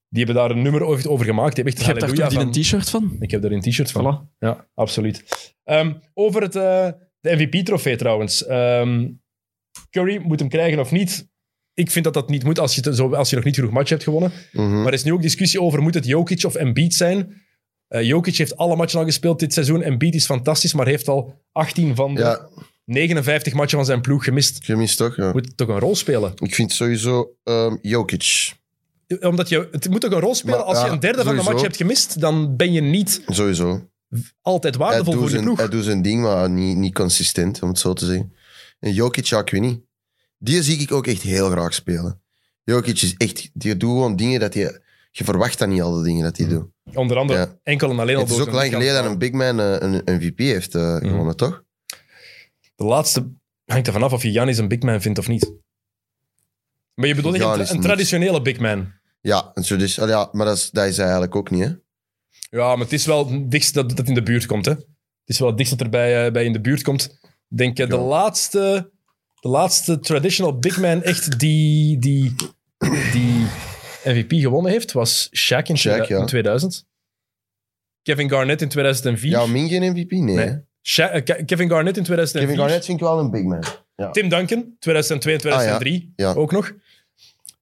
Speaker 1: die hebben daar een nummer ooit over gemaakt. Die hebben
Speaker 4: je
Speaker 1: echt
Speaker 4: hebt daar toch
Speaker 1: Halleluja
Speaker 4: die
Speaker 1: van.
Speaker 4: een t-shirt van?
Speaker 1: Ik heb daar een t-shirt van.
Speaker 4: Voilà.
Speaker 1: Ja, absoluut. Ehm, over het, eh, de MVP-trofee trouwens. Ehm, Curry moet hem krijgen of niet. Ik vind dat dat niet moet als je, te- zo, als je nog niet genoeg match hebt gewonnen.
Speaker 2: Mhm.
Speaker 1: Maar er is nu ook discussie over, moet het Jokic of Embiid zijn? Eh, Jokic heeft alle matchen al gespeeld dit seizoen. Embiid is fantastisch, maar heeft al 18 van de
Speaker 2: Ja,
Speaker 1: 59 matchen van zijn ploeg gemist.
Speaker 2: gemist toch? Ja.
Speaker 1: Moet toch een rol spelen?
Speaker 2: Ik vind sowieso ehm Jokic.
Speaker 1: Omdat je, het moet toch een rol spelen
Speaker 2: Maar,
Speaker 1: als je
Speaker 2: ja,
Speaker 1: een derde van de
Speaker 2: sowieso.
Speaker 1: match hebt gemist, dan ben je niet
Speaker 2: Sowieso.
Speaker 1: altijd
Speaker 2: Hij
Speaker 1: waardevol voor
Speaker 2: doet,
Speaker 1: je
Speaker 2: zijn,
Speaker 1: ploeg.
Speaker 2: hij doet zijn ding, maar niet, niet consistent, om het zo te zeggen. En Jokic, ja, ik weet niet. Die zie ik ook echt heel graag spelen. Jokic is echt... Die doet gewoon dingen dat hij... Je verwacht dat niet, al de dingen dat hij doet.
Speaker 1: Onder andere
Speaker 2: Ja.
Speaker 1: enkel en alleen al
Speaker 2: Het is
Speaker 1: door
Speaker 2: ook
Speaker 1: zijn
Speaker 2: lang geleden dat een
Speaker 1: lichaam.
Speaker 2: big man eh, een MVP heeft eh, gewonnen, toch?
Speaker 1: De laatste hangt er vanaf of je Janis een big man vindt of niet. Maar je bedoelt echt een,
Speaker 2: Giannis
Speaker 1: tra- een
Speaker 2: niet.
Speaker 1: traditionele big man.
Speaker 2: Ja, en zo dus, al ja maar dat is, dat is hij eigenlijk ook niet, hè?
Speaker 1: Ja, maar het is wel het dichtst dat dat in de buurt komt. Hè? Het is wel het dichtst dat er bij, eh, bij in de buurt komt. Ik denk eh, de,
Speaker 2: Ja.
Speaker 1: laatste, de laatste traditional big man echt die, die, die MVP gewonnen heeft, was Shaq in,
Speaker 2: Shaq,
Speaker 1: 2000 in
Speaker 2: ja.
Speaker 1: 2000. Kevin Garnett in 2004.
Speaker 2: Ja, Ming geen MVP? Nee.
Speaker 1: Nee.
Speaker 2: hè?
Speaker 1: Sha- eh, Ke- Kevin Garnett in 2004.
Speaker 2: Kevin Garnett vind ik wel een big man.
Speaker 1: Tim Duncan, 2002 en 2003.
Speaker 2: Ah, ja.
Speaker 1: Ook nog.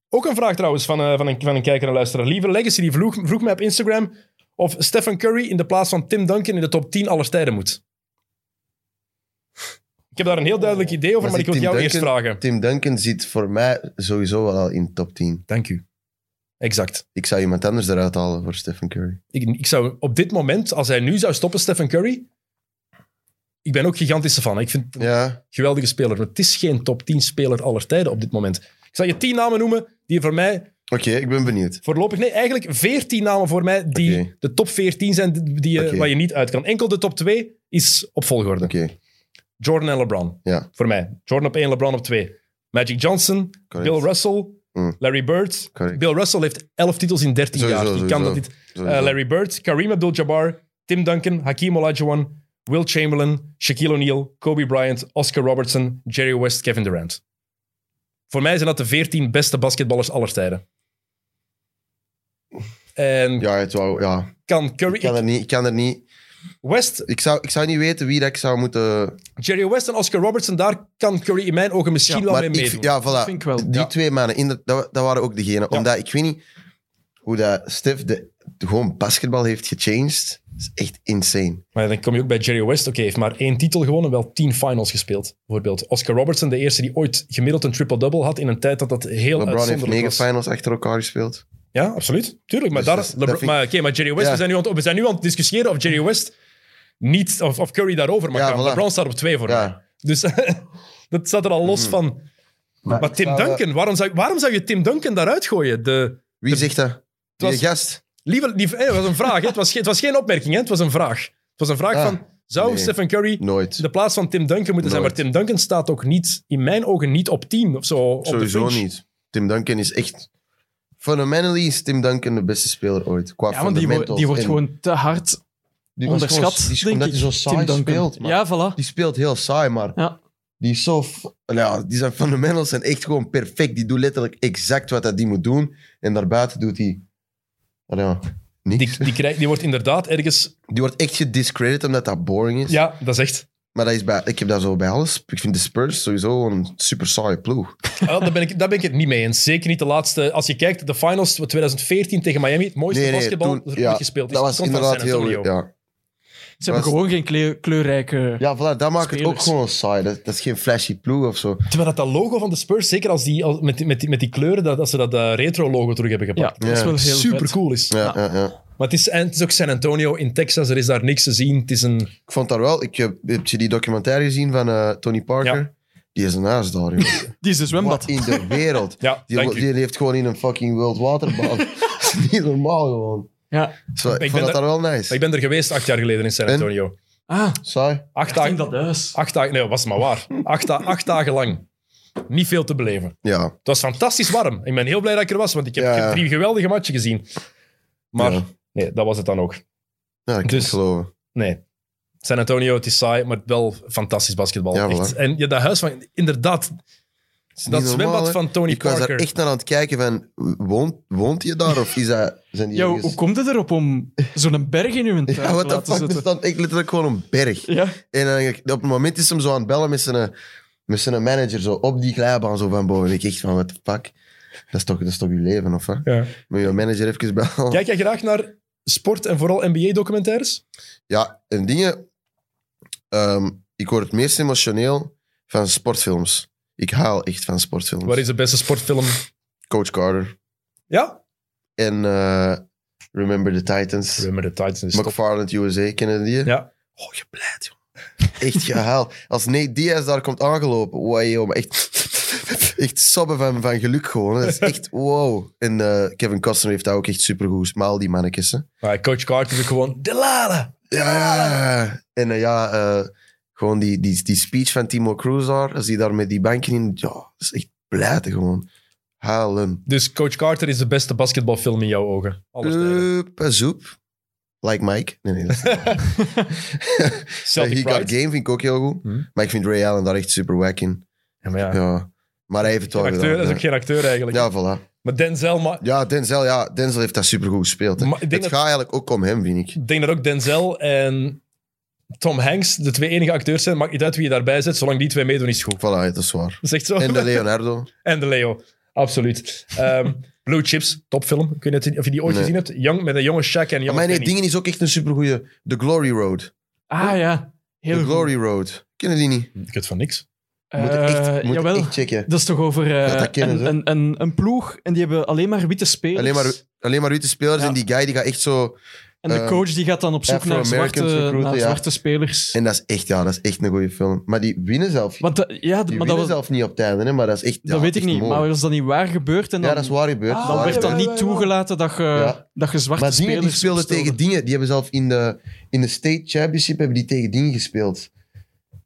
Speaker 1: Ook een vraag trouwens van, eh, van, een, van een kijker en luisteraar. Lieve Legacy, die vroeg, vroeg mij op Instagram of Stephen Curry in de plaats van Tim Duncan in de top 10 aller tijden moet. Ik heb daar een heel duidelijk idee over, maar,
Speaker 2: Maar
Speaker 1: ik wil
Speaker 2: zit
Speaker 1: jou
Speaker 2: Tim
Speaker 1: eerst
Speaker 2: Duncan-
Speaker 1: vragen.
Speaker 2: Tim Duncan zit voor mij sowieso wel al in de top 10.
Speaker 1: Dank u. Exact.
Speaker 2: Ik zou iemand anders eruit halen voor Stephen Curry.
Speaker 1: Ik, ik zou op dit moment, als hij nu zou stoppen, Stephen Curry... Ik ben ook gigantische fan. Ik vind het
Speaker 2: Ja,
Speaker 1: geweldige speler. Maar het is geen top 10 speler aller tijden op dit moment. Ik zal je 10 namen noemen die voor mij
Speaker 2: oké, ik ben benieuwd.
Speaker 1: voorlopig. Nee, eigenlijk 14 namen voor mij die
Speaker 2: Oké.
Speaker 1: de top 14 zijn die, die je-
Speaker 2: Oké.
Speaker 1: waar je niet uit kan. Enkel de top 2 is op volgorde.
Speaker 2: Oké,
Speaker 1: Jordan en LeBron.
Speaker 2: Ja.
Speaker 1: Voor mij. Jordan op 1, LeBron op 2. Magic Johnson,
Speaker 2: Correct.
Speaker 1: Bill Russell,
Speaker 2: Mm.
Speaker 1: Larry Bird.
Speaker 2: correct.
Speaker 1: Bill Russell heeft 11 titels in 13
Speaker 2: Sowieso,
Speaker 1: jaar. Die
Speaker 2: sowieso.
Speaker 1: kan dat niet.
Speaker 2: Sowieso.
Speaker 1: Eh, Larry Bird, Kareem Abdul-Jabbar, Tim Duncan, Hakeem Olajuwon, Will Chamberlain, Shaquille O'Neal, Kobe Bryant, Oscar Robertson, Jerry West, Kevin Durant. Voor mij zijn dat de 14 beste basketballers aller tijden. En
Speaker 2: Ja, het wou, ja.
Speaker 1: kan Curry...
Speaker 2: Ik, kan er niet, ik kan er niet...
Speaker 1: West,
Speaker 2: Ik zou, ik zou niet weten wie dat ik zou moeten...
Speaker 1: Jerry West en Oscar Robertson, daar kan Curry in mijn ogen misschien wel mee
Speaker 2: Maar
Speaker 1: meedoen.
Speaker 2: ik, ja,
Speaker 4: Dat
Speaker 2: voilà.
Speaker 4: vind ik wel.
Speaker 2: Die
Speaker 1: Ja.
Speaker 2: twee mannen, in de- dat, dat waren ook degenen.
Speaker 1: Ja.
Speaker 2: Omdat ik weet niet hoe dat Stef de, gewoon basketbal heeft gechanged. Dat is echt insane.
Speaker 1: Maar dan kom je ook bij Jerry West. Oké, heeft maar één titel gewonnen, wel tien finals gespeeld. Bijvoorbeeld Oscar Robertson, de eerste die ooit gemiddeld een triple-double had in een tijd dat dat heel
Speaker 2: LeBron heeft
Speaker 1: uitzonderlijk
Speaker 2: negen
Speaker 1: was.
Speaker 2: finals achter elkaar gespeeld.
Speaker 1: Ja, absoluut. Tuurlijk. Maar,
Speaker 2: Dus
Speaker 1: daar,
Speaker 2: dat is- dat
Speaker 1: LeBron-
Speaker 2: vind ik-
Speaker 1: maar, oké, maar Jerry West,
Speaker 2: Ja.
Speaker 1: we, zijn nu aan, het- we zijn nu aan het discussiëren of Jerry West niet, of, of Curry daarover mag
Speaker 2: Ja,
Speaker 1: gaan.
Speaker 2: voilà.
Speaker 1: LeBron staat op twee voor
Speaker 2: Ja. Mhm.
Speaker 1: mij. Dus [laughs] dat staat er al los van. Maar, Tim
Speaker 2: zou, eh,
Speaker 1: Duncan, waarom zou, waarom zou je Tim Duncan daaruit gooien? De,
Speaker 2: Wie zegt dat? Die
Speaker 1: was-
Speaker 2: gast.
Speaker 1: lieve, lieve, eh, het was een vraag, hè. Het, was, geen- het was geen opmerking, hè. het was een vraag. Het was een vraag
Speaker 2: Ah,
Speaker 1: van, zou
Speaker 2: nee.
Speaker 1: Stephen Curry
Speaker 2: Nooit.
Speaker 1: de plaats van Tim Duncan moeten zijn? Maar
Speaker 2: Nooit.
Speaker 1: Tim Duncan staat ook niet, in mijn ogen, niet op 10 of zo. op de
Speaker 2: Sowieso
Speaker 1: fringe.
Speaker 2: niet. Tim Duncan is echt... Fundamentally is Tim Duncan de beste speler ooit. Qua
Speaker 4: Ja, want die, wo-
Speaker 2: fundamentals.
Speaker 4: die wordt
Speaker 2: En
Speaker 4: gewoon te hard
Speaker 2: die was gewoon-
Speaker 4: onderschat,
Speaker 2: die is-
Speaker 4: denk
Speaker 2: omdat
Speaker 4: ik.
Speaker 2: hij zo saai
Speaker 4: Tim Duncan.
Speaker 2: speelt. maar
Speaker 4: Ja, voilà.
Speaker 2: Die speelt heel saai, maar...
Speaker 4: Ja.
Speaker 2: Die is zo... f- Ja, die zijn fundamentals zijn echt gewoon perfect. Die doet letterlijk exact wat dat die moet doen. En daarbuiten doet hij... Ah Ja, niks.
Speaker 1: Die,
Speaker 2: Die,
Speaker 1: die, krijgt, die wordt inderdaad ergens...
Speaker 2: wordt echt gediscredit omdat dat boring is.
Speaker 1: Ja, dat is echt...
Speaker 2: Maar dat is bij, ik heb dat zo bij alles. Ik vind de Spurs sowieso een super saaie ploeg.
Speaker 1: Ah, daar, ben ik, daar ben ik het niet mee eens. Zeker niet de laatste. Als je kijkt, de finals van 2014 tegen Miami, het mooiste
Speaker 2: Nee, nee,
Speaker 1: basketbal
Speaker 2: toen-
Speaker 1: dat er ooit
Speaker 2: ja,
Speaker 1: gespeeld is.
Speaker 2: Dat was
Speaker 1: Komt van
Speaker 2: inderdaad
Speaker 1: San Antonio.
Speaker 2: heel... Ja,
Speaker 4: Ze hebben
Speaker 2: Was-
Speaker 4: gewoon geen kleur- kleurrijke...
Speaker 2: Ja, voilà, dat maakt het ook
Speaker 4: Spelers.
Speaker 2: gewoon saai. Dat, dat is geen flashy ploeg of zo.
Speaker 1: Terwijl dat, dat logo van de Spurs, zeker als die, als, met, die- met, die, met die kleuren, dat, dat ze dat eh, retro-logo terug hebben
Speaker 4: Ja,
Speaker 1: gepakt.
Speaker 4: dat is
Speaker 2: Ja.
Speaker 4: wel heel
Speaker 1: Super
Speaker 4: vet.
Speaker 1: cool is.
Speaker 2: Ja, ja. ja.
Speaker 1: Maar het is, en het is ook San Antonio in Texas, er is daar niks te zien. Het is een,
Speaker 2: Ik vond daar wel... Ik heb, heb je die documentaire gezien van eh, Tony Parker? Die is een aas daar, joh.
Speaker 1: [laughs]
Speaker 4: Die is een
Speaker 2: Wat
Speaker 4: zwembad.
Speaker 2: in de wereld.
Speaker 1: ja,
Speaker 2: Die,
Speaker 1: dank
Speaker 2: wo-
Speaker 1: u.
Speaker 2: die leeft gewoon in een fucking world
Speaker 1: [laughs]
Speaker 2: waterbad. [laughs] dat is niet normaal, gewoon.
Speaker 4: Ja.
Speaker 2: Zo, ik,
Speaker 1: ben
Speaker 2: vond
Speaker 1: daar-
Speaker 2: dat daar wel
Speaker 1: Maar
Speaker 2: nice.
Speaker 1: ik ben er geweest acht jaar geleden in San
Speaker 2: En?
Speaker 1: Antonio.
Speaker 4: Ah,
Speaker 2: Saai?
Speaker 1: Acht
Speaker 4: ik
Speaker 1: dagen,
Speaker 4: denk dat huis.
Speaker 1: acht dagen, nee, was maar waar. Acht, da- acht dagen lang. Niet veel te beleven.
Speaker 2: Ja.
Speaker 1: Het was fantastisch warm. Ik ben heel blij dat ik er was, want ik heb,
Speaker 2: Ja.
Speaker 1: ik heb drie geweldige matchen gezien. Maar
Speaker 2: Ja.
Speaker 1: nee, dat was het dan ook.
Speaker 2: Ja, dat kan
Speaker 1: Dus-
Speaker 2: ik geloven.
Speaker 1: Nee. San Antonio, het is saai, maar wel fantastisch basketbal.
Speaker 2: Ja, voilà.
Speaker 1: Echt. En ja, dat huis van... Inderdaad,
Speaker 2: is
Speaker 1: dat
Speaker 2: niet normaal,
Speaker 1: zwembad
Speaker 2: hè.
Speaker 1: van Tony
Speaker 2: Ik was
Speaker 1: Parker.
Speaker 2: daar echt naar aan het kijken van... Woont, woont je daar of is dat... Zijn die
Speaker 4: Ja, hoe-
Speaker 2: ergens-
Speaker 4: hoe komt het erop om zo'n berg in uw
Speaker 2: [laughs]
Speaker 4: tuin
Speaker 2: Ja,
Speaker 4: te
Speaker 2: wat de
Speaker 4: laten
Speaker 2: fuck? Er
Speaker 4: zitten?
Speaker 2: stond echt letterlijk gewoon een berg.
Speaker 4: Ja.
Speaker 2: En dan, denk ik- op het moment is hem zo aan het bellen met zijn, eh, met zijn manager zo op die glijbaan zo van boven. Ik echt van, wat de fuck? Dat is toch, dat is toch je leven, of wat?
Speaker 1: Ja.
Speaker 2: Moet je manager even bellen?
Speaker 1: Kijk jij graag naar sport- en vooral NBA-documentaires?
Speaker 2: Ja, en dingen... ehm, ik word het meest emotioneel van sportfilms. Ik haal echt van sportfilms.
Speaker 1: Waar is de beste sportfilm?
Speaker 2: Coach Carter.
Speaker 1: Ja?
Speaker 2: En eh, Remember the Titans.
Speaker 1: Remember the Titans. is top.
Speaker 2: McFarland USA, kennen die?
Speaker 1: Ja.
Speaker 2: Oh, je blijft, joh. Echt gehaald. Als Nate Diaz daar komt aangelopen, wow, joh, maar echt, echt sobben van, van geluk gewoon. Dat is echt wow. En eh, Kevin Costner heeft daar ook echt supergoed gesmaald, die mannetjes. Hè.
Speaker 1: Maar Ah, Coach Carter is ook gewoon... Delala!
Speaker 2: Ja. En eh, ja, eh, gewoon die, die, die speech van Timo Cruz daar, als die daar met die banken in... Ja, dat is echt blijten gewoon. Halen.
Speaker 1: Dus Coach Carter is de beste basketbalfilm in jouw ogen. Alles tijden.
Speaker 2: Up, eh, zoep. Like Mike. Nee, nee. dat
Speaker 1: [laughs]
Speaker 2: is-
Speaker 1: Celtic
Speaker 2: He Got
Speaker 1: Pride.
Speaker 2: Game vind ik ook heel goed.
Speaker 1: Hmm.
Speaker 2: Maar ik vind Ray Allen daar echt super wack in.
Speaker 1: Ja, maar ja.
Speaker 2: Ja. Maar hij heeft het wel
Speaker 1: Geen acteur, dat
Speaker 2: gedaan.
Speaker 1: is ook geen acteur eigenlijk.
Speaker 2: ja. ja, voilà.
Speaker 1: Maar Denzel, maar
Speaker 2: Ja, Denzel, ja, Denzel heeft dat supergoed gespeeld. Hè.
Speaker 1: Maar ik
Speaker 2: Het
Speaker 1: denk
Speaker 2: gaat
Speaker 1: dat-
Speaker 2: eigenlijk ook om hem, vind ik.
Speaker 1: ik denk dat ook Denzel en Tom Hanks de twee enige acteurs zijn. Maakt niet uit wie je daarbij zit, zolang die twee meedoen is het goed.
Speaker 2: Voilà, dat is waar.
Speaker 1: Dat is echt zo.
Speaker 4: [laughs]
Speaker 2: En de Leonardo.
Speaker 1: En de Leo, absoluut. Ehm, Blue Chips, topfilm. Ik weet niet of je die ooit
Speaker 2: Nee.
Speaker 1: gezien hebt. Young, met een jonge Shaq en een jonge
Speaker 2: Maar nee,
Speaker 1: Penny.
Speaker 2: Dingen is ook echt een supergoeie. The Glory Road.
Speaker 4: Ah ja, heel
Speaker 2: The
Speaker 4: goed.
Speaker 2: Glory Road. Kennen die niet?
Speaker 1: Ik weet van niks.
Speaker 4: Eh,
Speaker 2: Moet echt, moet
Speaker 4: jawel,
Speaker 2: echt checken.
Speaker 4: dat is toch over eh,
Speaker 2: Ja, dat kennen
Speaker 4: een,
Speaker 2: ze.
Speaker 4: een, een, een ploeg en die hebben alleen maar witte spelers.
Speaker 2: Alleen maar, alleen maar witte spelers
Speaker 4: Ja.
Speaker 2: en die guy die gaat echt zo...
Speaker 4: en de
Speaker 2: eh,
Speaker 4: coach die gaat dan op zoek naar zwarte,
Speaker 2: Afro-Americans recruiten,
Speaker 4: naar
Speaker 2: ja.
Speaker 4: zwarte spelers.
Speaker 2: En dat is echt, ja, dat is echt een goede film. Maar die winnen zelf.
Speaker 4: Want dat- ja,
Speaker 2: die
Speaker 4: maar
Speaker 2: winnen
Speaker 4: dat, was,
Speaker 2: zelf niet op het einde, hè, maar dat is echt... ja,
Speaker 4: dat weet ik
Speaker 2: echt
Speaker 4: niet.
Speaker 2: mooi.
Speaker 4: Maar als dat niet waar gebeurt, en dan,
Speaker 2: Ja, dat is waar gebeurd.
Speaker 4: dan
Speaker 2: waar Ah,
Speaker 4: werd dan
Speaker 2: gebeurd.
Speaker 4: niet toegelaten dat je,
Speaker 2: Ja.
Speaker 4: dat je zwarte
Speaker 2: Maar dingen
Speaker 4: spelers
Speaker 2: die speelden
Speaker 4: opstelde.
Speaker 2: tegen dingen. Die hebben zelf in de, in de State Championship hebben die tegen dingen gespeeld.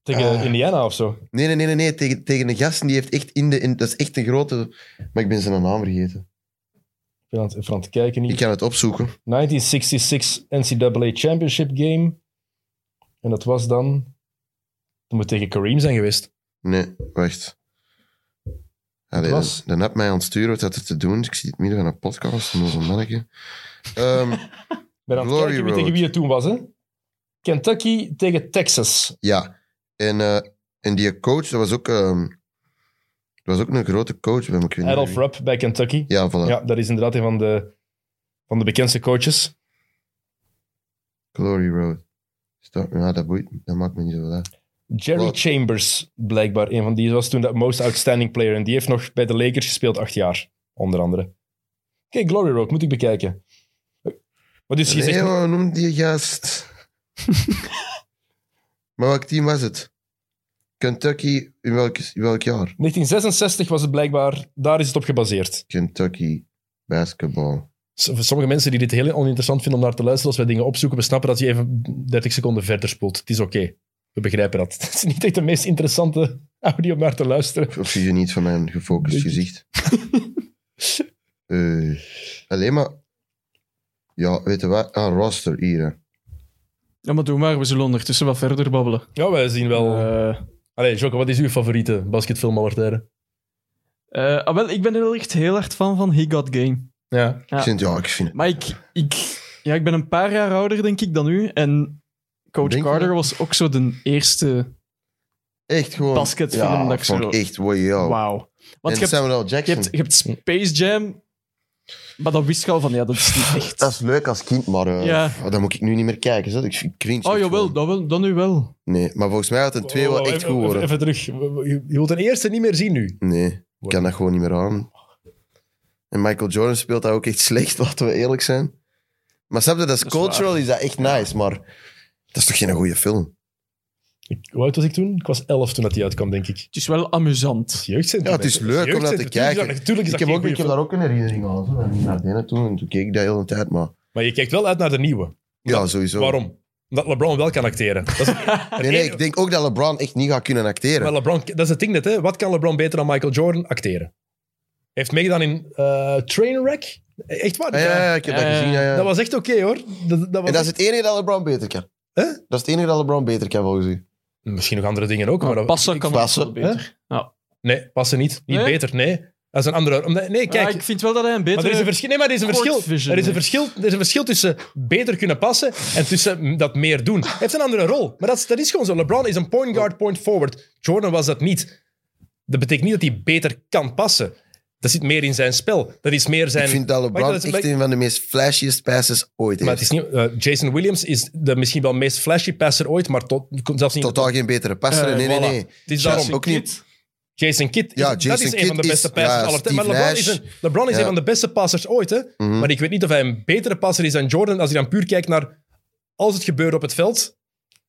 Speaker 1: Tegen
Speaker 2: Ah.
Speaker 1: Indiana of zo.
Speaker 2: Nee, nee, nee, nee, nee. Tegen, tegen een gast. en Die heeft echt in de. in- dat is echt een grote. Maar ik ben zijn naam vergeten.
Speaker 1: Ik ben aan het, even aan het kijken hier.
Speaker 2: Ik kan het opzoeken.
Speaker 1: 1966 NCAA Championship Game. En dat was dan... Dat moet tegen Kareem zijn geweest.
Speaker 2: Nee, wacht. Allee,
Speaker 1: was-
Speaker 2: dan, dan heb mij aan het sturen wat dat er te doen is. Ik zit in het midden van een podcast. Een zo'n mannetje. Ehm, [laughs]
Speaker 1: Ik ben aan het
Speaker 2: Glory
Speaker 1: kijken wie
Speaker 2: Road.
Speaker 1: tegen wie het toen was, hè. Kentucky tegen Texas.
Speaker 2: ja. En, eh, en die coach, dat was ook. ehm, dat was ook een grote coach bij me. Ik weet niet
Speaker 1: Adolph
Speaker 2: wie.
Speaker 1: Rupp bij Kentucky.
Speaker 2: Ja, voilà.
Speaker 1: Ja, dat is inderdaad een van de, van de bekendste coaches.
Speaker 2: Glory Road. Stop. Ja, dat boeit. me. Dat maakt me niet zo uit.
Speaker 1: Jerry
Speaker 2: Wat?
Speaker 1: Chambers, blijkbaar een van die, was toen de most outstanding player. En die heeft nog bij de Lakers gespeeld, acht jaar, onder andere. Kijk, Glory Road, moet ik bekijken. Wat dus je
Speaker 2: Nee,
Speaker 1: zegt...
Speaker 2: man, noem die
Speaker 4: [laughs]
Speaker 2: gast. maar welk team was het? Kentucky, in welk, in welk jaar?
Speaker 1: 1966 was het blijkbaar, daar is het op gebaseerd.
Speaker 2: Kentucky basketball.
Speaker 1: S- Voor sommige mensen die dit heel oninteressant vinden om naar te luisteren, als wij dingen opzoeken, we snappen dat je even 30 seconden verder spoelt. Het is oké. We begrijpen dat. [laughs] Het is niet echt de meest interessante audio om naar te luisteren.
Speaker 2: Of zie je niet van mijn gefocust gezicht?
Speaker 4: [laughs]
Speaker 2: Eh, alleen maar... Ja, weet je wat? Ah, roster hier. hè.
Speaker 4: Ja, maar doe maar, we zullen ondertussen wat verder babbelen.
Speaker 1: Ja, wij zien wel...
Speaker 4: Eh,
Speaker 1: Allee, Jocke, wat is uw favoriete basketfilm aller tijden?
Speaker 4: eh, ah, wel, ik ben er wel echt heel erg fan van He Got Game.
Speaker 1: Ja.
Speaker 4: Ja.
Speaker 2: Ik vind, ja, ik vind
Speaker 4: Maar ik, ik, ja, ik ben een paar jaar ouder, denk ik, dan u. En Coach
Speaker 2: Denk je
Speaker 4: Carter
Speaker 2: dat?
Speaker 4: was ook zo de eerste.
Speaker 2: echt gewoon...
Speaker 4: Basketfilm,
Speaker 2: ja,
Speaker 4: dat ik
Speaker 2: vond
Speaker 4: zo-
Speaker 2: echt, wow.
Speaker 4: Wauw. Want
Speaker 2: en
Speaker 4: je hebt,
Speaker 2: Samuel L.
Speaker 4: je,
Speaker 2: Jackson.
Speaker 4: hebt, je hebt Space Jam, maar dat wist je al van, ja, dat is
Speaker 2: [laughs]
Speaker 4: niet echt.
Speaker 2: Dat is leuk als kind, maar eh
Speaker 4: Ja.
Speaker 2: dat moet ik nu niet meer kijken. Zo. Ik vind- cringe.
Speaker 4: oh
Speaker 2: echt
Speaker 4: jawel,
Speaker 2: gewoon.
Speaker 4: dat wel, dan nu wel.
Speaker 2: Nee, maar volgens mij had een 2 wel
Speaker 1: Oh,
Speaker 2: echt
Speaker 1: even-
Speaker 2: goed worden.
Speaker 1: Even, even terug. Je je wilt een eerste niet meer zien nu.
Speaker 2: Nee, ik
Speaker 1: Worden.
Speaker 2: kan dat gewoon niet meer aan. En Michael Jordan speelt dat ook echt slecht, [laughs] laten we eerlijk zijn. Maar snap je, dat is
Speaker 4: Dat is
Speaker 2: cultural, is dat echt nice, maar dat is toch geen goede film?
Speaker 1: Ik, hoe oud was ik toen? Ik was 11 toen dat die uitkwam, denk ik.
Speaker 4: Het is wel amusant.
Speaker 1: Het jeugdcentrum.
Speaker 2: Ja, het is leuk om dat te kijken.
Speaker 1: Natuurlijk is
Speaker 2: Ik
Speaker 1: dat
Speaker 2: heb,
Speaker 1: geen
Speaker 2: ook,
Speaker 1: goeie
Speaker 2: ik heb daar
Speaker 1: film.
Speaker 2: ook een herinnering aan. Zo. En naar binnen toen, en toen keek ik dat heel de tijd, maar...
Speaker 1: Maar je kijkt wel uit naar de nieuwe.
Speaker 2: Ja,
Speaker 1: Dat-
Speaker 2: sowieso.
Speaker 1: Waarom? Omdat LeBron wel kan acteren.
Speaker 2: [laughs]
Speaker 1: Dat is, het
Speaker 2: Nee, nee,
Speaker 1: enige-
Speaker 2: ik denk ook dat LeBron echt niet gaat kunnen
Speaker 1: maar
Speaker 2: acteren.
Speaker 1: LeBron, dat is het ding net, hè. Wat kan LeBron beter dan Michael Jordan? Acteren. Hij heeft meegedaan in eh, Trainwreck. Echt waar?
Speaker 2: Ah, ja, ja, ik heb
Speaker 4: Ja,
Speaker 2: dat gezien, ja, ja.
Speaker 1: Dat was echt oké, hoor. Dat, dat was
Speaker 2: En dat is het enige dat LeBron beter kan.
Speaker 1: Hè?
Speaker 2: Dat is het enige dat LeBron beter kan, volgens u.
Speaker 1: Misschien nog andere dingen ook, maar...
Speaker 4: Maar
Speaker 1: dat-
Speaker 4: passen kan
Speaker 2: passen,
Speaker 4: ook wel beter.
Speaker 1: Nee, passen niet. Niet
Speaker 4: Nee?
Speaker 1: beter, nee. Dat is een andere... Omdat, nee,
Speaker 4: Kijk,
Speaker 1: kijk,
Speaker 4: ik vind wel dat hij een
Speaker 1: Maar
Speaker 4: betere...
Speaker 1: er is een verschil. Nee, maar er is een
Speaker 4: Court
Speaker 1: verschil.
Speaker 4: vision
Speaker 1: Er is een
Speaker 4: heeft.
Speaker 1: verschil. Er is een verschil tussen beter kunnen passen en tussen m- dat meer doen. Hij heeft een andere rol. Maar dat is, dat is gewoon zo. LeBron is een point guard, point forward. Jordan was dat niet. Dat betekent niet dat hij beter kan passen. Dat zit meer in zijn spel. Dat is meer zijn.
Speaker 2: Ik vind dat
Speaker 1: Maar
Speaker 2: LeBron
Speaker 1: dat is-
Speaker 2: echt een van de meest flashiest passes ooit
Speaker 1: Maar
Speaker 2: heeft.
Speaker 1: het is niet, eh, Jason Williams is de misschien wel meest flashy passer ooit, maar tot, komt zelfs niet.
Speaker 2: Totaal geen betere passer,
Speaker 1: Eh,
Speaker 2: nee, nee,
Speaker 1: voilà.
Speaker 2: nee.
Speaker 1: het is
Speaker 2: Ja,
Speaker 1: daarom.
Speaker 2: is ook niet-
Speaker 1: Jason Kidd, is-
Speaker 2: Ja,
Speaker 1: dat
Speaker 2: Jason
Speaker 1: is een
Speaker 2: Kidd
Speaker 1: van de
Speaker 2: is-
Speaker 1: beste passers
Speaker 2: ja,
Speaker 1: aller tijden. Maar
Speaker 2: Steve
Speaker 1: LeBron is,
Speaker 2: Nash.
Speaker 1: een, LeBron is
Speaker 2: Ja.
Speaker 1: een van de beste passers ooit. Hè?
Speaker 2: Mhm.
Speaker 1: Maar ik weet niet of hij een betere passer is dan Jordan. Als je dan puur kijkt naar als het gebeurde op het veld.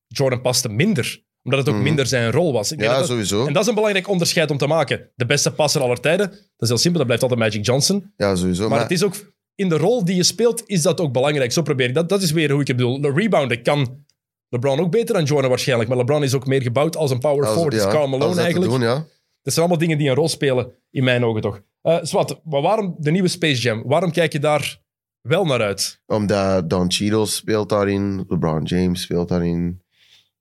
Speaker 1: Jordan paste minder. Omdat het ook
Speaker 2: Mhm.
Speaker 1: minder zijn rol was. Ik denk
Speaker 2: Ja,
Speaker 1: dat dat-
Speaker 2: sowieso.
Speaker 1: en dat is een belangrijk onderscheid om te maken. De beste passer aller tijden, dat is heel simpel, dat blijft altijd Magic Johnson. Maar,
Speaker 2: Ja, sowieso. Maar,
Speaker 1: het is ook, in de rol die je speelt, is dat ook belangrijk. Zo probeer ik dat. Dat is weer hoe ik het bedoel. De rebounden kan LeBron ook beter dan Jordan waarschijnlijk. Maar LeBron is ook meer gebouwd als een power
Speaker 2: als-
Speaker 1: forward. is
Speaker 2: ja,
Speaker 1: Karl
Speaker 2: als dat
Speaker 1: Malone
Speaker 2: te
Speaker 1: eigenlijk.
Speaker 2: Doen, ja.
Speaker 1: Dat zijn allemaal dingen die een rol spelen, in mijn ogen toch. Eh Swat, maar waarom de nieuwe Space Jam? Waarom kijk je daar wel naar uit?
Speaker 2: Omdat Don Cheadle speelt daarin, LeBron James speelt daarin.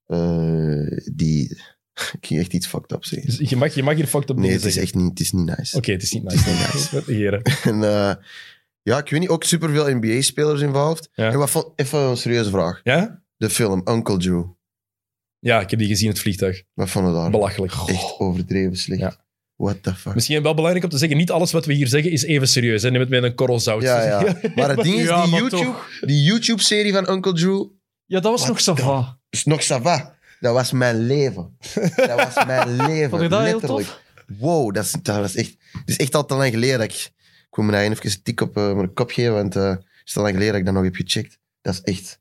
Speaker 2: Eh, die... [laughs] Ik ging echt iets fucked up zeggen.
Speaker 1: Dus je, mag, je mag hier fucked up
Speaker 2: Nee,
Speaker 1: dingen
Speaker 2: het is
Speaker 1: zeggen.
Speaker 2: echt niet, het is niet nice.
Speaker 1: Oké, het is niet nice.
Speaker 2: Het
Speaker 1: nice. Met de heren.
Speaker 2: [laughs] En eh, ja, ik weet niet, ook superveel NBA-spelers involved.
Speaker 1: Ja.
Speaker 2: En wat vond, even een serieuze vraag.
Speaker 1: Ja?
Speaker 2: De film Uncle Drew,
Speaker 1: Ja, ik heb die gezien in het vliegtuig.
Speaker 2: wat vond je daar?
Speaker 1: Belachelijk.
Speaker 2: Echt overdreven slecht.
Speaker 1: Ja.
Speaker 2: What the fuck.
Speaker 1: Misschien wel belangrijk om te zeggen, niet alles wat we hier zeggen is even serieus. Hè? Neem het met een korrel zout.
Speaker 2: Ja, ja. Maar het ding is,
Speaker 4: Ja,
Speaker 2: die
Speaker 4: maar
Speaker 2: YouTube- die YouTube-serie van Uncle Drew
Speaker 4: Ja, dat was
Speaker 2: What
Speaker 4: nog Sava.
Speaker 2: is nog ça va. Dat was mijn leven. Dat was
Speaker 4: [laughs]
Speaker 2: mijn leven.
Speaker 4: Vond je dat heel
Speaker 2: letterlijk. Wow, dat is, dat is echt... Het is echt al te lang geleden dat ik... Ik moet mijn eigen even een tik op eh, mijn kop geven, want eh, het is te lang geleden dat ik dat nog heb gecheckt. Dat is echt...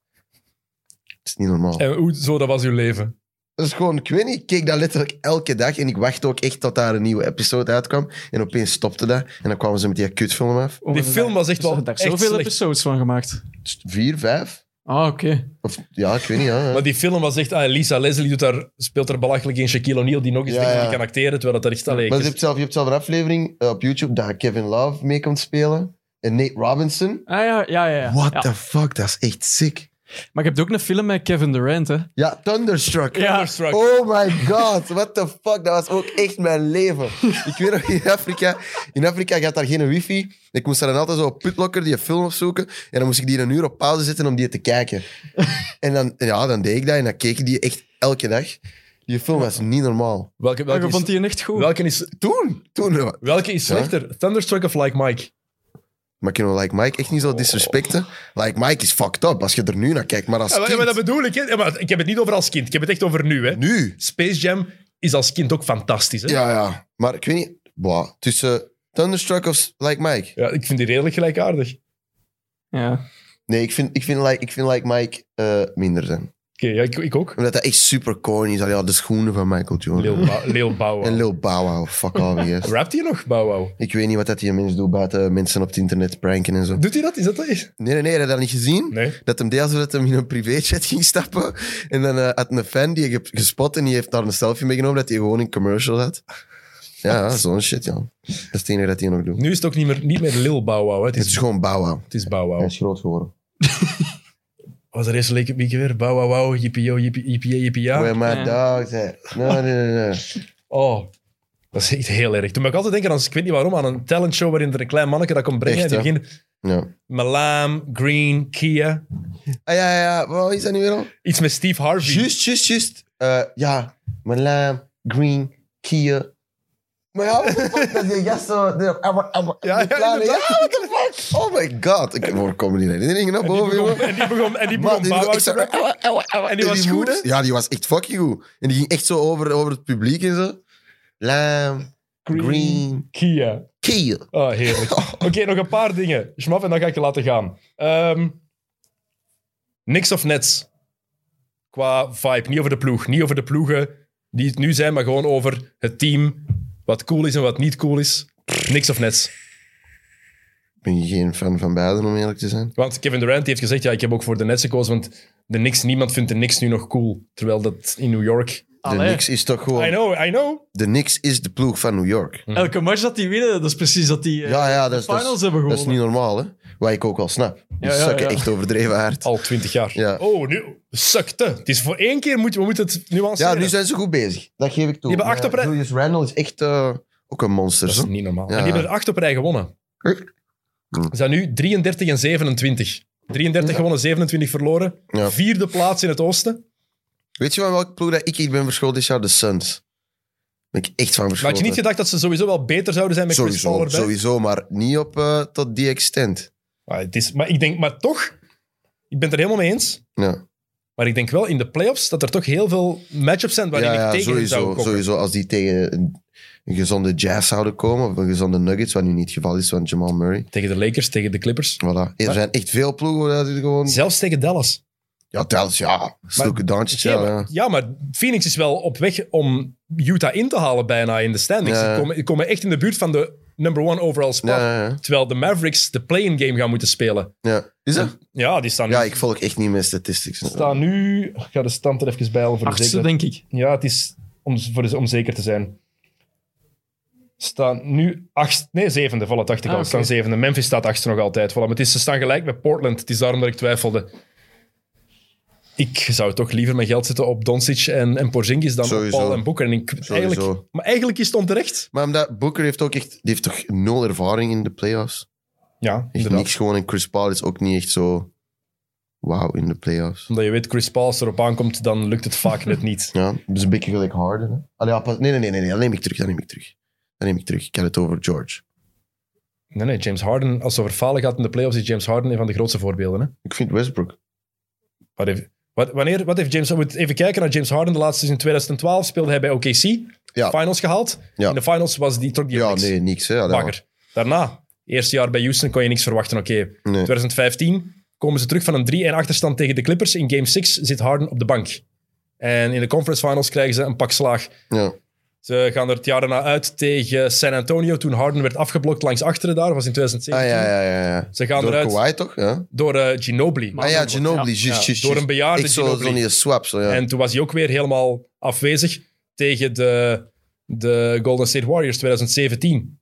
Speaker 2: Het is niet normaal.
Speaker 1: [laughs] En hoe, zo, dat was uw leven.
Speaker 2: Dat is gewoon, ik weet niet, ik keek dat letterlijk elke dag en ik wachtte ook echt tot daar een nieuwe episode uitkwam. En opeens stopte dat en dan kwamen ze met die kutfilm af.
Speaker 1: Die film was echt wel
Speaker 4: Er Oh, zijn
Speaker 1: echt
Speaker 4: zoveel
Speaker 1: slecht.
Speaker 4: episodes van gemaakt.
Speaker 2: Dus vier, vijf?
Speaker 4: Ah, oké.
Speaker 2: Of, ja, ik weet niet. Ja,
Speaker 1: Maar die film was echt... Ah, Lisa Leslie doet daar, speelt er belachelijk in. Shaquille O'Neal, die nog eens
Speaker 2: Ja,
Speaker 1: denkt dat
Speaker 2: ja.
Speaker 1: hij kan acteren, terwijl dat er echt... Allee,
Speaker 2: Maar je
Speaker 1: ik-
Speaker 2: hebt, zelf, je hebt zelf een aflevering eh, op YouTube dat Kevin Love mee komt spelen. En Nate Robinson.
Speaker 4: Ah ja, ja, ja. ja.
Speaker 2: What
Speaker 4: Ja.
Speaker 2: the fuck, dat is echt sick.
Speaker 4: Maar je hebt ook een film met Kevin Durant, hè?
Speaker 2: Ja, Thunderstruck.
Speaker 1: Thunderstruck.
Speaker 2: Oh my god, what the fuck. Dat was ook echt mijn leven. Ik weet nog, in Afrika, in Afrika je had daar geen wifi. Ik moest daar dan altijd zo op putlocker die film opzoeken. En dan moest ik die een uur op pauze zetten om die te kijken. En dan, ja, dan deed ik dat en dan keek ik die echt elke dag. Die film was niet normaal.
Speaker 1: Welke,
Speaker 4: Maar
Speaker 1: welke,
Speaker 4: je Oh, vond
Speaker 1: is,
Speaker 4: die echt goed.
Speaker 1: welke, is,
Speaker 2: Toen? Toen. eh,
Speaker 1: welke is
Speaker 2: Ja.
Speaker 1: slechter? Thunderstruck of Like Mike?
Speaker 2: Maar kunnen we Like Mike echt niet zo disrespecten? Like Mike is fucked up als je er nu naar kijkt. Maar als
Speaker 1: Ja, maar, ja, maar dat
Speaker 2: kind,
Speaker 1: bedoel ik. Hè. Ja, maar ik heb het niet over als kind. Ik heb het echt over nu. Hè.
Speaker 2: nu...
Speaker 1: Space Jam is als kind ook fantastisch. Hè.
Speaker 2: Ja, ja. Maar ik weet niet... Boah, tussen Thunderstruck of Like Mike?
Speaker 1: Ja, ik vind die redelijk gelijkaardig. Oké,
Speaker 4: Ja.
Speaker 2: Nee, ik vind, ik vind, like, ik vind like Mike eh, minder zijn.
Speaker 1: ja, ik, ik ook.
Speaker 2: Omdat dat echt super corny is. Al ja, de schoenen van Michael Jordan.
Speaker 1: Lil, ba Lil Bow Wow.
Speaker 2: En Lil Bow Wow.
Speaker 1: [laughs]
Speaker 2: Fuck off, yes.
Speaker 1: Rapt hij nog, Bow Wow?
Speaker 2: Ik weet niet wat dat die mens doet buiten mensen op het internet pranken en zo.
Speaker 1: Doet hij dat? Is dat dat?
Speaker 2: Nee, nee, nee. Heb je dat niet gezien?
Speaker 1: Nee.
Speaker 2: Dat hem deed alsof dat hem in een privéchat ging stappen. En dan eh, had een fan die je gespot en die heeft daar een selfie meegenomen dat hij gewoon een commercial had. Ja, zo'n shit, ja. Dat is het enige dat hij nog doet.
Speaker 1: Nu is het ook niet meer, niet meer Lil Bow Wow. Hè. Het,
Speaker 2: Het
Speaker 1: is,
Speaker 2: is gewoon Bow Wow.
Speaker 1: het is Bow
Speaker 2: Hij
Speaker 1: Wow.
Speaker 2: is groot geworden.
Speaker 1: Was er eerst leek het weekje weer? Bow Wow Wow, yippie yo, yippie, yippie, yippie, ja.
Speaker 2: Where my
Speaker 4: Ja.
Speaker 2: dogs at? No, no, no, no.
Speaker 1: Oh, dat is echt heel erg. Toen moet ik altijd denken, aan, ik weet niet waarom, aan een talentshow waarin er een klein manneke dat komt brengen.
Speaker 2: Echt,
Speaker 1: en die begint
Speaker 2: Ja.
Speaker 1: Malam, Green, Kia.
Speaker 2: Ah, ja, ja, ja. Wat is dat nu weer al?
Speaker 1: Iets met Steve Harvey.
Speaker 2: Juist, juist, juist. Eh, ja, Malam, Green, Kia. Maar ja, what the fuck, dat is die gast zo... die- aber- aber-
Speaker 1: Ja, ja,
Speaker 2: die planen.
Speaker 1: inderdaad.
Speaker 2: Ja, what the fuck? Oh my god. Ik hoor comedy niet. Die ging naar boven, Oh, jongen.
Speaker 1: En die begon, en die
Speaker 2: Maar
Speaker 1: begon
Speaker 2: die-
Speaker 1: Bow Wow
Speaker 2: ik
Speaker 1: te
Speaker 2: zag-
Speaker 1: rappen. En die was goed, hè?
Speaker 2: moves- Ja, die was echt fucking goed. En die ging echt zo over, over het publiek en zo. Lam, Green,
Speaker 1: Kia.
Speaker 2: Kia.
Speaker 1: Oh,
Speaker 2: [laughs]
Speaker 1: heerlijk. Oké, nog een paar dingen. Schmaf, en dan ga ik je laten gaan. Ehm, niks of nets. Qua vibe. Niet over de ploeg. Niet over de ploegen die het nu zijn, maar gewoon over het team. Wat cool is en wat niet cool is. Niks of nets.
Speaker 2: Ik ben geen fan van beiden, om eerlijk te zijn.
Speaker 1: Want Kevin Durant die heeft gezegd, ja, ik heb ook voor de nets gekozen, want de Knicks, niemand vindt de Knicks nu nog cool. Terwijl dat in New York...
Speaker 2: De
Speaker 4: Allee.
Speaker 2: Knicks is toch
Speaker 1: I
Speaker 2: gewoon...
Speaker 1: know, I know.
Speaker 2: De Knicks is de ploeg van New York.
Speaker 4: Elke match dat die winnen, dat is precies dat die eh,
Speaker 2: Ja, ja, dat
Speaker 4: de
Speaker 2: is, dat is-
Speaker 4: finals hebben gewonnen.
Speaker 2: dat is niet normaal, hè. Wat ik ook wel snap. Die
Speaker 4: Ja, ja,
Speaker 2: sukken
Speaker 4: ja.
Speaker 2: echt overdreven hard.
Speaker 1: Al twintig jaar.
Speaker 2: Ja.
Speaker 1: Oh, nu... Sukte. Het is voor één keer, moet, we moeten het nuanceren.
Speaker 2: Ja, nu zijn ze goed bezig. Dat geef ik
Speaker 1: Die
Speaker 2: toe.
Speaker 1: hebben acht
Speaker 2: Maar
Speaker 1: op rij.
Speaker 2: Julius Randle is echt eh, ook een monster.
Speaker 1: Dat is
Speaker 2: zo.
Speaker 1: niet normaal.
Speaker 2: Ja.
Speaker 1: En die hebben er acht op rij gewonnen. Ze zijn nu 33 en 27. 33 gewonnen, 27 verloren.
Speaker 2: Ja.
Speaker 1: Vierde plaats in het oosten.
Speaker 2: Weet je van welke ploeg dat ik echt ben verschoten dit jaar? De Suns. Ben ik echt van
Speaker 1: Maar
Speaker 2: verschoten.
Speaker 1: had je niet gedacht dat ze sowieso wel beter zouden zijn met Chris Paul
Speaker 2: sowieso,
Speaker 1: erbij?
Speaker 2: sowieso, maar niet op eh, tot die extent.
Speaker 1: Maar, het is, maar ik denk, maar toch, ik ben het er helemaal mee eens.
Speaker 2: Ja,
Speaker 1: Maar ik denk wel in de playoffs dat er toch heel veel matchups zijn waarin
Speaker 2: ja, ja,
Speaker 1: ik tegen hen zou
Speaker 2: sowieso,
Speaker 1: komen.
Speaker 2: sowieso. Als die tegen een, een gezonde Jazz zouden komen, of een gezonde Nuggets, wat nu niet het geval is van Jamal Murray.
Speaker 1: Tegen de Lakers, tegen de Clippers.
Speaker 2: Voilà. Er zijn echt veel ploegen waar dat het gewoon...
Speaker 1: Zelfs tegen Dallas.
Speaker 2: Ja, Dallas, ja. Stukken Doncic,
Speaker 1: Oké,
Speaker 2: ja.
Speaker 1: maar-
Speaker 2: ja.
Speaker 1: ja, maar Phoenix is wel op weg om Utah in te halen bijna in de standings.
Speaker 2: Ja.
Speaker 1: Ze komen, komen echt in de buurt van de number one overall spot.
Speaker 2: Ja, ja, ja.
Speaker 1: Terwijl de Mavericks de play-in game gaan moeten spelen.
Speaker 2: ja. Is dat?
Speaker 1: Ja, die staan nu...
Speaker 2: Ja, ik volg echt niet mijn statistics.
Speaker 1: staan nu... Ik ga de stand er even bij halen voor de
Speaker 4: Achtste,
Speaker 1: zekerheid.
Speaker 4: denk ik.
Speaker 1: Ja, het is om, voor de- om zeker te zijn. Staan nu acht... Nee, zevende. Voilà, dacht ik
Speaker 4: Ah,
Speaker 1: al. Ze staan
Speaker 4: oké.
Speaker 1: zevende. Memphis staat achtste nog altijd. Voilà, maar het is, ze staan gelijk met Portland. Het is daarom dat ik twijfelde. ik zou toch liever mijn geld zetten op Doncic en, en Porzingis dan
Speaker 2: Sowieso.
Speaker 1: op Paul en Boeker. En ik, eigenlijk,
Speaker 2: Sowieso.
Speaker 1: maar eigenlijk is het onterecht.
Speaker 2: Maar omdat Booker heeft ook echt... Die heeft toch nul ervaring in de playoffs?
Speaker 1: Ja,
Speaker 2: Echt
Speaker 1: inderdaad.
Speaker 2: niks gewoon. En Chris Paul is ook niet echt zo... Wauw, in de playoffs.
Speaker 1: Omdat je weet, Chris Paul, als erop aankomt, dan lukt het vaak net
Speaker 2: [laughs]
Speaker 1: niet.
Speaker 2: Ja, dus een beetje gelijk Harden. Hè? Allee, ja, pas- nee, nee, nee, nee, nee. Dat neem ik terug. Dat neem ik terug. Dat neem ik terug. Ik had het over George.
Speaker 1: Nee, nee, James Harden, als het over falen gaat in de playoffs, is James Harden een van de grootste voorbeelden. Hè?
Speaker 2: Ik vind Westbrook.
Speaker 1: Wat heeft, wat, wanneer, wat heeft James, we moeten even kijken naar James Harden. De laatste is in 2012 speelde hij bij OKC.
Speaker 2: Ja.
Speaker 1: Finals gehaald.
Speaker 2: Ja.
Speaker 1: In de finals was die, trok die
Speaker 2: Ja,
Speaker 1: niks.
Speaker 2: nee, niks. Hè? Ja, dat-
Speaker 1: Bakker. Daarna, eerste jaar bij Houston, kon je niks verwachten. Oké,
Speaker 2: Nee.
Speaker 1: 2015 komen ze terug van een 3-1 achterstand tegen de Clippers. In game 6 zit Harden op de bank. En in de conference finals krijgen ze een pak slaag.
Speaker 2: Ja.
Speaker 1: Ze gaan er het jaar daarna uit tegen San Antonio. Toen Harden werd afgeblokt langs achteren daar, was in
Speaker 2: Ah,
Speaker 1: 2017.
Speaker 2: ja, ja, ja. ja.
Speaker 1: Ze gaan
Speaker 2: Door
Speaker 1: eruit
Speaker 2: Kawhi toch? Ja.
Speaker 1: door eh, Ginobili.
Speaker 4: Maar-
Speaker 2: Ah ja, Ginobili.
Speaker 4: Ja.
Speaker 2: juist, juist,
Speaker 1: Ja,
Speaker 2: juist.
Speaker 1: door een bejaarde
Speaker 2: Ik zo,
Speaker 1: Ginobili.
Speaker 2: zo die swap. Zo, ja.
Speaker 1: En toen was hij ook weer helemaal afwezig tegen de, de Golden State Warriors 2017.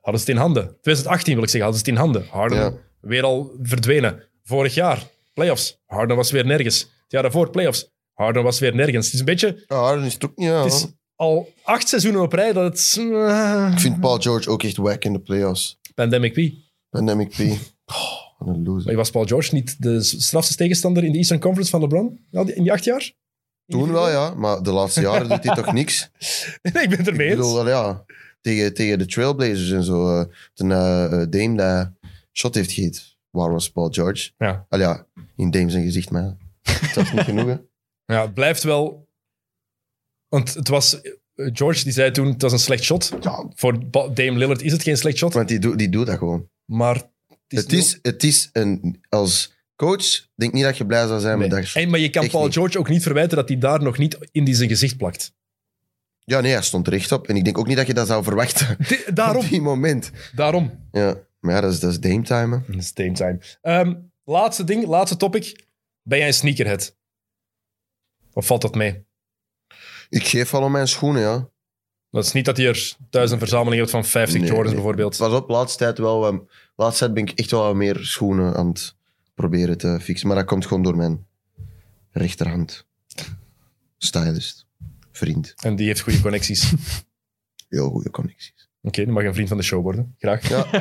Speaker 1: Hadden ze het in handen. 2018 wil ik zeggen, hadden ze het in handen. Harden
Speaker 2: Ja.
Speaker 1: weer al verdwenen. Vorig jaar, playoffs. Harden was weer nergens. Het jaar daarvoor, playoffs. Harden was weer nergens. Het is een beetje...
Speaker 2: Ja, Harden is het ook niet. Ja.
Speaker 1: Het is al acht seizoenen op rij dat het... Ah.
Speaker 2: Ik vind Paul George ook echt wack in de playoffs.
Speaker 1: Pandemic wie?
Speaker 2: Pandemic P. Oh, wat een
Speaker 1: Maar
Speaker 2: loser.
Speaker 1: was Paul George niet de strafste tegenstander in de Eastern Conference van LeBron? Ja, die- In die acht jaar? [laughs]
Speaker 2: Toen wel, ja. Maar de laatste jaren doet hij toch niks?
Speaker 1: Nee, ik ben het
Speaker 2: Ik
Speaker 1: ermee eens.
Speaker 2: bedoel, wel, ja. Tegen, tegen de Trailblazers en zo. eh, Toen eh, eh, Dame dat shot heeft gegeven. Waar was Paul George?
Speaker 1: Ja.
Speaker 2: Al ja, in Dame zijn gezicht, maar [laughs] ja. dat is niet genoeg, hè.
Speaker 1: Ja, het blijft wel. Want het was. eh, George die zei toen: het was een slecht shot.
Speaker 2: Ja,
Speaker 1: Voor Ba- Dame Lillard is het geen slecht shot.
Speaker 2: want die, doet- die doet dat gewoon.
Speaker 1: Maar het is.
Speaker 2: Het is, het is een... Als coach, denk niet dat je blij zou zijn
Speaker 1: nul-
Speaker 2: met
Speaker 1: Nee.
Speaker 2: dat shot.
Speaker 1: En, maar je kan
Speaker 2: Echt
Speaker 1: Paul
Speaker 2: niet.
Speaker 1: George ook niet verwijten dat hij daar nog niet in die zijn gezicht plakt.
Speaker 2: Ja, nee, hij stond recht op. En ik denk ook niet dat je dat zou verwachten. [laughs]
Speaker 1: Di- daarom.
Speaker 2: Op die moment.
Speaker 1: daarom.
Speaker 2: Ja, maar ja, dat is, dat is Dame time, hè.
Speaker 1: Dat is Dame time. Ehm, laatste ding, laatste topic. Ben jij een sneakerhead? Of valt dat mee?
Speaker 2: Ik geef al om mijn schoenen, ja.
Speaker 1: Dat is niet dat je er thuis een verzameling hebt van 50
Speaker 2: Nee,
Speaker 1: Jordans
Speaker 2: nee.
Speaker 1: bijvoorbeeld.
Speaker 2: Pas op, laatste tijd wel. wat- laatste tijd ben ik echt wel wat meer schoenen aan het proberen te fixen. Maar dat komt gewoon door mijn rechterhand. Stylist. Vriend.
Speaker 1: En die heeft goede connecties.
Speaker 2: Heel goede connecties.
Speaker 1: Oké, dan mag je een vriend van de show worden. Graag. [laughs] Ehm, de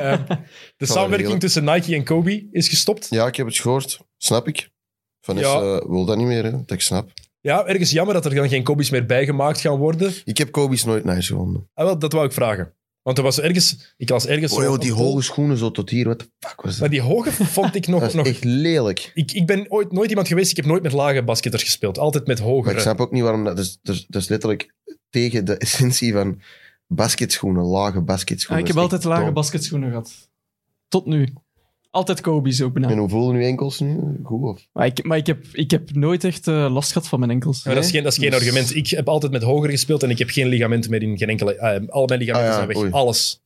Speaker 2: wel
Speaker 1: samenwerking
Speaker 2: regelen.
Speaker 1: tussen Nike en Kobe is gestopt. Ja.
Speaker 2: Ja, ik heb het gehoord. Snap ik. Van
Speaker 1: Ja.
Speaker 2: ja. wil dat niet meer, hè? dat ik snap.
Speaker 1: ergens jammer dat er dan geen Kobe's meer bijgemaakt gaan worden.
Speaker 2: Ik heb Kobe's nooit nice gevonden.
Speaker 1: Ah, wel, dat wou ik vragen. Want er was ergens... Ik las ergens...
Speaker 2: Oh,
Speaker 1: zo
Speaker 2: joh,
Speaker 1: een
Speaker 2: die
Speaker 1: poll.
Speaker 2: hoge schoenen zo tot hier, wat de fuck was
Speaker 1: Maar
Speaker 2: dat?
Speaker 1: die hoge vond
Speaker 2: [laughs]
Speaker 1: ik nog...
Speaker 2: Dat is
Speaker 1: nog
Speaker 2: echt lelijk.
Speaker 1: ik, ik ben ooit nooit iemand geweest... Ik heb nooit met lage basketters gespeeld. Altijd met hogere.
Speaker 2: Maar ik snap ook niet waarom dat... Dat is, dat is, dat is letterlijk tegen de [laughs] essentie van basketschoenen, lage
Speaker 4: Ah,
Speaker 2: basketschoenen.
Speaker 4: ik heb
Speaker 2: Dat is
Speaker 4: altijd
Speaker 2: echt
Speaker 4: lage
Speaker 2: dom.
Speaker 4: basketschoenen gehad. Tot nu. Altijd Kobe's ook benauwd.
Speaker 2: En hoe voelen uw enkels nu? Goed of?
Speaker 4: Maar, ik, maar ik, heb, ik heb nooit echt eh, last gehad van mijn enkels.
Speaker 1: Ja, maar dat is geen, dat is geen
Speaker 4: Dus-
Speaker 1: argument. Ik heb altijd met hoger gespeeld en ik heb geen ligamenten meer in geen enkele... eh, al mijn ligamenten
Speaker 2: Ah, ja,
Speaker 1: zijn weg.
Speaker 2: oei.
Speaker 1: Alles.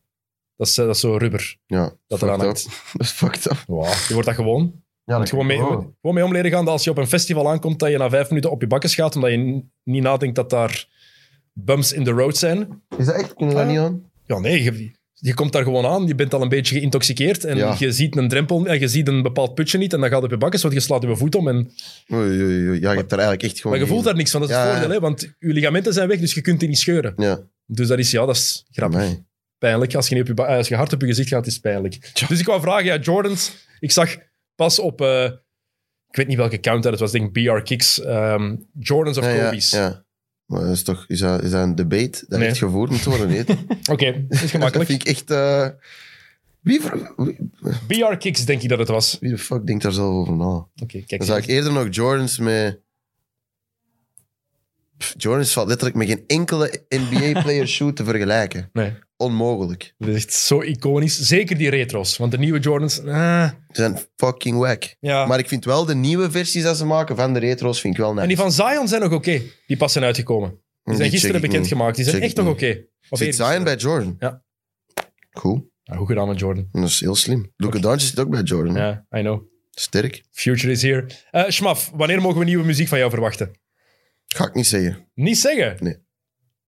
Speaker 1: Dat is, eh, dat is zo rubber
Speaker 2: Ja,
Speaker 1: dat
Speaker 2: fucked
Speaker 1: eraan
Speaker 2: up. [laughs]
Speaker 1: hangt.
Speaker 2: Dat is fucked up.
Speaker 1: Wow. Je wordt dat gewoon.
Speaker 2: Ja,
Speaker 1: Moet gewoon mee, gewoon mee om leren gaan dat als je op een festival aankomt, dat je na vijf minuten op je bakken gaat, omdat je n- niet nadenkt dat daar bumps in the road zijn.
Speaker 2: Is dat echt? Kunnen we
Speaker 1: Ah.
Speaker 2: dat niet aan?
Speaker 1: Ja, nee, je, je komt daar gewoon aan, je bent al een beetje geïntoxiceerd en
Speaker 2: Ja.
Speaker 1: je ziet een drempel en je ziet een bepaald putje niet en dan gaat het op je bakken, want je slaat je voet om. En,
Speaker 2: Oei, oei, oei. Ja, je hebt er eigenlijk echt
Speaker 1: maar
Speaker 2: gewoon...
Speaker 1: je voelt daar niks van, dat is
Speaker 2: Ja,
Speaker 1: het
Speaker 2: ja.
Speaker 1: voordeel, hè, want je ligamenten zijn weg, dus je kunt die niet scheuren.
Speaker 2: Ja,
Speaker 1: Dus dat is, ja, dat is grappig.
Speaker 2: amai.
Speaker 1: Pijnlijk. Als je, niet op je, ba- eh, als je hard op je gezicht gaat, is het pijnlijk. Dus ik wou vragen, ja, Jordans, ik zag pas op... eh, ik weet niet welke counter het was, ik denk BR Kicks. ehm, Jordans of
Speaker 2: Ja, ja,
Speaker 1: Kobe's.
Speaker 2: ja. Maar dat is toch... Is dat, is dat een debate dat
Speaker 1: Nee.
Speaker 2: echt gevoerd moet worden?
Speaker 1: [laughs]
Speaker 2: Nee. [laughs] dat
Speaker 1: Oké, dat is
Speaker 2: vind
Speaker 1: gemakkelijk.
Speaker 2: ik echt... eh, Wie, ver- wie,
Speaker 1: BR Kicks, denk je dat het was.
Speaker 2: wie de fuck denkt daar zelf over na?
Speaker 1: Oké, kijk.
Speaker 2: Dan zou ik eerder nog Jordans met... Pff, Jordans valt letterlijk met geen enkele
Speaker 1: [laughs]
Speaker 2: NBA-player shoe te vergelijken.
Speaker 1: Nee,
Speaker 2: Onmogelijk.
Speaker 1: dat is echt zo iconisch. Zeker die retro's, want de nieuwe Jordans... ah,
Speaker 2: Ze zijn fucking wack.
Speaker 1: ja.
Speaker 2: Maar ik vind wel de nieuwe versies dat ze maken van de retro's vind ik wel nice.
Speaker 1: Ah. En die van Zion zijn nog oké. Die pas zijn uitgekomen. Die zijn gisteren bekendgemaakt. Die zijn
Speaker 2: Mm, Check
Speaker 1: echt
Speaker 2: ik
Speaker 1: nog
Speaker 2: niet.
Speaker 1: oké. Of
Speaker 2: Zit
Speaker 1: eergisteren.
Speaker 2: Zion bij Jordan?
Speaker 1: eh, Ja.
Speaker 2: Cool.
Speaker 1: Ja, goed gedaan met Jordan.
Speaker 2: Dat is heel slim. Luka Doncic zit ook bij Jordan. hè.
Speaker 1: Ja, I know.
Speaker 2: Sterk.
Speaker 1: Future is here. Eh Schmaf, wanneer mogen we nieuwe muziek van jou verwachten?
Speaker 2: Ga ik niet zeggen.
Speaker 1: Niet zeggen?
Speaker 2: Nee.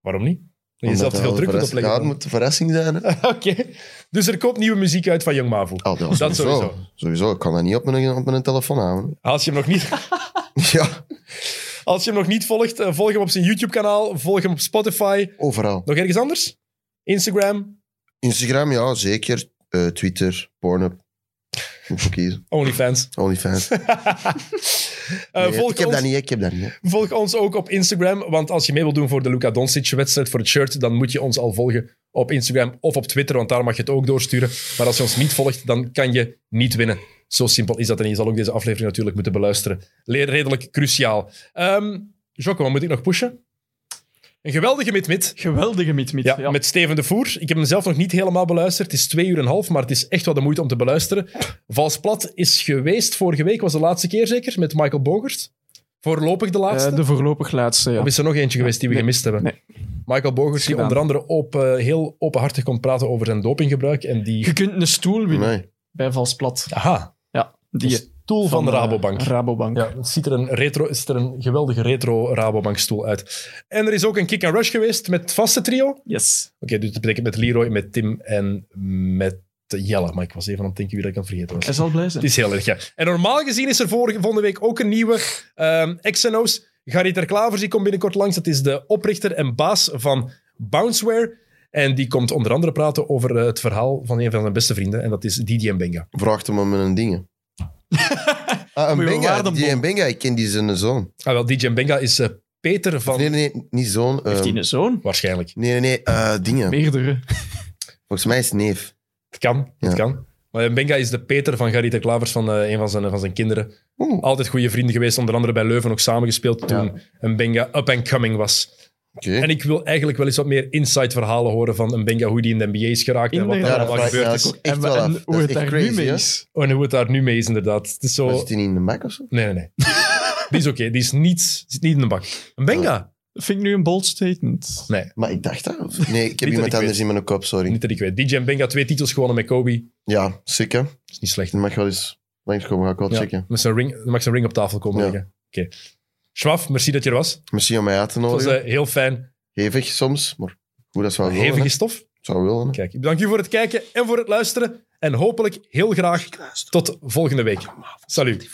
Speaker 1: Waarom niet? Je
Speaker 2: Omdat
Speaker 1: zelf te
Speaker 2: dat
Speaker 1: veel druk
Speaker 2: wel
Speaker 1: moet
Speaker 2: verrassing- Ja, het
Speaker 1: opleggen.
Speaker 2: moet een verrassing zijn.
Speaker 1: [laughs]
Speaker 2: Hè?
Speaker 1: Oké. Dus er komt nieuwe muziek uit van Young Mavo.
Speaker 2: Oh, dat
Speaker 1: Dat
Speaker 2: sowieso.
Speaker 1: sowieso.
Speaker 2: Sowieso, ik kan dat niet op mijn, op mijn telefoon houden. [laughs]
Speaker 1: Als je hem nog niet...
Speaker 2: Ja,
Speaker 1: Als je hem nog niet volgt, eh, volg hem op zijn YouTube-kanaal, volg hem op Spotify.
Speaker 2: Overal.
Speaker 1: Nog ergens anders? Instagram,
Speaker 2: Instagram, ja, zeker. Eh, Twitter, Pornhub. Moet ik kiezen.
Speaker 1: OnlyFans.
Speaker 2: OnlyFans.
Speaker 1: Eh,
Speaker 2: Nee,
Speaker 1: volg,
Speaker 2: ik heb
Speaker 1: ons,
Speaker 2: dat niet, ik heb dat niet.
Speaker 1: volg ons ook op Instagram, want als je mee wilt doen voor de Luka Doncic-wedstrijd, voor het shirt, dan moet je ons al volgen op Instagram of op Twitter, want daar mag je het ook doorsturen. Maar als je ons niet volgt, dan kan je niet winnen. Zo simpel is dat en je zal ook deze aflevering natuurlijk moeten beluisteren. Le- Redelijk cruciaal. Ehm Jocko, wat moet ik nog pushen? Een geweldige mid-mid.
Speaker 4: Geweldige mietmiet.
Speaker 1: Ja, met Steven de Voer. Ik heb hem zelf nog niet helemaal beluisterd. Het is twee uur en een half, maar het is echt wel de moeite om te beluisteren. Vals Plat is geweest vorige week, was de laatste keer zeker, met Michael Bogert. Voorlopig de laatste.
Speaker 4: Eh, de voorlopig laatste, ja.
Speaker 1: Of is er nog eentje geweest die we
Speaker 4: Nee.
Speaker 1: gemist hebben?
Speaker 4: Nee.
Speaker 1: Michael Bogert, die
Speaker 4: Gedaan.
Speaker 1: onder andere op, eh, heel openhartig kon praten over zijn dopinggebruik. En die...
Speaker 4: Je kunt een stoel
Speaker 2: hè.
Speaker 4: winnen
Speaker 2: Nee.
Speaker 4: bij Valsplat.
Speaker 1: Aha,
Speaker 4: Ja, die
Speaker 1: Een stoel van, de
Speaker 4: eh,
Speaker 1: Rabobank.
Speaker 4: Rabobank.
Speaker 1: Ja, het ziet er een retro, is er een geweldige retro Rabobankstoel uit. En er is ook een kick-and-rush geweest met het vaste trio.
Speaker 4: Yes.
Speaker 1: Oké, dus dat betekent met Leroy, met Tim en met Jelle. Maar ik was even aan het denken wie dat ik aan het vergeten was.
Speaker 4: Hij zal blij zijn.
Speaker 1: Het is heel erg, ja. En normaal gezien is er vorige, volgende week ook een nieuwe ehm XNO's. Gary Ter Klavers, die komt binnenkort langs. Dat is de oprichter en baas van Bounceware. En die komt onder andere praten over eh, het verhaal van een van zijn beste vrienden. En dat is Didi Benga.
Speaker 2: Vraagt hem om een
Speaker 4: [laughs]
Speaker 2: dingen. Ah, een
Speaker 4: Moet je
Speaker 2: Benga.
Speaker 4: waarden
Speaker 2: Die
Speaker 4: bonden.
Speaker 2: een Benga, ik ken die zijn zoon.
Speaker 1: Ah, wel, Didi Benga is eh, Peter van...
Speaker 2: Of Nee, nee, nee, niet zoon.
Speaker 4: Heeft
Speaker 2: ehm,
Speaker 4: hij een zoon?
Speaker 1: Waarschijnlijk.
Speaker 2: Nee, nee, nee, eh, dingen.
Speaker 4: Meerdere.
Speaker 2: Volgens mij is het neef.
Speaker 1: Het kan, het
Speaker 2: Ja.
Speaker 1: kan. Maar Benga is de Peter van Gary Ter Klavers, van eh, een van zijn, van zijn kinderen.
Speaker 2: Oeh.
Speaker 1: Altijd goede vrienden geweest, onder andere bij Leuven ook samengespeeld toen een Benga up and coming was.
Speaker 2: Oké.
Speaker 1: En ik wil eigenlijk wel eens wat meer inside verhalen horen van een Benga hoe die in de NBA is geraakt en wat
Speaker 4: Inderdaad.
Speaker 1: daar
Speaker 2: Ja, dat
Speaker 1: allemaal
Speaker 2: vraagt mij
Speaker 1: gebeurd
Speaker 2: als
Speaker 1: is.
Speaker 2: echt
Speaker 4: En-
Speaker 2: wel
Speaker 4: en
Speaker 2: af. Dat
Speaker 4: hoe
Speaker 2: is
Speaker 4: het
Speaker 2: echt
Speaker 4: daar
Speaker 2: crazy,
Speaker 4: nu mee
Speaker 2: hè?
Speaker 4: is.
Speaker 1: En hoe het daar nu mee is, inderdaad. Het is zo...
Speaker 2: Maar Zit hij niet in de Mac of zo?
Speaker 1: Nee, nee,
Speaker 2: [laughs]
Speaker 1: nee. Die is oké, die is niet, zit niet in de bak. Een Benga?
Speaker 4: Dat vind ik nu een bold statement.
Speaker 1: Nee,
Speaker 2: Maar ik
Speaker 4: [laughs]
Speaker 2: dacht dat. of- Nee, ik heb
Speaker 1: Niet dat
Speaker 2: iemand
Speaker 1: ik
Speaker 2: anders
Speaker 1: weet.
Speaker 2: in mijn kop, sorry.
Speaker 1: niet dat ik weet. DJ Benga, twee titels gewonnen met Kobe.
Speaker 2: Ja, sick hè.
Speaker 1: Dat is niet slecht.
Speaker 2: Die mag wel eens langskomen, ga ik wel
Speaker 1: Ja.
Speaker 2: checken.
Speaker 1: Met zijn ring, dan mag zijn ring op tafel komen
Speaker 2: Ja.
Speaker 1: liggen. Oké. Schwaf, merci dat je er was. Het
Speaker 2: Misschien om mij uit te
Speaker 1: was
Speaker 2: nodigen.
Speaker 1: eh, heel fijn.
Speaker 2: Hevig soms, maar goed, dat zou wel willen.
Speaker 1: Hevige
Speaker 2: hè.
Speaker 1: stof.
Speaker 2: Zou willen. hè.
Speaker 1: Kijk, ik bedank u voor het kijken en voor het luisteren. En hopelijk heel graag tot volgende week. Salut.